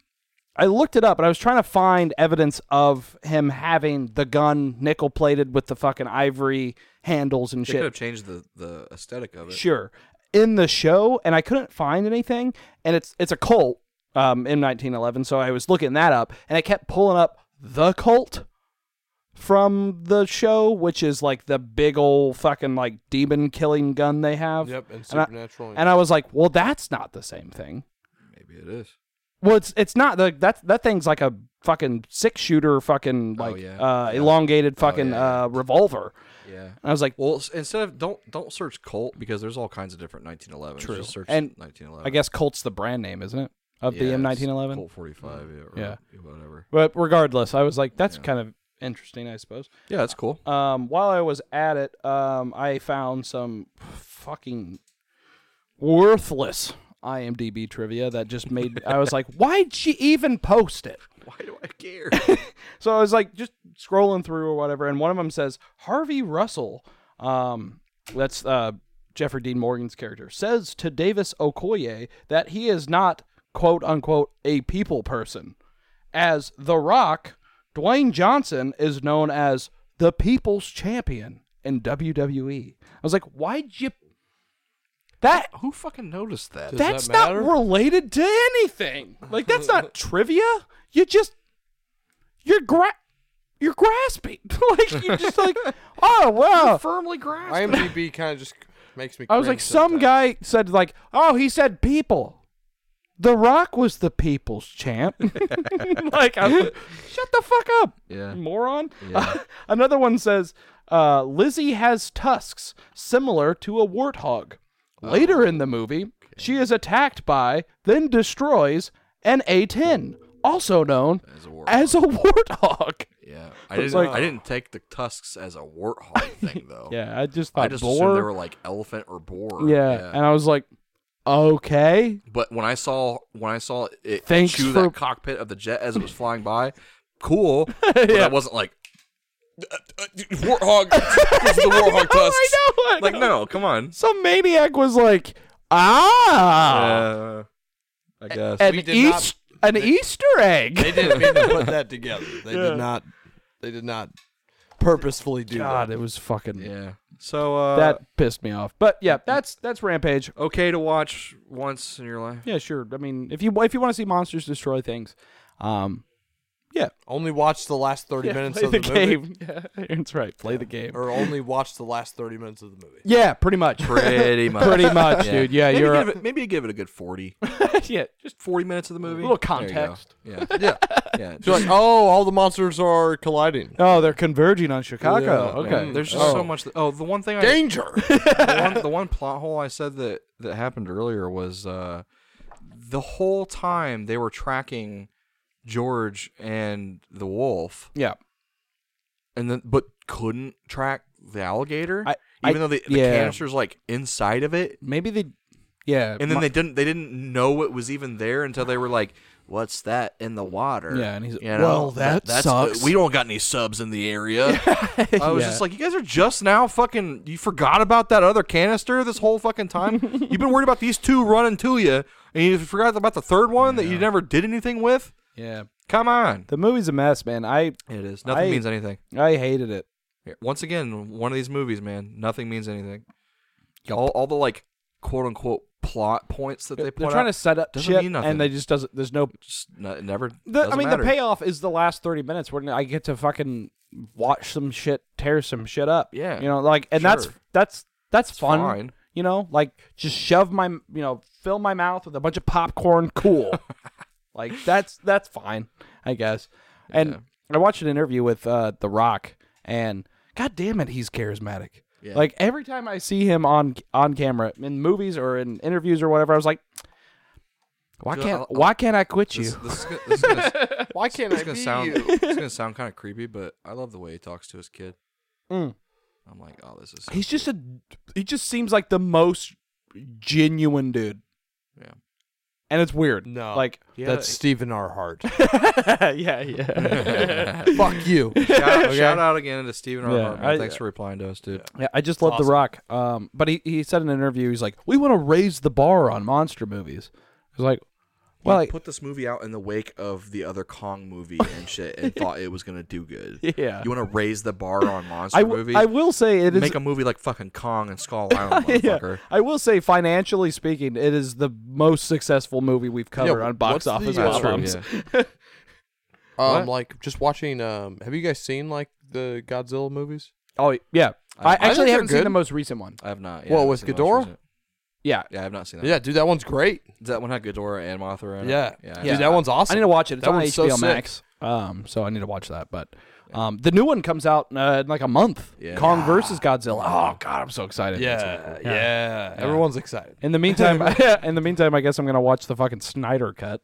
I looked it up and I was trying to find evidence of him having the gun nickel plated with the fucking ivory handles and They shit. could have changed the, the aesthetic of it. Sure. In the show, and I couldn't find anything, and it's it's a cult um, in 1911, so I was looking that up, and I kept pulling up the cult from the show, which is like the big old fucking like demon killing gun they have. Yep, and And I- supernatural. And I was like, well, that's not the same thing. Maybe it is. Well, it's it's not the that that thing's like a fucking six shooter, fucking like Oh, yeah. Oh, uh, elongated fucking yeah. uh, revolver. Yeah. And I was like, Well, s- instead of don't don't search Colt because there's all kinds of different 1911s. True. Just search And 1911. I guess Colt's the brand name, isn't it, of Yeah, the it's M nineteen eleven? Colt 45. Yeah. Or Yeah. Whatever. But regardless, I was like, that's Yeah. kind of interesting, I suppose. Yeah, that's cool. Um, while I was at it, um, I found some fucking worthless IMDb trivia that just made I was like, why'd she even post it? Why do I care? So I was like just scrolling through or whatever, and one of them says Harvey Russell. Um, that's uh, Jeffrey Dean Morgan's character says to Davis Okoye that he is not quote unquote a people person, as The Rock, Dwayne Johnson is known as the People's Champion in WWE. I was like, why'd you? That Who fucking noticed that? Does that that's not matter? related to anything. Like that's not trivia. You just you're gra- you're grasping. like you're just like, oh wow. Firmly grasped. IMDb kind of just makes me. I was like, cringe some sometimes. guy said like, oh, he said people. The Rock was the people's champ. like, I was like, shut the fuck up, Yeah. moron. another one says, uh, Lizzie has tusks similar to a warthog. Later in the Oh, movie, she is attacked by, then destroys, an A10, also known As a war. as a warthog. yeah. I didn't. like- I didn't take the tusks as a warthog thing though. Yeah, I just thought Oh. I just assumed they boar. were like elephant or boar. yeah, and I was like, okay, But when I saw when I saw it Thanks chew for- that cockpit of the jet as it was flying by, cool. But I wasn't like warthog. this is the Oh warthog tusks. I know. I like know. no, come on. Some maniac was like, ah, Uh, I guess. an we did not- East, an Easter egg. They didn't mean to put that together. They did not. They did not purposefully do God, that. it was fucking. yeah. So uh, That pissed me off. But yeah, that's that's Rampage. okay to watch once in your life. Yeah, sure. I mean, if you if you want to see monsters destroy things, um, Only watch the last thirty minutes play of the, the, movie, game. Yeah, that's right. Play the game. or only watch the last thirty minutes of the movie. Yeah, pretty much. Pretty much. pretty much, dude. Yeah, maybe you're. give it, maybe give it a good forty. yeah, just Forty minutes of the movie. a little There you go. context. Yeah. Yeah. Yeah. You're like, oh, all the monsters are colliding. Oh, they're converging on Chicago. Yeah, mm-hmm. okay. Mm, There's just so much. That, oh, the one thing I Danger. the one, the one plot hole I said that that happened earlier was uh, the whole time they were tracking George and the wolf, Yeah. and then but couldn't track the alligator, I- I- even though the, the yeah. canister's like inside of it. Maybe they. Yeah. And then my- they didn't they didn't know it was even there until they were like, "What's that in the water?" Yeah, and he's You know, well, that, that's- sucks. We don't got any subs in the area. I was Yeah. just like, you guys are just now fucking. You forgot about that other canister this whole fucking time. You've been worried about these two running to you, and you forgot about the third one that you never did anything with. yeah. Come on, The movie's a mess, man. I it is nothing I- means anything. I hated it. Here, Once again, one of these movies, man, nothing means anything. All, all the like, quote unquote plot points that they They're point trying to out, set up doesn't shit, mean nothing. and they just doesn't. There's no. just n- it never. The, I doesn't mean, matter. the payoff is the last thirty minutes where I get to fucking watch some shit tear some shit up. Yeah. you know, like, and that's Sure. that's that's fun. fine. You know, like just shove my you know fill my mouth with a bunch of popcorn. Cool. like that's that's fine, I guess. And I watched an interview with uh, The Rock, and god damn it, he's charismatic. Like every time I see him on on camera in movies or in interviews or whatever, I was like, why Dude, can't I'll- why can't I quit you? uh, This, this is gonna, this is gonna, Why can't it's I gonna be sound you? it's gonna sound kind of creepy, but I love the way he talks to his kid. Mm. I'm like, oh, this is He's just a he just seems like the most genuine dude. Yeah. And it's weird. No. Like That's Stephen R. Hart. yeah, yeah. Fuck you. shout, shout out again to Stephen R. Yeah, Hartman. I- Thanks for replying to us, dude. yeah, I just love The Rock. Um but he, he said in an interview he's like, "We want to raise the bar on monster movies." I was like, well, like, put this movie out in the wake of the other Kong movie and shit, and thought it was gonna do good. yeah. You want to raise the bar on monster I, w- movies? I will say it is Make a movie like fucking Kong and Skull Island, yeah. motherfucker. I will say, financially speaking, it is the most successful movie we've covered on box what's the, office. uh, Bob That's true, Homs. Um, like just watching. Um, have you guys seen like the Godzilla movies? Oh yeah, I, actually they're haven't seen good. the most recent one. I have not. Yeah, I Well, haven't with seen the most Ghidorah? recent- Yeah, Yeah, I have not seen that. Yeah, dude, that one's great. Does that one have Ghidorah and Mothra? In it? Yeah, yeah. I dude, that one's awesome. Oh, I need to watch it. It's That on one's so HBO sick. Max, um, so I need to watch that. But um, the new one comes out uh, in like a month. Kong versus Godzilla. Oh god, I'm so excited. Yeah, yeah, Everyone's excited. In the meantime, in the meantime, I guess I'm gonna watch the fucking Snyder cut.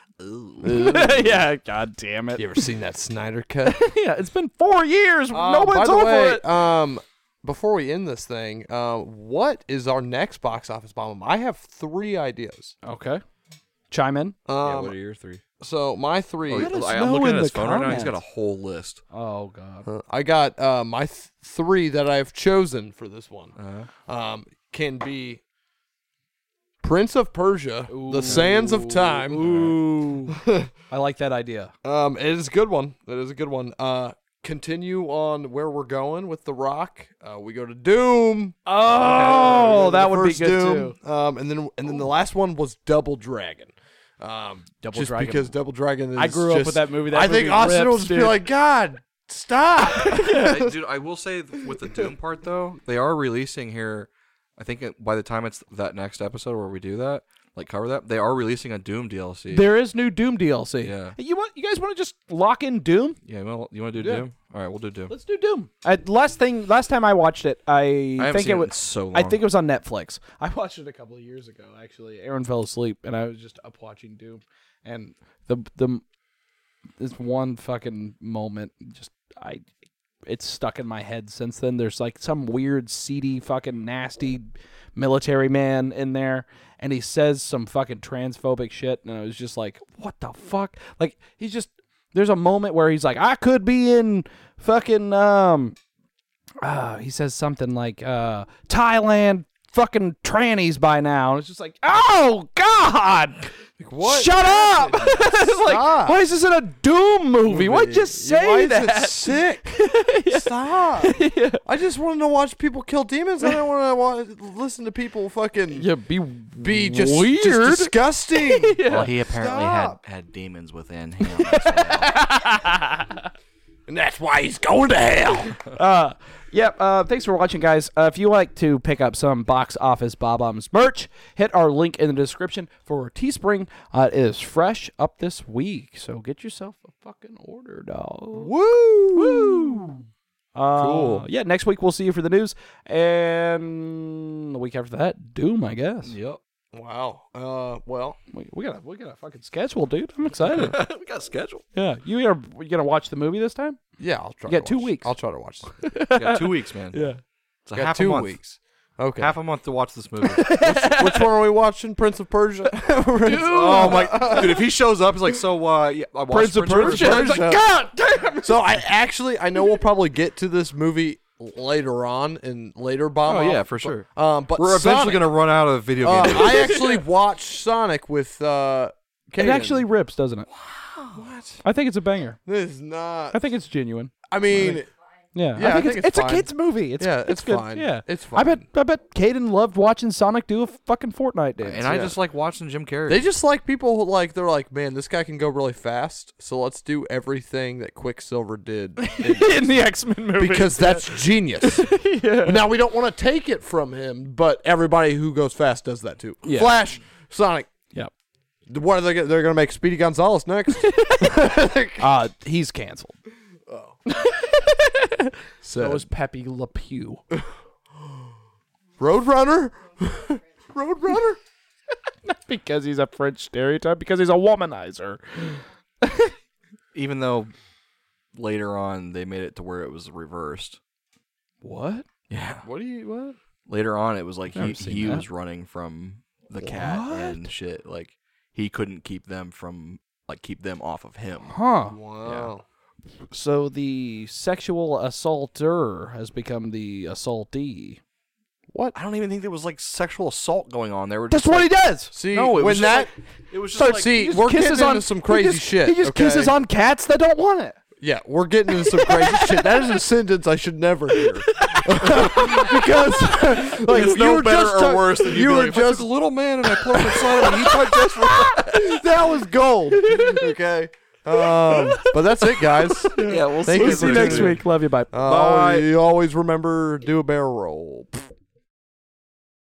yeah, god damn it. You ever seen that Snyder cut? Yeah, it's been four years. Um, no one's by the over way, it. Um, before we end this thing, uh, what is our next box office bomb? I have three ideas. Okay, chime in. Um, Yeah, what are your three? so my three. Oh, us I- know I'm looking in at his the phone right now. He's got a comments. whole list. Oh god. Uh, I got uh, my th- three that I've chosen for this one. Uh-huh. Um, can be Prince of Persia, The Sands of Time. Ooh. Uh-huh. I like that idea. Um, it is a good one. It is a good one. Uh, continue on where we're going with The Rock. Uh, we go to Doom. Oh, Uh, that the would be first good Doom. too. Um, and then and then the last one was Double Dragon. Um, Double just Dragon. because Double Dragon. Is I grew up with just- that movie. That I think movie Austin rips, will just dude. be like, God, stop. I- dude, I will say th- with the Doom part though, they are releasing here. I think it- by the time it's that next episode where we do that, like cover that, they are releasing a Doom DLC. there is new Doom DLC. Yeah. You want you guys want to just lock in Doom? yeah, you want, you want to do Yeah. Doom? All right, we'll do Doom. Let's do Doom. I, last thing, last time I watched it, I, I haven't think seen it it was in so long. I think it was on Netflix. I watched it a couple of years ago. Actually, Aaron fell asleep, and I was just up watching Doom, and the the this one fucking moment just I it's stuck in my head since then. There's like some weird, seedy, fucking nasty military man in there, and he says some fucking transphobic shit, and I was just like, what the fuck? Like he's just there's a moment where he's like, I could be in fucking um uh, he says something like uh, Thailand fucking trannies by now. And it's just like, oh god, what? Shut up! It's like, why is this in a Doom movie? Why'd you say Why is it that? sick? Stop. I just wanted to watch people kill demons. I don't want to watch, listen to people fucking Yeah, be be just, just weird. disgusting. Well, he apparently Stop. had had demons within him. And that's why he's going to hell. uh, yep. Uh, thanks for watching, guys. Uh, if you like to pick up some box office Bob Oms merch, hit our link in the description for Teespring. Uh, it is fresh up this week, so get yourself a fucking order, dog. Woo! Woo! Uh, cool. Yeah, next week we'll see you for the news, and the week after that, Doom, I guess. Yep. Wow. Uh, well, We, we got a we got a fucking schedule, dude. I'm excited. we got a schedule. yeah, you are you gonna watch the movie this time? yeah, I'll try. You got to two watch- weeks. I'll try to watch. This. got two weeks, man. Yeah. It's a Got half two a month. weeks. Okay. Half a month to watch this movie. Which one are we watching? Prince of Persia. oh my dude! If he shows up, he's like, "So, uh, yeah, I watched Prince of Persia. Persia." Persia. God damn. so I actually, I know we'll probably get to this movie later on in later bomb. Oh Off, yeah, for sure. but- Um, but We're eventually Sonic- gonna run out of video Uh, games. I actually watched Sonic with. uh It Kaden. actually rips, doesn't it? I think it's a banger. This is not. I think it's genuine. I mean, Yeah, Yeah, I think it's it's, fine. a kids movie. It's, Yeah, it's, it's good. fine. Yeah, It's I bet I fine. bet Caden loved watching Sonic do a fucking Fortnite dance. and I just like watching Jim Carrey. They just like people who, like they're like, man, this guy can go really fast, so let's do everything that Quicksilver did in- in the X Men movie. because that's genius. Now we don't want to take it from him, but everybody who goes fast does that too. Flash, Sonic, yep. what are they? Gonna, they're gonna make Speedy Gonzalez next. Uh, he's canceled. That so was Pepe Le Pew. Roadrunner, Roadrunner. because he's a French stereotype. Because he's a womanizer. even though later on they made it to where it was reversed. What? Yeah. What do you what? Later on, it was like he, Never seen he that. was running from the cat and shit. Like he couldn't keep them from like keep them off of him. Huh. Wow. So the sexual assaulter has become the assaultee. I don't even think there was like sexual assault going on. There were That's just what like, he does. See, No, it when was just that, it was just So like see, He just we're getting kisses into on some crazy he just, shit. He just okay? kisses on cats that don't want it. Yeah, we're getting into some crazy shit. That is a sentence I should never hear. because like it's you no were better just or ta- worse than you, you were just a little man and I plucked his son and he touched us. that was gold. Okay. Um, but that's it, guys. Yeah, we'll Thank see. if you for See you next tuning in. week. Love you. Bye. Uh, always- you always remember do a barrel roll.